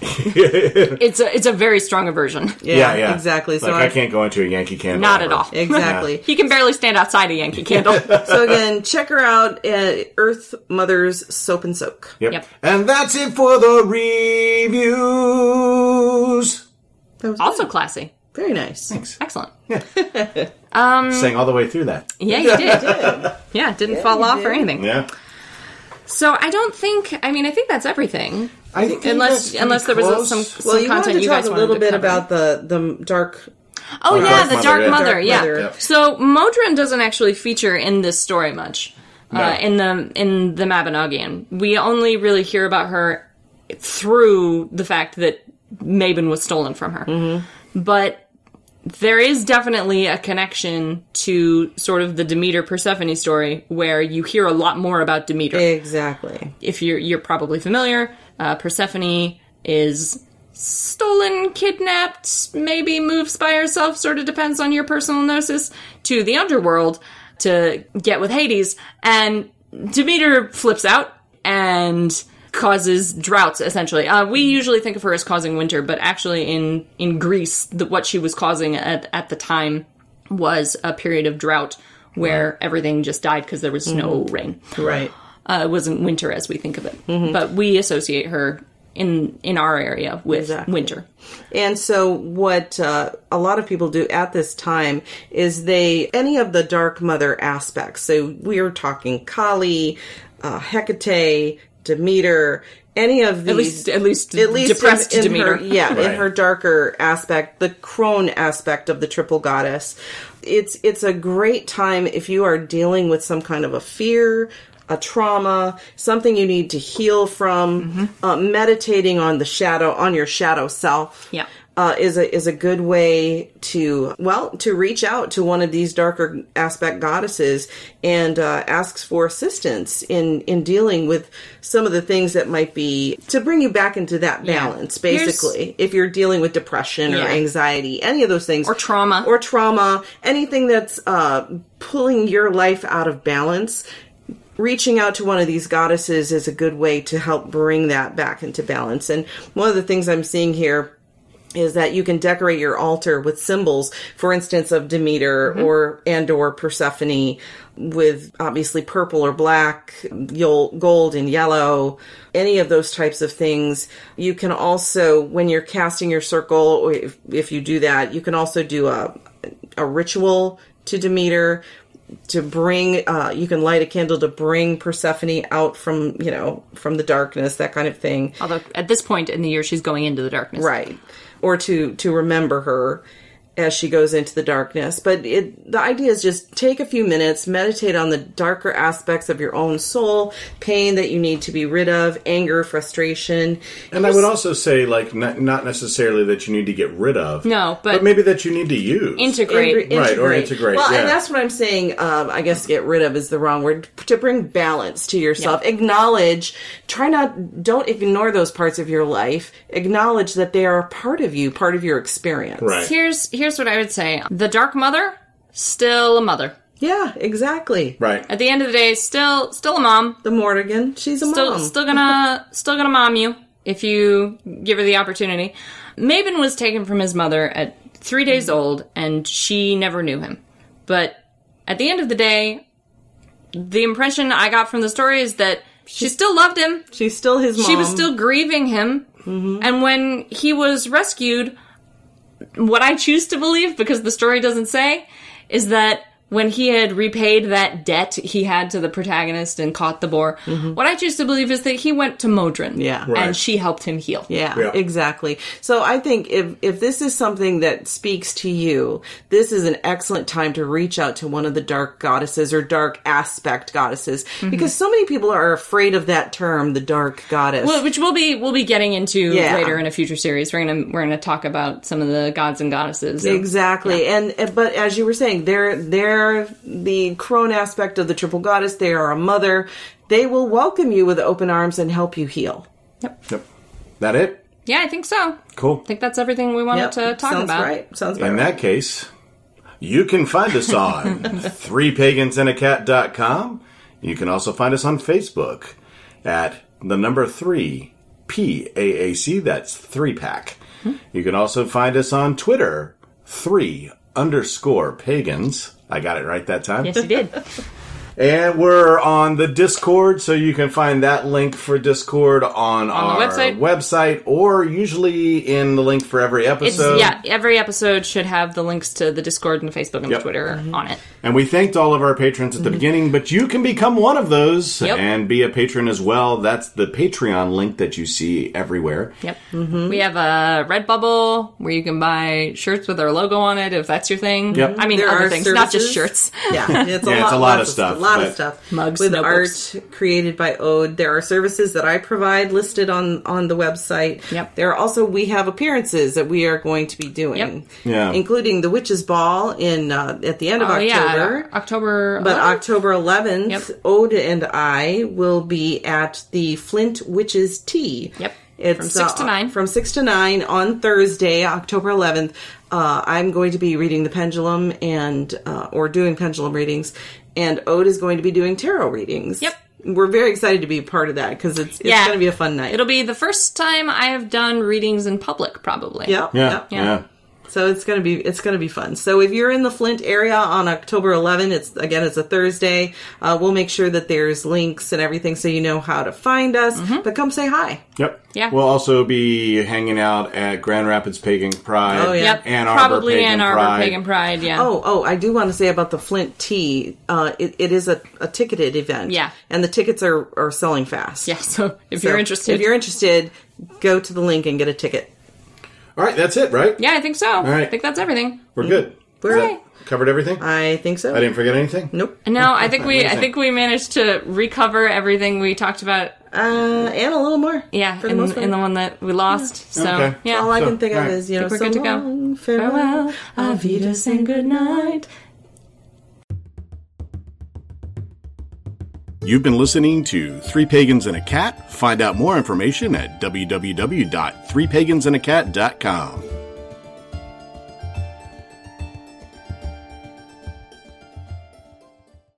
[SPEAKER 2] it's a it's a very strong aversion.
[SPEAKER 3] yeah, yeah,
[SPEAKER 4] exactly. So
[SPEAKER 3] Like,
[SPEAKER 4] I-
[SPEAKER 3] I can't go into a Yankee Candle.
[SPEAKER 2] Not at
[SPEAKER 3] ever.
[SPEAKER 2] all.
[SPEAKER 4] Exactly.
[SPEAKER 2] He can barely stand outside a Yankee Candle.
[SPEAKER 4] So again, check her out at Earth Mother's Soap and Soak.
[SPEAKER 3] Yep.
[SPEAKER 2] Yep.
[SPEAKER 3] And that's it for the reviews.
[SPEAKER 4] That was
[SPEAKER 2] also classy.
[SPEAKER 4] very nice.
[SPEAKER 2] Excellent. Mm.
[SPEAKER 3] Sang all the way through that.
[SPEAKER 2] Yeah, you did. yeah, didn't fall off or anything.
[SPEAKER 3] Yeah.
[SPEAKER 2] So I don't think. I mean, I think that's everything.
[SPEAKER 3] I think that's
[SPEAKER 2] Unless
[SPEAKER 3] pretty
[SPEAKER 2] unless there was
[SPEAKER 3] close.
[SPEAKER 2] some some
[SPEAKER 4] Well, you wanted
[SPEAKER 2] content
[SPEAKER 4] to
[SPEAKER 2] you
[SPEAKER 4] talk
[SPEAKER 2] guys
[SPEAKER 4] a
[SPEAKER 2] wanted
[SPEAKER 4] little
[SPEAKER 2] to
[SPEAKER 4] bit
[SPEAKER 2] cover.
[SPEAKER 4] about the the dark
[SPEAKER 2] Oh
[SPEAKER 3] Dark
[SPEAKER 2] yeah, the
[SPEAKER 3] Mother,
[SPEAKER 2] Dark
[SPEAKER 3] yeah.
[SPEAKER 2] Mother.
[SPEAKER 4] Dark
[SPEAKER 2] Yeah.
[SPEAKER 4] Mother.
[SPEAKER 3] Yep.
[SPEAKER 2] So Modron doesn't actually feature in this story much. Uh, in the in the Mabinogion, we only really hear about her through the fact that Mabon was stolen from her.
[SPEAKER 3] Mm-hmm.
[SPEAKER 2] But there is definitely a connection to sort of the Demeter Persephone story, where you hear a lot more about Demeter
[SPEAKER 4] exactly.
[SPEAKER 2] if you're you're probably familiar, uh, Persephone is stolen, kidnapped, maybe moves by herself. Sort of depends on your personal gnosis to the underworld to get with Hades, and Demeter flips out and causes droughts essentially uh, we usually think of her as causing winter but actually in in greece the, what she was causing at, at the time was a period of drought where everything just died because there was no rain
[SPEAKER 4] Right.
[SPEAKER 2] uh, it wasn't winter as we think of it, but we associate her in in our area with
[SPEAKER 4] Exactly.
[SPEAKER 2] winter.
[SPEAKER 4] And so, what uh, a lot of people do at this time is they any of the Dark Mother aspects. So we are talking Kali, uh, Hecate, Demeter, any of these.
[SPEAKER 2] At least, at least,
[SPEAKER 4] at least
[SPEAKER 2] depressed
[SPEAKER 4] in, in
[SPEAKER 2] Demeter.
[SPEAKER 4] Her, yeah, in
[SPEAKER 3] Right.
[SPEAKER 4] her darker aspect, the crone aspect of the triple goddess. It's it's a great time if you are dealing with some kind of a fear, a trauma, something you need to heal from. Uh, meditating on the shadow, on your shadow self.
[SPEAKER 2] Yeah.
[SPEAKER 4] Uh, is a is a good way to well to reach out to one of these darker aspect goddesses and uh, asks for assistance in in dealing with some of the things that might be to bring you back into that balance
[SPEAKER 2] Here's-
[SPEAKER 4] basically if you're dealing with depression or
[SPEAKER 2] Yeah.
[SPEAKER 4] anxiety any of those things
[SPEAKER 2] Or trauma.
[SPEAKER 4] or trauma anything that's uh, pulling your life out of balance reaching out to one of these goddesses is a good way to help bring that back into balance. And one of the things I'm seeing here is that you can decorate your altar with symbols, for instance, of Demeter or and or Persephone with obviously purple or black, you'll- gold and yellow, any of those types of things. You can also, when you're casting your circle, or if, if you do that, you can also do a, a ritual to Demeter to bring uh, you can light a candle to bring persephone out from you know from the darkness that kind of thing
[SPEAKER 2] Although at this point in the year, she's going into the darkness.
[SPEAKER 4] right or to to remember her as she goes into the darkness but it the idea is just take a few minutes meditate on the darker aspects of your own soul pain that you need to be rid of anger frustration
[SPEAKER 3] And I would also say, like, not, not necessarily that you need to get rid of.
[SPEAKER 2] No, but-
[SPEAKER 3] maybe that you need to use.
[SPEAKER 2] Integrate.
[SPEAKER 4] Ingre-
[SPEAKER 3] Right, or integrate,
[SPEAKER 4] Well,
[SPEAKER 3] yeah.
[SPEAKER 4] and that's what I'm saying. Um, I guess get rid of is the wrong word. To bring balance to yourself, acknowledge. Try not. Don't ignore those parts of your life. Acknowledge that they are a part of you, part of your experience.
[SPEAKER 3] Right.
[SPEAKER 2] Here's here's what I would say: the Dark Mother, still a mother.
[SPEAKER 4] Yeah. Exactly.
[SPEAKER 3] Right.
[SPEAKER 2] At the end of the day, still still a mom.
[SPEAKER 4] The Mortigan. She's a
[SPEAKER 2] Still
[SPEAKER 4] mom.
[SPEAKER 2] still gonna still gonna mom you. if you give her the opportunity. Mabon was taken from his mother at three days old, and she never knew him. But at the end of the day, the impression I got from the story is that she still loved him.
[SPEAKER 4] She's still his mom.
[SPEAKER 2] She was still grieving him. And when he was rescued, what I choose to believe, because the story doesn't say, is that when he had repaid that debt he had to the protagonist and caught the boar, what I choose to believe is that he went to Modron.
[SPEAKER 4] Yeah.
[SPEAKER 2] And she helped him heal.
[SPEAKER 4] Yeah,
[SPEAKER 3] Yeah.
[SPEAKER 4] exactly. So I think if if this is something that speaks to you, this is an excellent time to reach out to one of the dark goddesses or dark aspect goddesses
[SPEAKER 2] Mm-hmm.
[SPEAKER 4] because so many people are afraid of that term, the dark goddess.
[SPEAKER 2] Well, which we'll be we'll be getting into
[SPEAKER 4] Yeah.
[SPEAKER 2] later in a future series. We're gonna we're gonna talk about some of the gods and goddesses.
[SPEAKER 4] Exactly, and and- but as you were saying, they're they're the crone aspect of the triple goddess. They are a mother. They will welcome you with open arms and help you heal.
[SPEAKER 3] Yep. That it?
[SPEAKER 2] Yeah, I think so. I
[SPEAKER 3] Cool.
[SPEAKER 2] think that's everything we wanted to talk
[SPEAKER 4] sounds
[SPEAKER 2] about.
[SPEAKER 4] right. Sounds
[SPEAKER 3] In
[SPEAKER 4] about right.
[SPEAKER 3] that case, you can find us on threepagansandacat.com. You can also find us on Facebook at the number three PAAC. That's three pack.
[SPEAKER 2] Hmm.
[SPEAKER 3] You can also find us on Twitter, three underscore pagans. I got it right that time.
[SPEAKER 2] Yes, you did.
[SPEAKER 3] And we're on the Discord, so you can find that link for Discord on, our
[SPEAKER 2] the website.
[SPEAKER 3] website, or usually in the link for every
[SPEAKER 2] It's,
[SPEAKER 3] episode.
[SPEAKER 2] yeah, every episode should have the links to the Discord and the Facebook and
[SPEAKER 3] Yep.
[SPEAKER 2] the Twitter
[SPEAKER 4] Mm-hmm.
[SPEAKER 2] on it.
[SPEAKER 3] And we thanked all of our patrons at the beginning, but you can become one of those
[SPEAKER 2] Mm-hmm. Yep.
[SPEAKER 3] and be a patron as well. That's the Patreon link that you see everywhere.
[SPEAKER 2] Yep.
[SPEAKER 4] Mm-hmm.
[SPEAKER 2] We have a Redbubble where you can buy shirts with our logo on it if that's your thing.
[SPEAKER 3] Yep.
[SPEAKER 2] I mean,
[SPEAKER 4] There
[SPEAKER 2] other
[SPEAKER 4] are
[SPEAKER 2] things, not just
[SPEAKER 4] services.
[SPEAKER 2] shirts.
[SPEAKER 4] Yeah, it's a,
[SPEAKER 3] Yeah,
[SPEAKER 4] lot,
[SPEAKER 3] it's a lot
[SPEAKER 4] lots
[SPEAKER 3] of stuff,
[SPEAKER 4] A lot of
[SPEAKER 3] but-
[SPEAKER 4] stuff.
[SPEAKER 2] Mugs,
[SPEAKER 4] with
[SPEAKER 2] notebooks.
[SPEAKER 4] art created by Ode. There are services that I provide listed on on the website.
[SPEAKER 2] Yep.
[SPEAKER 4] There are also we have appearances that we are going to be doing.
[SPEAKER 2] Yep.
[SPEAKER 3] Yeah.
[SPEAKER 4] Including the Witches Ball in uh, at the end of
[SPEAKER 2] Oh,
[SPEAKER 4] October.
[SPEAKER 2] yeah. October.
[SPEAKER 4] But
[SPEAKER 2] 11th?
[SPEAKER 4] October 11th,
[SPEAKER 2] Yep.
[SPEAKER 4] Ode and I will be at the Flint Witches Tea.
[SPEAKER 2] Yep.
[SPEAKER 4] It's
[SPEAKER 2] From six
[SPEAKER 4] uh,
[SPEAKER 2] to nine.
[SPEAKER 4] From 6 to 9 on Thursday, October 11th. Uh, I'm going to be reading the pendulum and, uh, or doing pendulum readings, and Ode is going to be doing tarot readings.
[SPEAKER 2] Yep.
[SPEAKER 4] We're very excited to be a part of that because it's, it's
[SPEAKER 2] Yeah.
[SPEAKER 4] going to be a fun night.
[SPEAKER 2] It'll be the first time I have done readings in public, probably.
[SPEAKER 4] Yep.
[SPEAKER 3] Yeah.
[SPEAKER 4] Yep.
[SPEAKER 3] Yeah.
[SPEAKER 4] So it's gonna be it's gonna be fun. So if you're in the Flint area on October 11, it's again it's a Thursday. Uh, we'll make sure that there's links and everything so you know how to find us.
[SPEAKER 2] Mm-hmm.
[SPEAKER 4] But come say hi.
[SPEAKER 3] Yep.
[SPEAKER 2] Yeah.
[SPEAKER 3] We'll also be hanging out at Grand Rapids Pagan Pride.
[SPEAKER 4] Oh, yeah.
[SPEAKER 2] Yep.
[SPEAKER 3] Ann Arbor
[SPEAKER 2] probably
[SPEAKER 3] Pagan
[SPEAKER 2] Ann Arbor
[SPEAKER 3] Pride.
[SPEAKER 2] Pagan Pride. Yeah.
[SPEAKER 4] Oh, oh! I do want to say about the Flint Tea. Uh, it, it is a, a ticketed event.
[SPEAKER 2] Yeah.
[SPEAKER 4] and the tickets are are selling fast.
[SPEAKER 2] Yeah. So if
[SPEAKER 4] So
[SPEAKER 2] you're interested,
[SPEAKER 4] if you're interested, go to the link and get a ticket.
[SPEAKER 3] All right, that's it, right?
[SPEAKER 2] yeah, I think so.
[SPEAKER 3] right.
[SPEAKER 2] I think that's everything.
[SPEAKER 3] We're
[SPEAKER 2] Mm-hmm.
[SPEAKER 3] good.
[SPEAKER 4] We're
[SPEAKER 3] Is that
[SPEAKER 4] right.
[SPEAKER 3] Covered everything? I,
[SPEAKER 4] I think so.
[SPEAKER 3] didn't forget anything?
[SPEAKER 4] Nope.
[SPEAKER 2] Uh, No, I think we I
[SPEAKER 3] Amazing.
[SPEAKER 2] think we managed to recover everything we talked about.
[SPEAKER 4] Uh, and a little more.
[SPEAKER 2] Yeah,
[SPEAKER 4] for the
[SPEAKER 2] in,
[SPEAKER 4] most part.
[SPEAKER 2] in the one that we lost. So
[SPEAKER 3] Okay.
[SPEAKER 2] yeah.
[SPEAKER 4] All I
[SPEAKER 3] So,
[SPEAKER 4] can think
[SPEAKER 3] all
[SPEAKER 4] of
[SPEAKER 3] right.
[SPEAKER 4] is you know
[SPEAKER 2] we're
[SPEAKER 4] so
[SPEAKER 2] good to go.
[SPEAKER 4] long,
[SPEAKER 2] Farewell,
[SPEAKER 4] farewell,
[SPEAKER 2] Avidas and good night.
[SPEAKER 1] You've been listening to Three Pagans and a Cat. Find out more information at www.threepagansandacat.com.